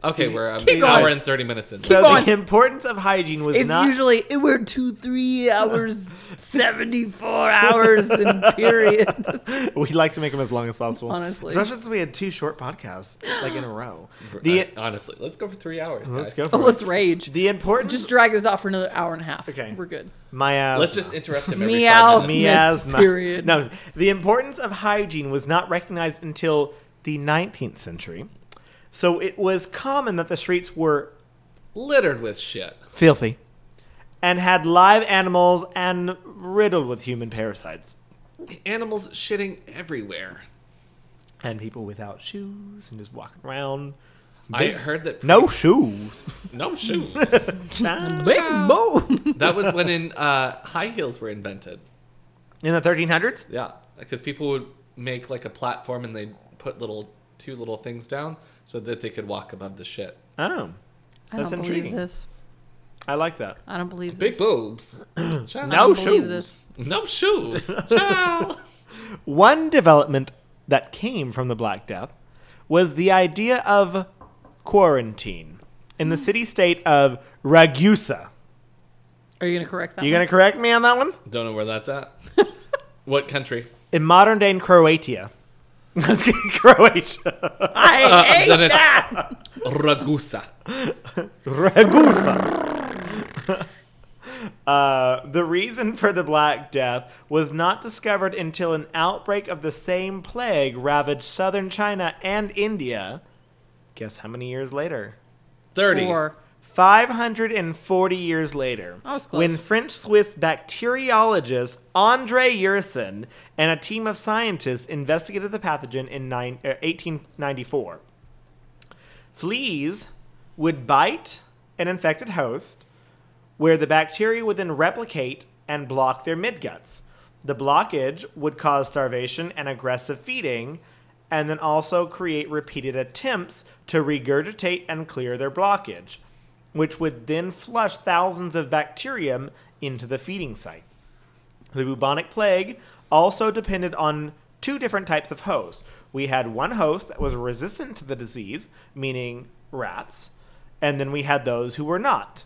C: Okay, we're um,
A: Keep
C: an hour
B: going.
C: and thirty minutes in. Uh,
B: so
A: going.
B: the importance of hygiene was
A: It's
B: not <laughs>
A: usually we're two, three hours, seventy-four hours in period. <laughs>
B: we like to make them as long as possible.
A: Honestly.
B: especially since we had two short podcasts like in a row.
C: Uh,
B: The
C: honestly, let's go for three hours.
B: let's go.
C: guys.
B: For
A: Oh,
B: it.
A: let's rage.
B: The importance.
A: Just drag this out for another hour and a half.
B: Okay.
A: we're good.
B: my.
C: Let's just interrupt him every
A: Meow.
C: five minutes.
B: miasma.
A: Oh, Period.
B: No, the importance of hygiene was not recognized until the 19th century. So it was common that the streets were
C: Littered with shit.
B: filthy and had live animals and riddled with human parasites
C: Animals shitting everywhere.
B: and people without shoes and just walking around.
C: I
B: Big-
C: heard that
B: no
A: <laughs>
B: shoes.
C: no shoes.
B: Child.
A: Big boom. <laughs>
C: that was when in uh, high heels were invented.
B: In the 1300s?
C: Yeah, because people would make like a platform and they'd put little two little things down so that they could walk above the shit.
B: Oh,
A: I
B: That's
A: don't
B: intriguing.
A: believe this.
B: I like that.
A: I don't believe
C: Big
A: this.
C: <clears throat> boobs. Child.
A: I
B: No
A: don't believe
B: shoes.
A: this.
C: No shoes. <laughs> Ciao.
B: One development that came from the Black Death was the idea of quarantine in the city state of Ragusa.
A: Are you gonna correct that?
B: You gonna correct me on that one?
C: Don't know where that's at. what <laughs> country?
B: In modern day Croatia. <laughs> Let's get Croatia.
A: one?
C: <laughs>
A: I hate
C: then it's-
A: that.
C: Ragusa.
B: Ragusa. <laughs> Uh, the reason for the Black Death was not discovered until an outbreak of the same plague ravaged southern China and India. Guess how many years later?
C: 30.
A: Or
B: 540 years later,
A: That was close.
B: when French Swiss bacteriologist Andre Yersin and a team of scientists investigated the pathogen in nine, uh, 1894, fleas would bite an infected host where the bacteria would then replicate and block their midguts. The blockage would cause starvation and aggressive feeding, and then also create repeated attempts to regurgitate and clear their blockage, which would then flush thousands of bacterium into the feeding site. The bubonic plague also depended on two different types of hosts. We had one host that was resistant to the disease, meaning rats, and then we had those who were not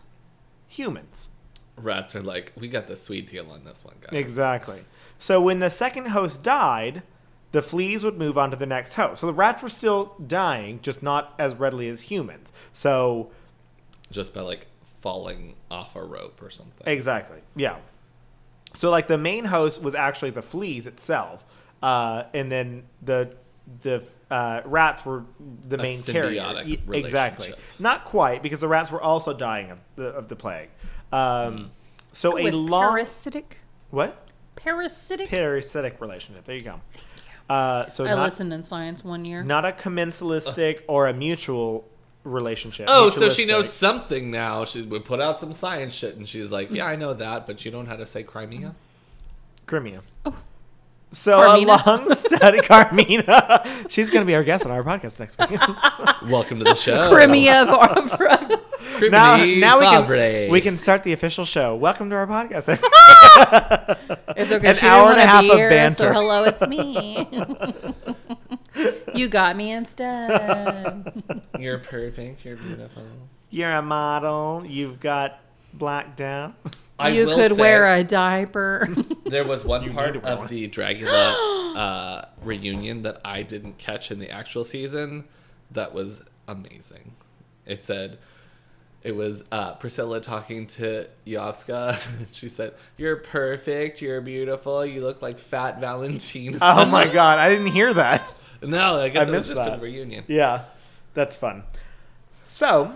B: humans.
C: Rats are like, we got the sweet deal on this one, guys.
B: Exactly. So when the second host died, the fleas would move on to the next host. So the rats were still dying, just not as readily as humans. So
C: Just by like falling off a rope or something.
B: Exactly. Yeah. So like the main host was actually the fleas itself, uh, and then the the uh, rats were the
C: A
B: main carrier.
C: symbiotic
B: Y- Exactly.
C: relationship.
B: Not quite because the rats were also dying of the of the plague. Um,
C: Mm.
B: So Oh, a
A: with
B: long
A: parasitic.
B: what
A: Parasitic.
B: parasitic relationship. There you go. Uh, so
A: I
B: not,
A: listened in science one year.
B: not a commensalistic or a mutual relationship.
C: Oh, so she
B: Mutualistic.
C: knows something now. She would put out some science shit and she's like, yeah, I know that, but you don't know how to say Crimea?
B: Crimea. So
A: Carmina?
B: a long study, Carmina. She's going to be our guest on our podcast next week.
C: Welcome to the show.
A: Crimea Barbara.
B: <laughs>
C: Crimea.
B: now, now we
C: Barbara.
B: can we can start the official show. Welcome to our podcast.
A: <laughs>
B: <laughs>
A: It's okay.
B: An
A: she didn't
B: hour and
A: wanna
B: a half
A: be
B: of
A: here,
B: banter.
A: So hello, it's me.
B: <laughs>
A: you got me instead.
C: You're perfect. You're beautiful.
B: You're a model. You've got black
C: <laughs>
B: down.
C: I
A: you
C: will
A: could
C: say-
A: wear a
B: <laughs>
A: diaper.
C: There was one part
B: to wear
C: of
B: one.
C: the Dragula uh, reunion that I didn't catch in the actual season that was amazing. It said, it was uh, Priscilla talking to Yovska. <laughs> she said, You're perfect. You're beautiful. You look like fat Valentina.
B: Oh my god, I didn't hear that.
C: <laughs> no, I guess
B: I
C: it was
B: missed
C: just for
B: that.
C: the reunion.
B: Yeah, that's fun. So,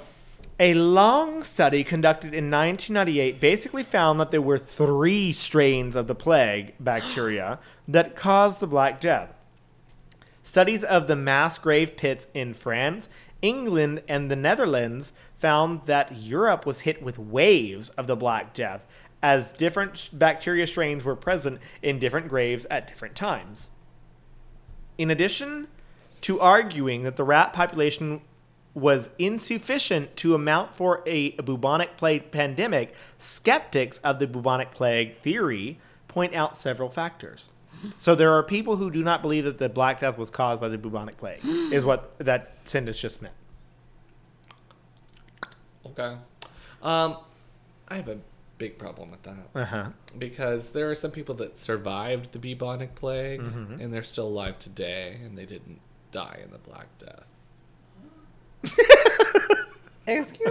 B: a long study conducted in 1998 basically found that there were three strains of the plague bacteria that caused the Black Death. Studies of the mass grave pits in France, England, and the Netherlands found that Europe was hit with waves of the Black Death as different sh- bacteria strains were present in different graves at different times. In addition to arguing that the rat population was insufficient to amount for a bubonic plague pandemic, skeptics of the bubonic plague theory point out several factors. So there are people who do not believe that the Black Death was caused by the bubonic plague, is what that sentence just meant.
C: Okay. Um, I have a big problem with that
B: Uh huh.
C: because there are some people that survived the bubonic plague
A: Mm-hmm.
C: and they're still alive today and they didn't die in the Black
A: <laughs>
C: Death.
A: Excuse <laughs> me.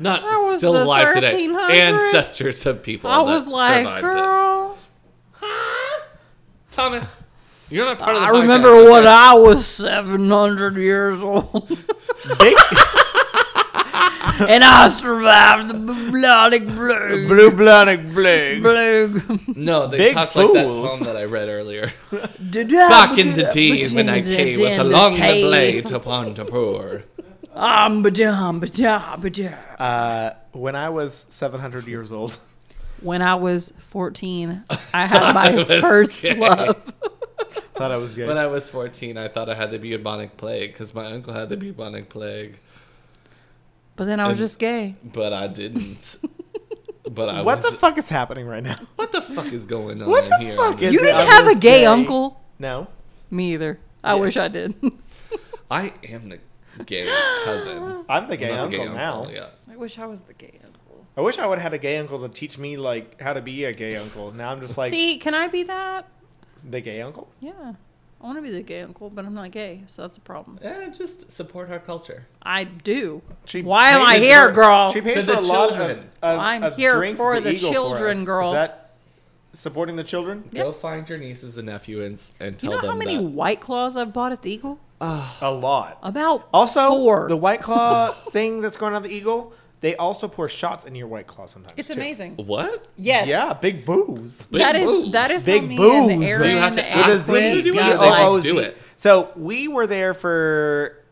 C: Not
A: That was
C: still
A: the
C: alive today.
A: 1300s.
C: Ancestors of people.
A: I
C: that
A: was like,
C: survived it.
A: girl.
C: Huh? Thomas, you're not part of the
A: I
C: podcast,
A: remember when
C: okay?
A: I was 700 years old
C: <laughs>
B: Big <laughs>
A: and I survived the bloodic blue.
B: blue blonic plague.
A: Blue.
C: No, they
B: Big
C: talked like that
B: fools.
C: poem that I read earlier.
A: <laughs> Did
C: Back in the day when I came was along the blade upon the poor.
A: Um, ba-dum, ba-dum, ba-dum.
B: Uh, when I was 700 years old.
A: When I was 14,
C: <laughs>
A: I had my
C: was
A: first
C: gay.
A: love.
B: Thought I was good.
C: When I was 14, I thought I had the bubonic plague because my uncle had the bubonic plague,
A: But then I was
C: And-
A: just gay.
C: but I <laughs> didn't. but I
B: what the
C: was-
B: fuck is happening right now?
C: what the fuck is going on
B: What the
C: here?
B: fuck is-
A: You
B: it
A: didn't
B: I
A: have a
B: was
A: gay,
B: gay?
A: uncle?
B: No.
A: Me either. I
B: Yeah.
A: wish I did.
C: I am the gay cousin.
B: I'm the
C: I'm
B: gay,
C: not the
B: uncle, now.
C: Yeah.
A: I wish I was the gay uncle.
B: I wish I would have had a gay uncle to teach me like how to be a gay uncle. Now I'm just like
A: See, can I be that?
B: the gay uncle.
A: Yeah. I want to be the gay uncle, but I'm not gay, so that's a problem.
C: Eh, just support our culture.
A: I do.
B: She
A: Why am I
B: pays
A: here,
B: for-
A: girl?
B: She pays
C: To
B: for
C: the
B: a lot of,
C: children.
B: of-
A: I'm
B: of
A: here
B: drinks
A: for the
B: Eagle
A: children,
B: us.
A: girl.
B: Is that supporting the children?
A: Yep.
C: Go find your nieces and nephew and, s- and
A: you
C: tell
A: know
C: them
A: how many
C: that.
A: White Claws I've bought at the Eagle?
B: A lot.
A: About
B: Also,
A: four.
B: the White
A: <laughs>
B: Claw thing that's going on at the Eagle, they also pour shots into your White Claw sometimes.
A: it's
B: too.
A: amazing.
C: What?
A: Yes.
B: Yeah, big booze.
C: Oh, Big
A: that is
C: boobs.
A: that is
B: Big
A: how me
B: boobs.
A: and
B: Do you
A: Aaron
C: have to
A: and
C: ask them to
A: Chris
C: do it?
A: got,
C: Yeah, they
A: like,
C: just do it.
B: So we were there for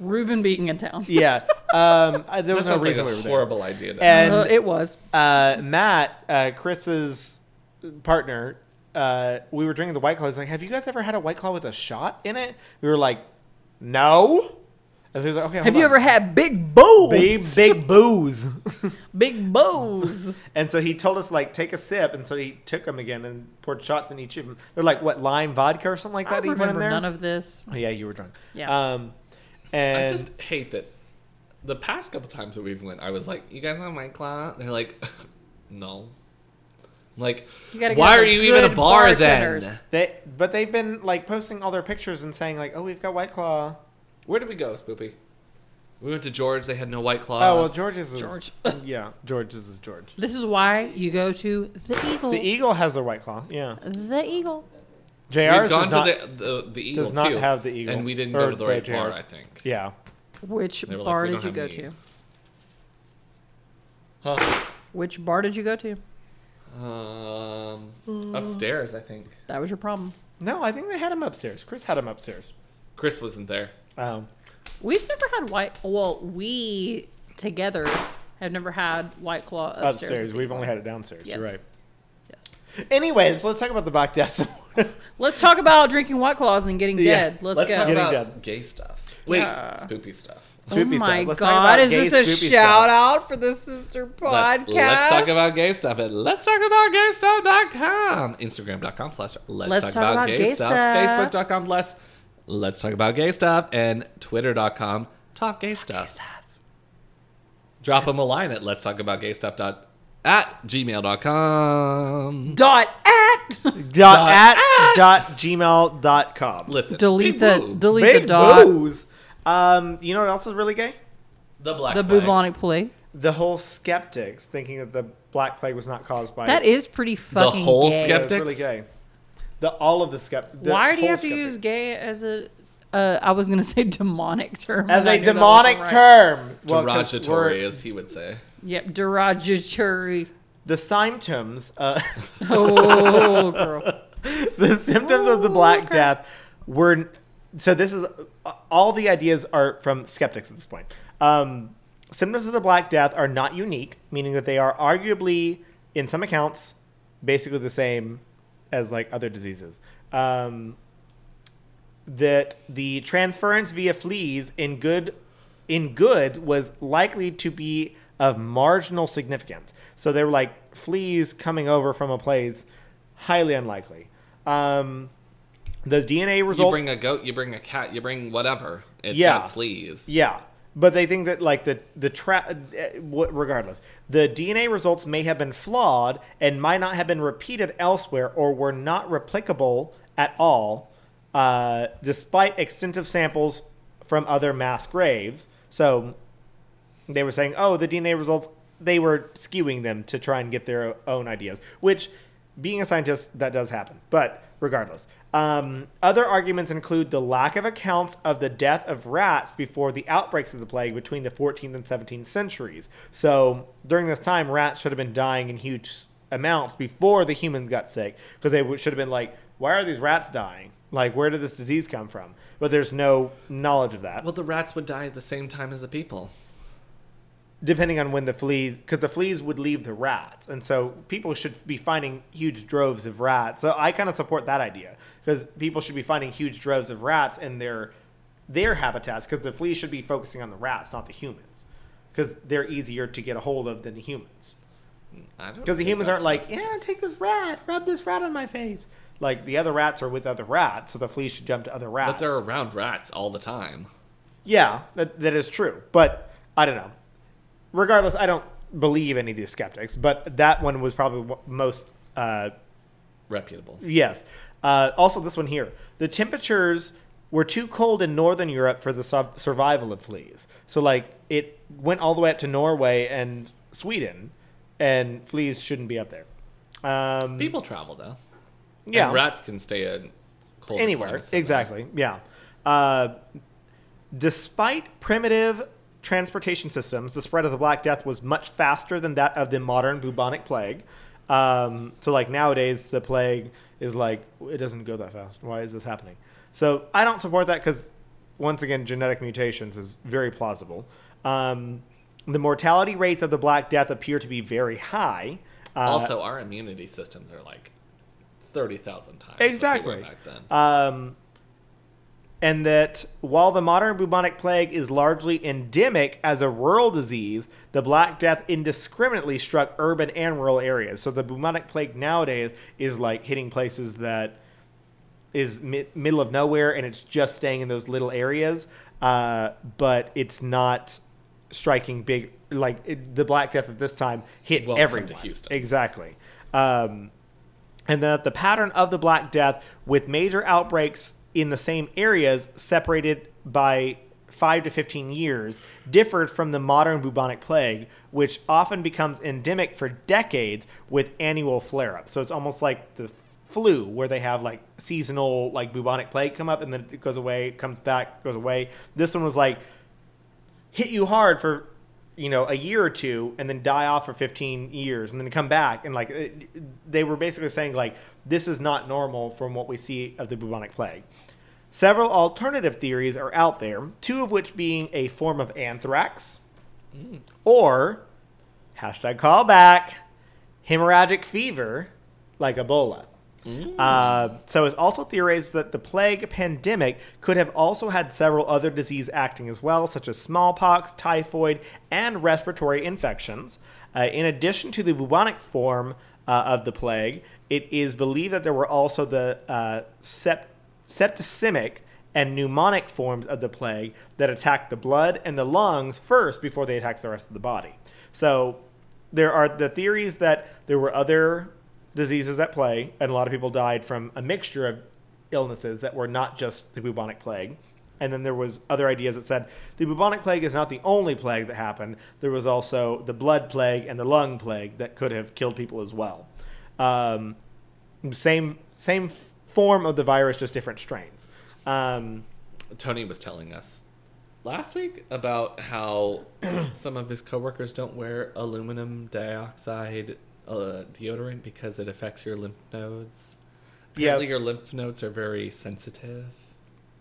A: Reuben being in town.
B: yeah.
C: <laughs>
B: Um, I- there
C: That
B: was no
C: sounds like
B: reason
C: a
B: we were there.
C: horrible idea. to have.
B: And
A: Uh, it was.
B: uh, Matt, uh, Chris's partner, uh, we were drinking the White Claw. He's like, "Have you guys ever had a White Claw with a shot in it?" We were like, "No." And he was like, "Okay,
A: Have
B: hold
A: you
B: on."
A: ever had big boobs?
B: big big booze?" <laughs>
A: Big
C: <laughs>
A: boobs.
B: and so he told us like, "Take a sip," and so he took them again and poured shots in each of them. They're like what lime vodka or something like
A: I
B: that. he put in
A: remember
B: there.
A: none of this.
B: Oh, yeah, you were drunk.
A: Yeah.
B: Um, and
C: I just hate that the past couple times that we've went, I was like, "You guys want White Claw?" They're like, <laughs> "No." I'm like,
A: You gotta get
C: why
A: some
C: are you even a
A: good
C: bar
A: bartenders.
C: then?
B: they, but they've been like posting all their pictures and saying like, "Oh, we've got White Claw."
C: Where did we go, Spoopy? We went to George. They had no White Claw.
B: Oh well, George's is
A: George.
B: <laughs> Yeah, George's is George.
A: This is why you go to the Eagle.
C: E-
B: The Eagle has a white claw. Yeah.
A: The Eagle.
B: JR's
C: We've
B: does
C: gone to
B: not,
C: the, the the Eagle
B: does not
C: too,
B: have the Eagle,
C: and we didn't
B: or
C: go to the
B: the
C: right bar.
B: JR's.
C: I think.
B: Yeah.
A: Which
C: They were like,
A: bar
C: "We
A: did you
C: don't
A: go
C: have
A: to?
C: any." Huh.
A: Which bar did you go to?
C: Um, upstairs, I think.
A: That was your problem.
B: No, I think they had him upstairs. Chris had him upstairs.
C: Chris wasn't there.
B: Um,
A: We've never had white. Well, we together have never had White Claw upstairs.
B: upstairs.
A: at the
B: We've
A: Eagle.
B: only had it downstairs. You're
A: Yes.
B: right.
A: Yes.
B: Anyways, let's talk about the Black Death. <laughs> some more.
A: Let's talk about drinking White Claws and getting
B: Yeah,
A: dead. Let's,
B: let's
A: go.
B: talk Getting
C: About
B: dead.
C: gay stuff. Wait,
A: Yeah.
C: spoopy stuff.
A: oh
B: Spoopy
A: my
B: stuff. Let's talk
A: God!
B: about
A: Is
B: gay
A: this a
B: spoopy stuff.
A: shout out for the sister podcast?
C: Let's, let's talk about gay stuff at let's talk about gay stuff.com. Instagram.com slash let's,
A: Let's
C: talk, about, gay, stuff.
A: stuff.
C: Facebook.com slash let's talk about gay stuff. And Twitter.com talk gay stuff. Drop them a line at let's talk about gay stuff. Dot, at gmail.com.
A: dot at.
B: dot, at,
A: Ah!
B: dot gmail dot com.
C: Listen.
A: delete
C: big
A: the
C: boobs.
A: delete
B: Big
A: the dot.
B: booze. Um, you know what else is really gay?
C: the black
A: The
C: plague.
A: bubonic plague.
B: The whole skeptics thinking that the Black Plague was not caused by
A: That is pretty
C: The
A: fucking
C: whole
A: gay.
B: Yeah, it's really
C: skeptics.
B: gay. The all of the skeptics.
A: Why do you have to use gay as a? Uh, I was gonna <laughs> say demonic term.
B: as
A: but Mm-hmm. I
B: a
A: knew that
B: demonic
A: wasn't right.
B: term? Well, 'cause we're-
C: Derogatory, as he would say.
A: Yep, derogatory.
B: The symptoms. Uh, <laughs>
A: Oh, girl.
B: the symptoms of the Black Death were so. This is all the ideas are from skeptics at this point. Um, symptoms of the Black Death are not unique, meaning that they are arguably, in some accounts, basically the same as like other diseases. Um, that the transference via fleas in good in goods was likely to be of marginal significance. So they were like fleas coming over from a place, highly unlikely. Um, the DNA
C: You
B: results
C: bring a goat, you bring a cat, you bring whatever. It's
B: Yeah.
C: got fleas.
B: Yeah, but they think that like the the tra- uh, what- regardless, the DNA results may have been flawed and might not have been repeated elsewhere or were not replicable at all, uh, despite extensive samples from other mass graves. So they were saying, oh, the DNA results they were skewing them to try and get their own ideas, which being a scientist that does happen. But regardless, um, other arguments include the lack of accounts of the death of rats before the outbreaks of the plague between the 14th and 17th centuries. So during this time, rats should have been dying in huge s- amounts before the humans got sick because they w- should have been like, why are these rats dying? Like, where did this disease come from? But there's no knowledge of that
C: Well, the rats would die at the same time as the people.
B: depending on when the fleas because the fleas would leave the rats and so people should be finding huge droves of rats so i kind of support that idea because people should be finding huge droves of rats in their their habitats because the fleas should be focusing on the rats not the humans because they're easier to get a hold of than the humans because the humans aren't like yeah take this rat rub this rat on my face like the other rats are with other rats so the fleas should jump to other rats
C: But they're around rats all the time.
B: yeah, that, that is true. But I don't know. Regardless, I don't believe any of these skeptics, but that one was probably wa- most, uh,
C: Reputable.
B: yes. Uh, also, this one here. The temperatures were too cold in northern Europe for the su- survival of fleas. So, like, it went all the way up to Norway and Sweden, and fleas shouldn't be up there. Um,
C: People travel though.
B: yeah.
C: And rats can stay in cold
B: anywhere exactly yeah uh, despite primitive transportation systems the spread of the black death was much faster than that of the modern bubonic plague um, so like nowadays the plague is like it doesn't go that fast why is this happening so i don't support that because once again genetic mutations is very plausible um, the mortality rates of the black death appear to be very high uh,
C: also, our immunity systems are like thirty thousand times what they were
B: Exactly.
C: back then.
B: um, and that while the modern bubonic plague is largely endemic as a rural disease, the Black Death indiscriminately struck urban and rural areas. So the bubonic plague nowadays is like hitting places that is mi- middle of nowhere and it's just staying in those little areas, uh, but it's not striking big like it, the Black Death at this time hit
C: Welcome to
B: everyone.
C: Houston.
B: Exactly. Um, and that the pattern of the Black Death with major outbreaks in the same areas separated by 5 to 15 years differed from the modern bubonic plague which often becomes endemic for decades with annual flare-ups so it's almost like the flu where they have like seasonal like bubonic plague come up and then it goes away comes back goes away this one was like hit you hard for you know a year or two and then die off for 15 years and then come back and like it, they were basically saying like this is not normal from what we see of the bubonic plague several alternative theories are out there two of which being a form of anthrax or hashtag callback hemorrhagic fever like ebola uh, so it's also theorized that the plague pandemic could have also had several other disease acting as well, such as smallpox, typhoid, and respiratory infections. Uh, in addition to the bubonic form uh, of the plague, it is believed that there were also the uh, sept- septicemic and pneumonic forms of the plague that attacked the blood and the lungs first before they attacked the rest of the body. So there are the theories that there were other diseases at play, and a lot of people died from a mixture of illnesses that were not just the bubonic plague. And then there was other ideas that said the bubonic plague is not the only plague that happened. There was also the blood plague and the lung plague that could have killed people as well. Um, same same form of the virus, just different strains. Um,
C: Tony was telling us last week about how <clears throat> some of his coworkers don't wear aluminum dioxide uh, deodorant because it affects your lymph nodes. Apparently,
B: Yes.
C: your lymph nodes are very sensitive,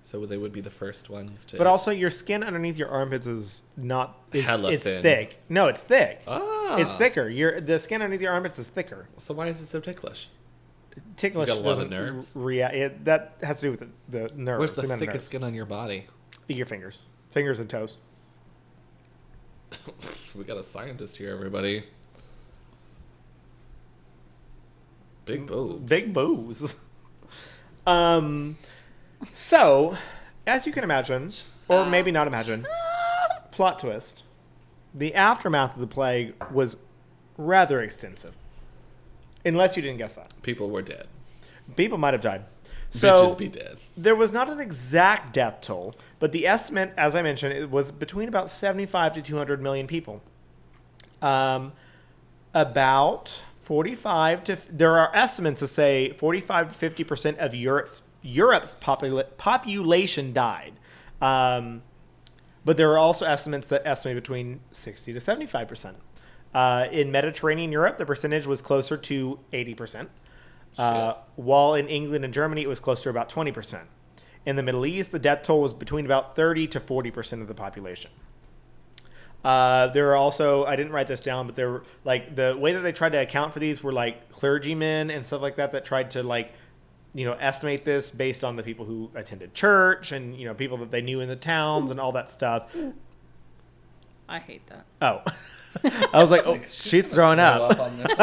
C: so they would be the first ones to.
B: but also, your skin underneath your armpits is not it's,
C: Hella
B: it's
C: thin.
B: thick. No, it's thick.
C: ah,
B: It's thicker. Your the skin underneath your armpits is thicker.
C: So why is it so ticklish?
B: ticklish
C: You got a lot
B: doesn't
C: of nerves.
B: react. It, that has to do with the, the nerves.
C: Where's the
B: amount of
C: thickest skin on your body?
B: nerves. Your fingers, fingers and toes.
C: We got a scientist here, everybody. Big boobs.
B: Mm, Big boobs. <laughs> um, so as you can imagine, or maybe not
C: <laughs>
B: imagine, plot twist: the aftermath of the plague was rather extensive. Unless you didn't guess that,
C: people were dead.
B: people might have died. So
C: Bitches be dead.
B: There was not an exact death toll, but the estimate, as I mentioned, it was between about 75 to 200 million people. Um, about 45 to there are estimates to say 45 to 50 percent of Europe's Europe's popula- population died, um, but there are also estimates that estimate between 60 to 75 percent. Uh, in Mediterranean Europe, the percentage was closer to 80 percent. Uh, while in England and Germany, it was close to about 20%. In the Middle East, the death toll was between about 30 to 40% of the population. Uh, there are also, I didn't write this down, but there were like the way that they tried to account for these were like clergymen and stuff like that that tried to like, you know, estimate this based on the people who attended church and, you know, people that they knew in the towns and all that stuff.
A: <laughs> I hate that.
B: Oh. <laughs> I was like, oh, she's throwing
C: Blow
B: up.
C: up on this-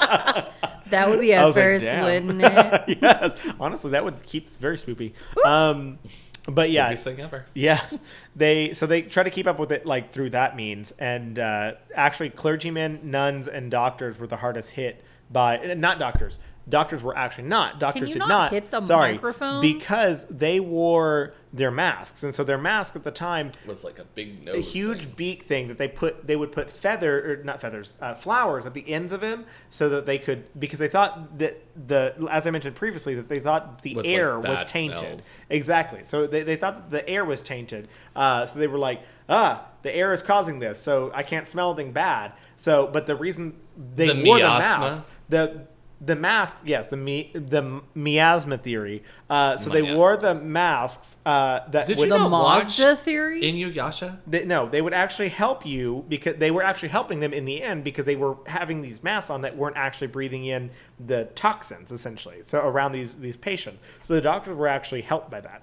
E: That would be
B: I
E: a
B: was like,
E: first,
B: damn.
E: wouldn't it?
B: <laughs> yes. Honestly, that would keep this very spoopy. Um, but <laughs> yeah,
C: Biggest thing ever.
B: yeah, <laughs> they so they try to keep up with it like through that means, and uh, actually, clergymen, nuns, and doctors were the hardest hit by and not doctors. Doctors were actually not. Doctors
A: you
B: did
A: not
B: not,
A: hit the
B: sorry,
A: microphone?
B: because they wore their masks, and so their mask at the time
C: Was like a big nose.
B: a huge
C: thing.
B: beak thing that they put they would put feather or not feathers uh, flowers at the ends of him so that they could because they thought that the as i mentioned previously that they thought the
C: Was, like,
B: air was
C: bad
B: tainted
C: smells.
B: exactly so they, they thought that the air was tainted uh, so they were like ah the air is causing this so i can't smell anything bad so but the reason they
C: The
B: wore
C: miasma?
B: the mask the the mask yes the mi- the miasma theory uh, so they
C: Miasma.
B: wore the masks uh, that
C: Did
B: would
C: you
E: The
C: not watch
E: Mazda theory?
C: Inuyasha.
B: they, no, they would actually help you because they were actually helping them in the end because they were having these masks on that weren't actually breathing in the toxins essentially. So around these these patients, so the doctors were actually helped by that.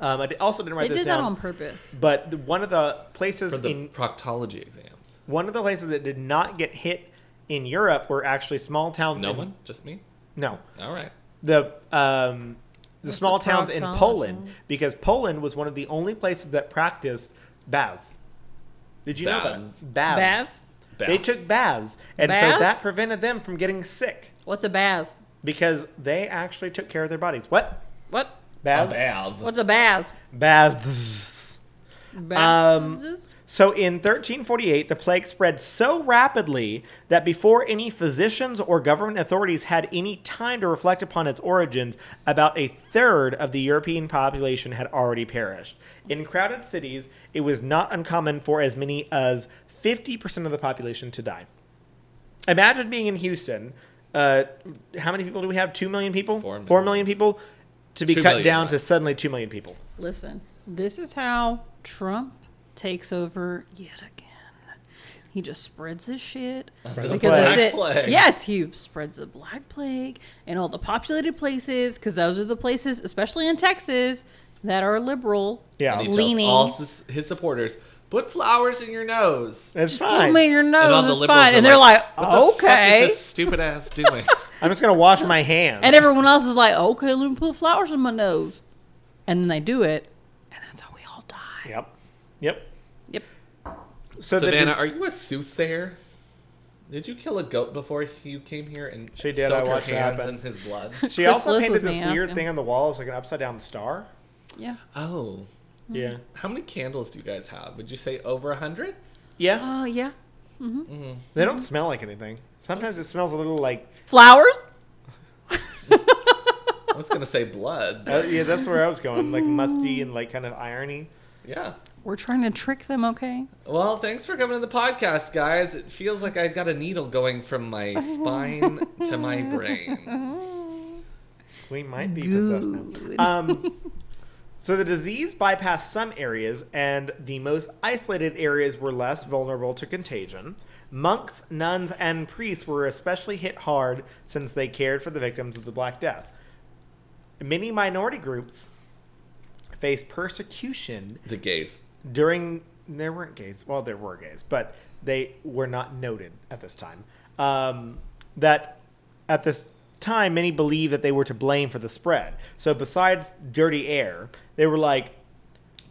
B: Um, I di- also didn't write
A: They
B: this
A: did that
B: down,
A: on purpose.
B: but the- one of the places
C: For the
B: in
C: proctology exams.
B: one of the places that did not get hit in Europe were actually small towns.
C: No
B: in-
C: one? Just me?
B: No,
C: All right.
B: the um, the
A: That's
B: small
A: a
B: towns in
A: proctologist.
B: Poland because Poland was one of the only places that practiced baths. Did you
C: Baths.
B: know that baths?
A: Baths?
B: They
C: Baths.
B: took baths, and
A: Baths?
B: so that prevented them from getting sick
A: What's a bath?
B: because they actually took care of their bodies. What
A: What?
C: A
B: baths?
C: bath.
A: What's a bath?
B: Baths. Um,
A: Baths?
B: So in 1348, the plague spread so rapidly that before any physicians or government authorities had any time to reflect upon its origins, about a third of the European population had already perished. In crowded cities, it was not uncommon for as many as 50% of the population to die. Imagine being in Houston. Uh, how many people do we have? Two million people?
C: Four million.
B: Four million people? To be
C: Two
B: cut
C: million
B: down
C: died.
B: to suddenly two million people.
A: Listen, this is how Trump takes over yet again. He just spreads his shit
B: the
A: because that's
C: plague.
A: it.
C: Black plague.
A: Yes, he spreads the black plague in all the populated places because those are the places, especially in Texas, that are liberal.
B: Yeah.
C: And he
A: Leaning.
C: tells all sus- his supporters, put flowers in your
B: <laughs>
C: nose.
B: It's
A: Put
B: fine.
A: 'em in your
C: and all the
A: nose is
C: liberals
A: fine,
C: are
A: and they're like,
C: "What the fuck is
A: okay.
C: this
B: <laughs>
C: stupid ass doing.
B: I'm just going to wash my hands.
A: And everyone else is like, okay, let me put flowers in my nose, and then they do it, and that's how we all die.
B: Yep. Yep.
A: Yep.
B: So the
C: Savannah,
B: dis-
C: are you a soothsayer? Did you kill a goat before you came here and
B: She did,
C: soak
B: I
C: her
B: watched it
C: hands
B: happen.
C: in his blood? <laughs>
B: she
A: Chris
B: also
A: lives
B: painted
A: with
B: this
A: me, ask
B: weird
A: him.
B: thing on the wall as like an upside down star.
A: Yeah.
C: Oh,
A: Mm-hmm.
B: Yeah.
C: how many candles do you guys have? Would you say over a hundred?
B: Yeah.
A: Uh, mm-hmm. yeah.
B: They don't smell like anything. Sometimes it smells a little like.
A: Flowers.
C: I was gonna say blood.
B: Uh,
C: but
B: yeah, that's where I was going. Like musty and like kind of irony.
C: yeah.
A: We're trying to trick them, okay?
C: Well, thanks for coming to the podcast, guys. It feels like I've got a needle going from my spine to my brain.
B: We might be possessed now. Um, So the disease bypassed some areas, and the most isolated areas were less vulnerable to contagion. Monks, nuns, and priests were especially hit hard since they cared for the victims of the Black Death. Many minority groups faced persecution
C: The gays.
B: during there weren't gays well there were gays but they were not noted at this time um, that at this time many believed that they were to blame for the spread so besides dirty air they were like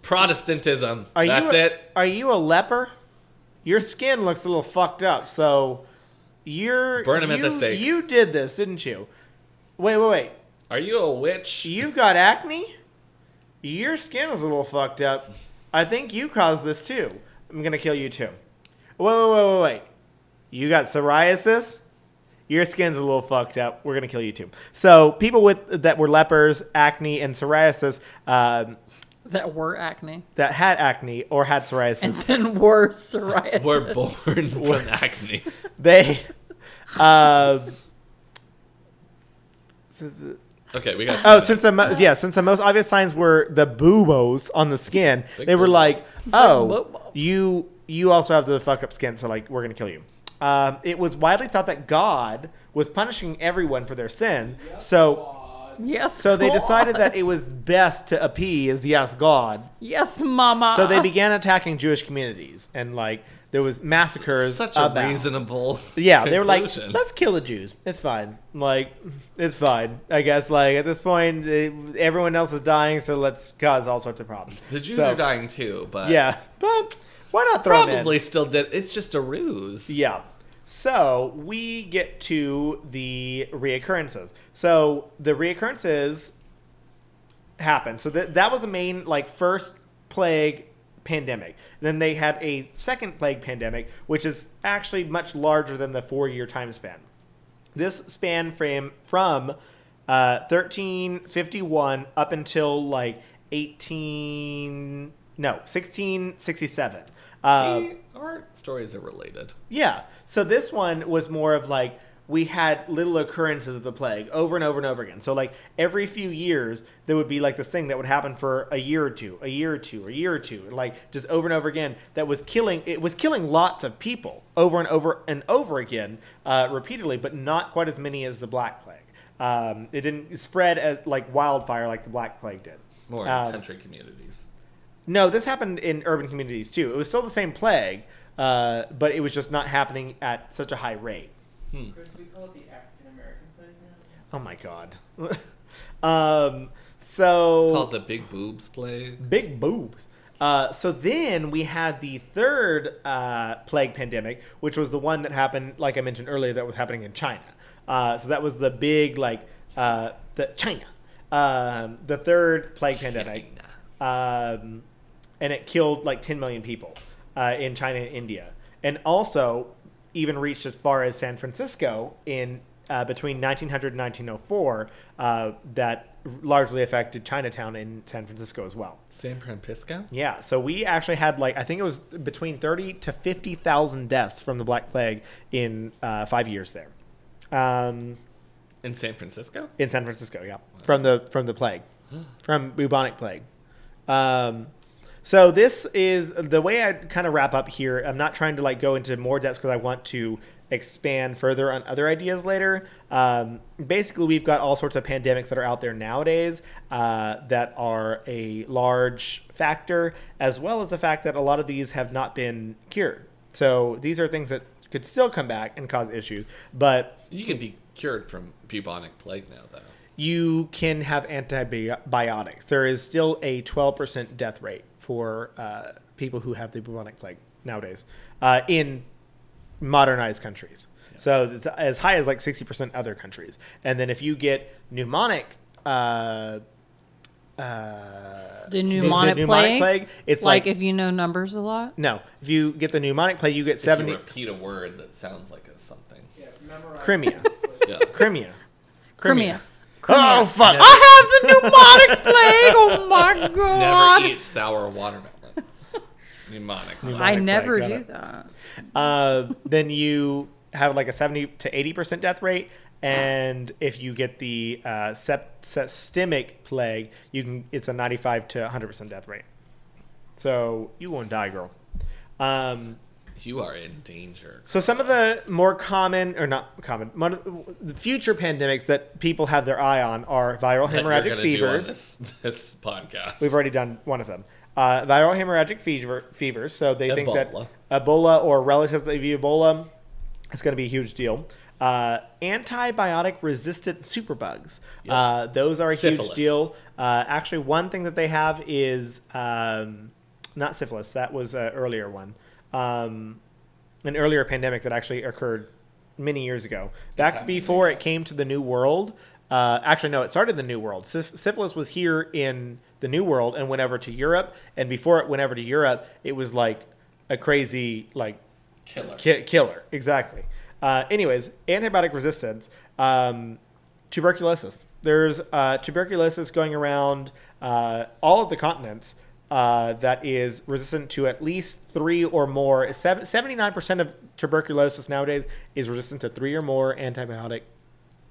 C: Protestantism.
B: are
C: That's
B: you a,
C: it.
B: are you a leper your skin looks a little fucked up so you're
C: Burn 'em at the
B: you-
C: stake.
B: you did this didn't you wait wait wait
C: Are you a witch?
B: You've got acne? Your skin is a little fucked up. I think you caused this too. I'm gonna kill you too. Wait, wait, wait, wait, wait. You got psoriasis? Your skin's a little fucked up. We're gonna kill you too. So people with that were lepers, acne, and psoriasis, um,
A: that were acne.
B: that had acne or had
E: And
A: <laughs>
B: psoriasis,
E: then worse, psoriasis.
C: We're born <laughs> from acne.
B: they, um, since the-
C: Okay, we got.
B: Oh, since the mo- yeah, since the most obvious signs were the boobos on the skin,
C: Big
B: they were
C: boobos.
B: like,
E: Boobos.
B: "Oh, you you also have the fucked up skin, so like we're gonna kill you." Um, it was widely thought that God was punishing everyone for their sin, so
E: Yes.
B: so they
E: God.
B: decided that it was best to appease yes God.
E: Yes, mama.
B: So
C: Uh-huh.
B: they began attacking Jewish communities, and like there was massacres.
C: such a
B: about.
C: reasonable.
B: Yeah, they were like,
C: conclusion.
B: let's kill the Jews. It's fine. Like, it's fine. I guess, like, at this point, they- everyone else is dying, so let's cause all sorts of problems.
C: The Jews
B: So,
C: are dying too, but
B: Yeah, but why not throw 'em in?
C: probably still did. It's just a ruse.
B: Yeah. So we get to the reoccurrences. So the reoccurrences happened. So that that was the main like first plague pandemic. Then they had a second plague pandemic, which is actually much larger than the four year time span. This span frame from uh, 1351 up until like 18 no 1667. Uh,
C: See, our stories are related.
B: yeah. So this one was more of like we had little occurrences of the plague over and over and over again. So like every few years there would be like this thing that would happen for a year or two, a year or two, a year or two, like just over and over again that was killing it was killing lots of people over and over and over again uh, repeatedly, but not quite as many as the black plague. Um, it didn't spread as, like wildfire like the black plague did.
C: More in
B: Um,
C: country communities.
B: no, this happened in urban communities too. It was still the same plague, uh, but it was just not happening at such a high rate.
C: Hmm.
D: Chris, we call it the African American plague now.
B: Oh my god. <laughs> um, so
C: Called the Big Boobs Plague.
B: big boobs. Uh, so then we had the third uh, plague pandemic, which was the one that happened, like I mentioned earlier, that was happening in China. Uh, so that was the big like uh, the China, um, the third plague pandemic, um, and it killed like 10 million people uh, in China and India, and also even reached as far as San Francisco in uh, between 1900 and 1904. Uh, that largely affected Chinatown in San Francisco as well.
C: San Francisco.
B: Yeah, so we actually had like I think it was between thirty to fifty thousand deaths from the Black Plague in uh, five years there, um,
C: In San Francisco.
B: in San Francisco. Yeah, from the from the plague, from bubonic plague. Um, so this is the way I kind of wrap up here. I'm not trying to like go into more depth because I want to expand further on other ideas later. Um, basically, we've got all sorts of pandemics that are out there nowadays uh, that are a large factor, as well as the fact that a lot of these have not been cured. So these are things that could still come back and cause issues, but
C: You can be cured from bubonic plague now, though.
B: you can have antibiotics. There is still a 12% death rate for uh, people who have the bubonic plague nowadays uh, in modernized countries. So it's as high as like 60% other countries. And then if you get pneumonic, uh, uh,
A: The pneumonic plague?
B: it's
A: like,
B: like,
A: if you know numbers a lot.
B: no, if you get the pneumonic plague, you get
C: If you
B: 70
C: repeat a word that sounds like
B: <laughs>
C: a something.
D: Yeah, memorize.
B: Crimea.
C: Yeah.
B: Crimea.
A: Crimea.
B: Oh, fuck.
A: I have the pneumonic plague. Oh my god.
C: Never eat sour watermelons.
B: <laughs>
C: Mnemonic. plague.
A: I
B: Pneumonic
A: never
B: plague, got
A: do
B: it.
A: that.
B: uh, then you have like a 70 to 80% death rate and if you get the uh, sept- systemic plague, you can it's a 95 to 100 percent death rate. So you won't die, girl. Um,
C: You are in danger.
B: so some of the more common, or not common, one of the future pandemics that people have their eye on are viral
C: that we're
B: hemorrhagic
C: gonna do on
B: fevers.
C: This, this podcast.
B: We've already done one of them. Uh, viral hemorrhagic fever, fevers. So they think
C: Ebola.
B: that Ebola or relatives of Ebola is going to be a huge deal. Uh, antibiotic resistant superbugs. Uh, those are a
C: Syphilis.
B: huge deal. Uh, actually, one thing that they have is um, not syphilis. That was an earlier one. Um, an earlier pandemic that actually occurred many years ago. Back
C: happening
B: before
C: now.
B: it came to the New World, uh, actually, no, it started in the New World. Syph- syphilis was here in the New World and went over to Europe. And before it went over to Europe, it was like a crazy, like,
C: killer.
B: ki- killer. Exactly. Uh, anyways, antibiotic resistance, um, tuberculosis. There's uh, tuberculosis going around uh, all of the continents uh, that is resistant to at least three or more. sev- 79% of tuberculosis nowadays is resistant to three or more antibiotic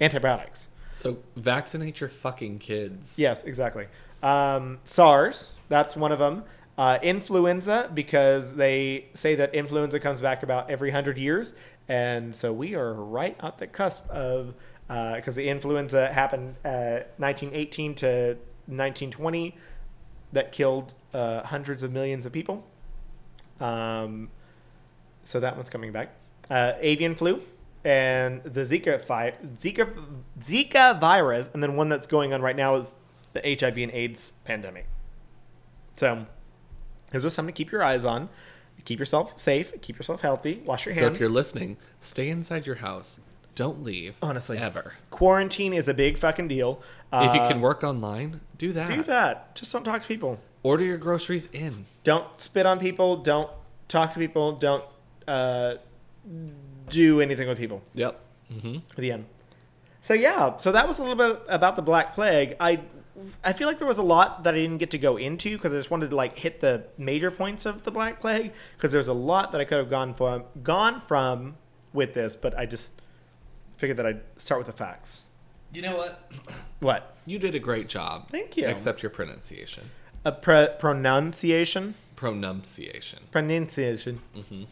B: antibiotics.
C: So vaccinate your fucking kids.
B: Yes, exactly. Um, SARS, that's one of them. Uh, influenza, because they say that influenza comes back about every hundred years, and so we are right at the cusp of because the influenza happened uh, 1918 to 1920, that killed uh, hundreds of millions of people. Um, so that one's coming back. Uh, avian flu and the Zika fi- Zika Zika virus, and then one that's going on right now is the HIV and AIDS pandemic. So, those are something to keep your eyes on. Keep yourself safe. Keep yourself healthy. Wash your
C: So
B: hands.
C: if you're listening, stay inside your house. Don't leave.
B: Honestly.
C: ever.
B: Quarantine is a big fucking deal. Uh,
C: if you can work online, do that.
B: do that, just don't talk to people.
C: Order your groceries in.
B: Don't spit on people. Don't talk to people. Don't uh, do anything with people.
C: Yep. hmm
B: at the end. So yeah, so that was a little bit about the Black Plague. I I feel like there was a lot that I didn't get to go into because I just wanted to like hit the major points of the Black Plague because there's a lot that I could have gone from gone from with this, but I just figured that I'd start with the facts.
C: You know what?
B: What
C: You did a great job.
B: Thank you.
C: Except your pronunciation.
B: a pre- pronunciation
C: Pronunciation.
B: pronunciation.
C: Mm-hmm.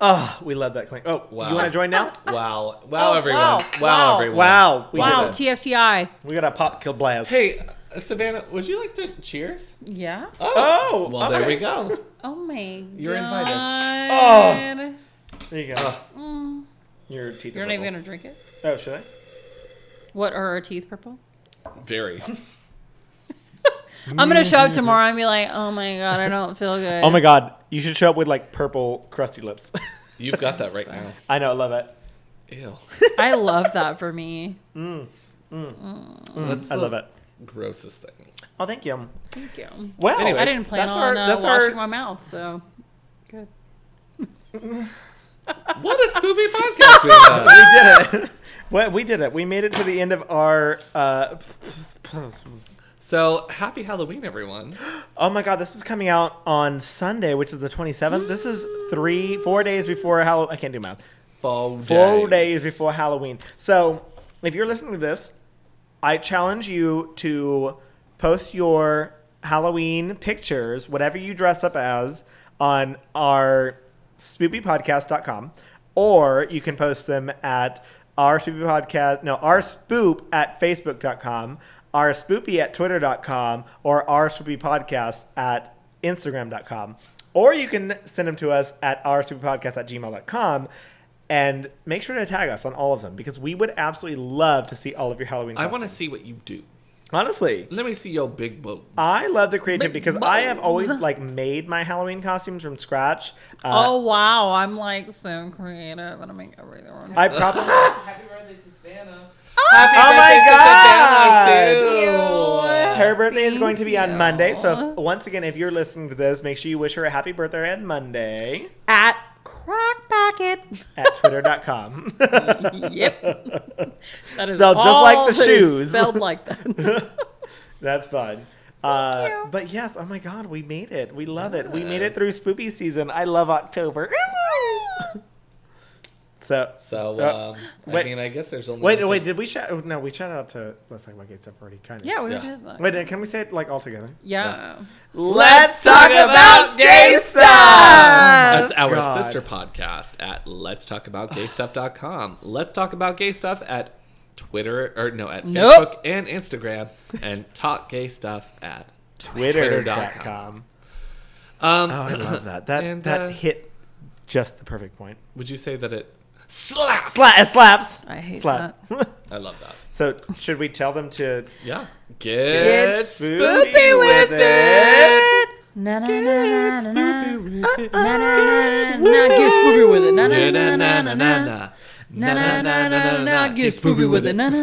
B: Oh, we love that clank. Oh,
C: Wow.
B: you want to join now?
C: Wow.
E: <laughs>
C: Wow,
E: Oh,
C: everyone. Wow,
E: wow. Wow.
C: everyone.
B: Wow, we
E: wow,
B: did it.
E: TFTI.
B: we got a pop kill blast.
C: Hey, uh, Savannah, would you like to cheers?
E: Yeah.
B: Oh,
C: Well, there we
B: okay.
C: go.
B: <laughs>
E: Oh my
C: You're
E: god.
C: invited.
B: Oh. There you go.
E: Mm.
B: Your teeth.
E: You're not even gonna drink it.
B: gonna. Oh, should I?
E: What are our teeth purple?
C: Very.
E: I'm gonna show up tomorrow and be like, oh my god, I don't
B: <laughs>
E: feel good.
B: Mm-hmm. Oh my god, you should show up with like purple crusty lips. <laughs>
C: You've got that right now.
B: I know, I love it.
C: Ew.
E: <laughs> I love that for me.
C: That's
B: Mm, I love
C: the
B: it.
C: Grossest thing.
B: Oh, thank you.
E: Thank you.
B: Well,
C: Anyway.
E: I didn't plan
B: that's
E: on
B: our-
E: uh,
B: that's our- Uh,
E: washing my mouth, so good.
C: What a Scooby podcast we have.
B: <laughs> we did it. well, we did it. We made it to the end of our. Uh,
C: So happy Halloween, everyone.
B: oh my god, this is coming out on Sunday, which is the 27th. This is three, four days before Halloween. I can't do math.
C: Four days.
B: Four days before Halloween. So, if you're listening to this, I challenge you to post your Halloween pictures, whatever you dress up as, on our spoopypodcast.com, or you can post them at our spoopy podcast, no, our spoop at facebook.com, our spoopy at twitter.com, or our spoopy podcast at instagram.com. Or you can send them to us at our podcast at gmail.com. And make sure to tag us on all of them because we would absolutely love to see all of your Halloween.
C: I want to
B: costumes.
C: see what you do.
B: Honestly,
C: Let me see your big boat.
B: I love the creativity because I have always like made my Halloween costumes from scratch. Uh,
E: oh wow, I'm like so creative and I make everything wrong. <laughs>
B: I probably
D: <laughs> Happy birthday to Savannah.
C: Happy
B: Oh my
C: birthday to Savannah, too.
B: her birthday is going to be on
E: you.
B: Monday. So if, once again, if you're listening to this, make sure you wish her a happy birthday on Monday
E: At crack
B: <laughs>
E: packet.
B: at twitter.com.
E: yep. That is
B: Spelled just like
E: all
B: the
E: that is
B: shoes.
E: Spelled like that.
B: <laughs> <laughs> That's fun. Uh,
E: you.
B: but yes, oh my God, we made
E: <laughs>
B: it. We love it. We made it through spoopy season. I love October. So
C: So
B: Uh,
C: um, I
B: wait.
C: mean, I guess there's only
B: wait, wait, did we shout? No, we shout out to Let's Talk About Gay Stuff already, kind of.
A: Yeah, we
C: Yeah.
A: did that.
B: Wait, can we say it like all together?
A: yeah.
B: Let's
A: talk about gay Uh,
C: That's our
B: God.
C: sister podcast at Let's Talk About GayStuff.com. Let's Talk About Gay Stuff at Twitter, or no, at
A: Nope.
C: Facebook and Instagram, and Talk Gay Stuff at.
B: Twitter.com.
C: Um,
B: Oh, I love that. That
C: And,
B: that
C: uh,
B: hit just the perfect point.
C: Would you say that it slaps?
B: Sla- it slaps.
A: I hate
B: slaps.
C: I love that.
B: <laughs> so should we tell them to
C: Yeah. Get,
B: spooky
A: Spoopy with
B: with it?
A: it. Na na na na na. Na na na na na. Get spoopy with it. Na na na na na na. Na na na na na. Get spoopy with it. Na na.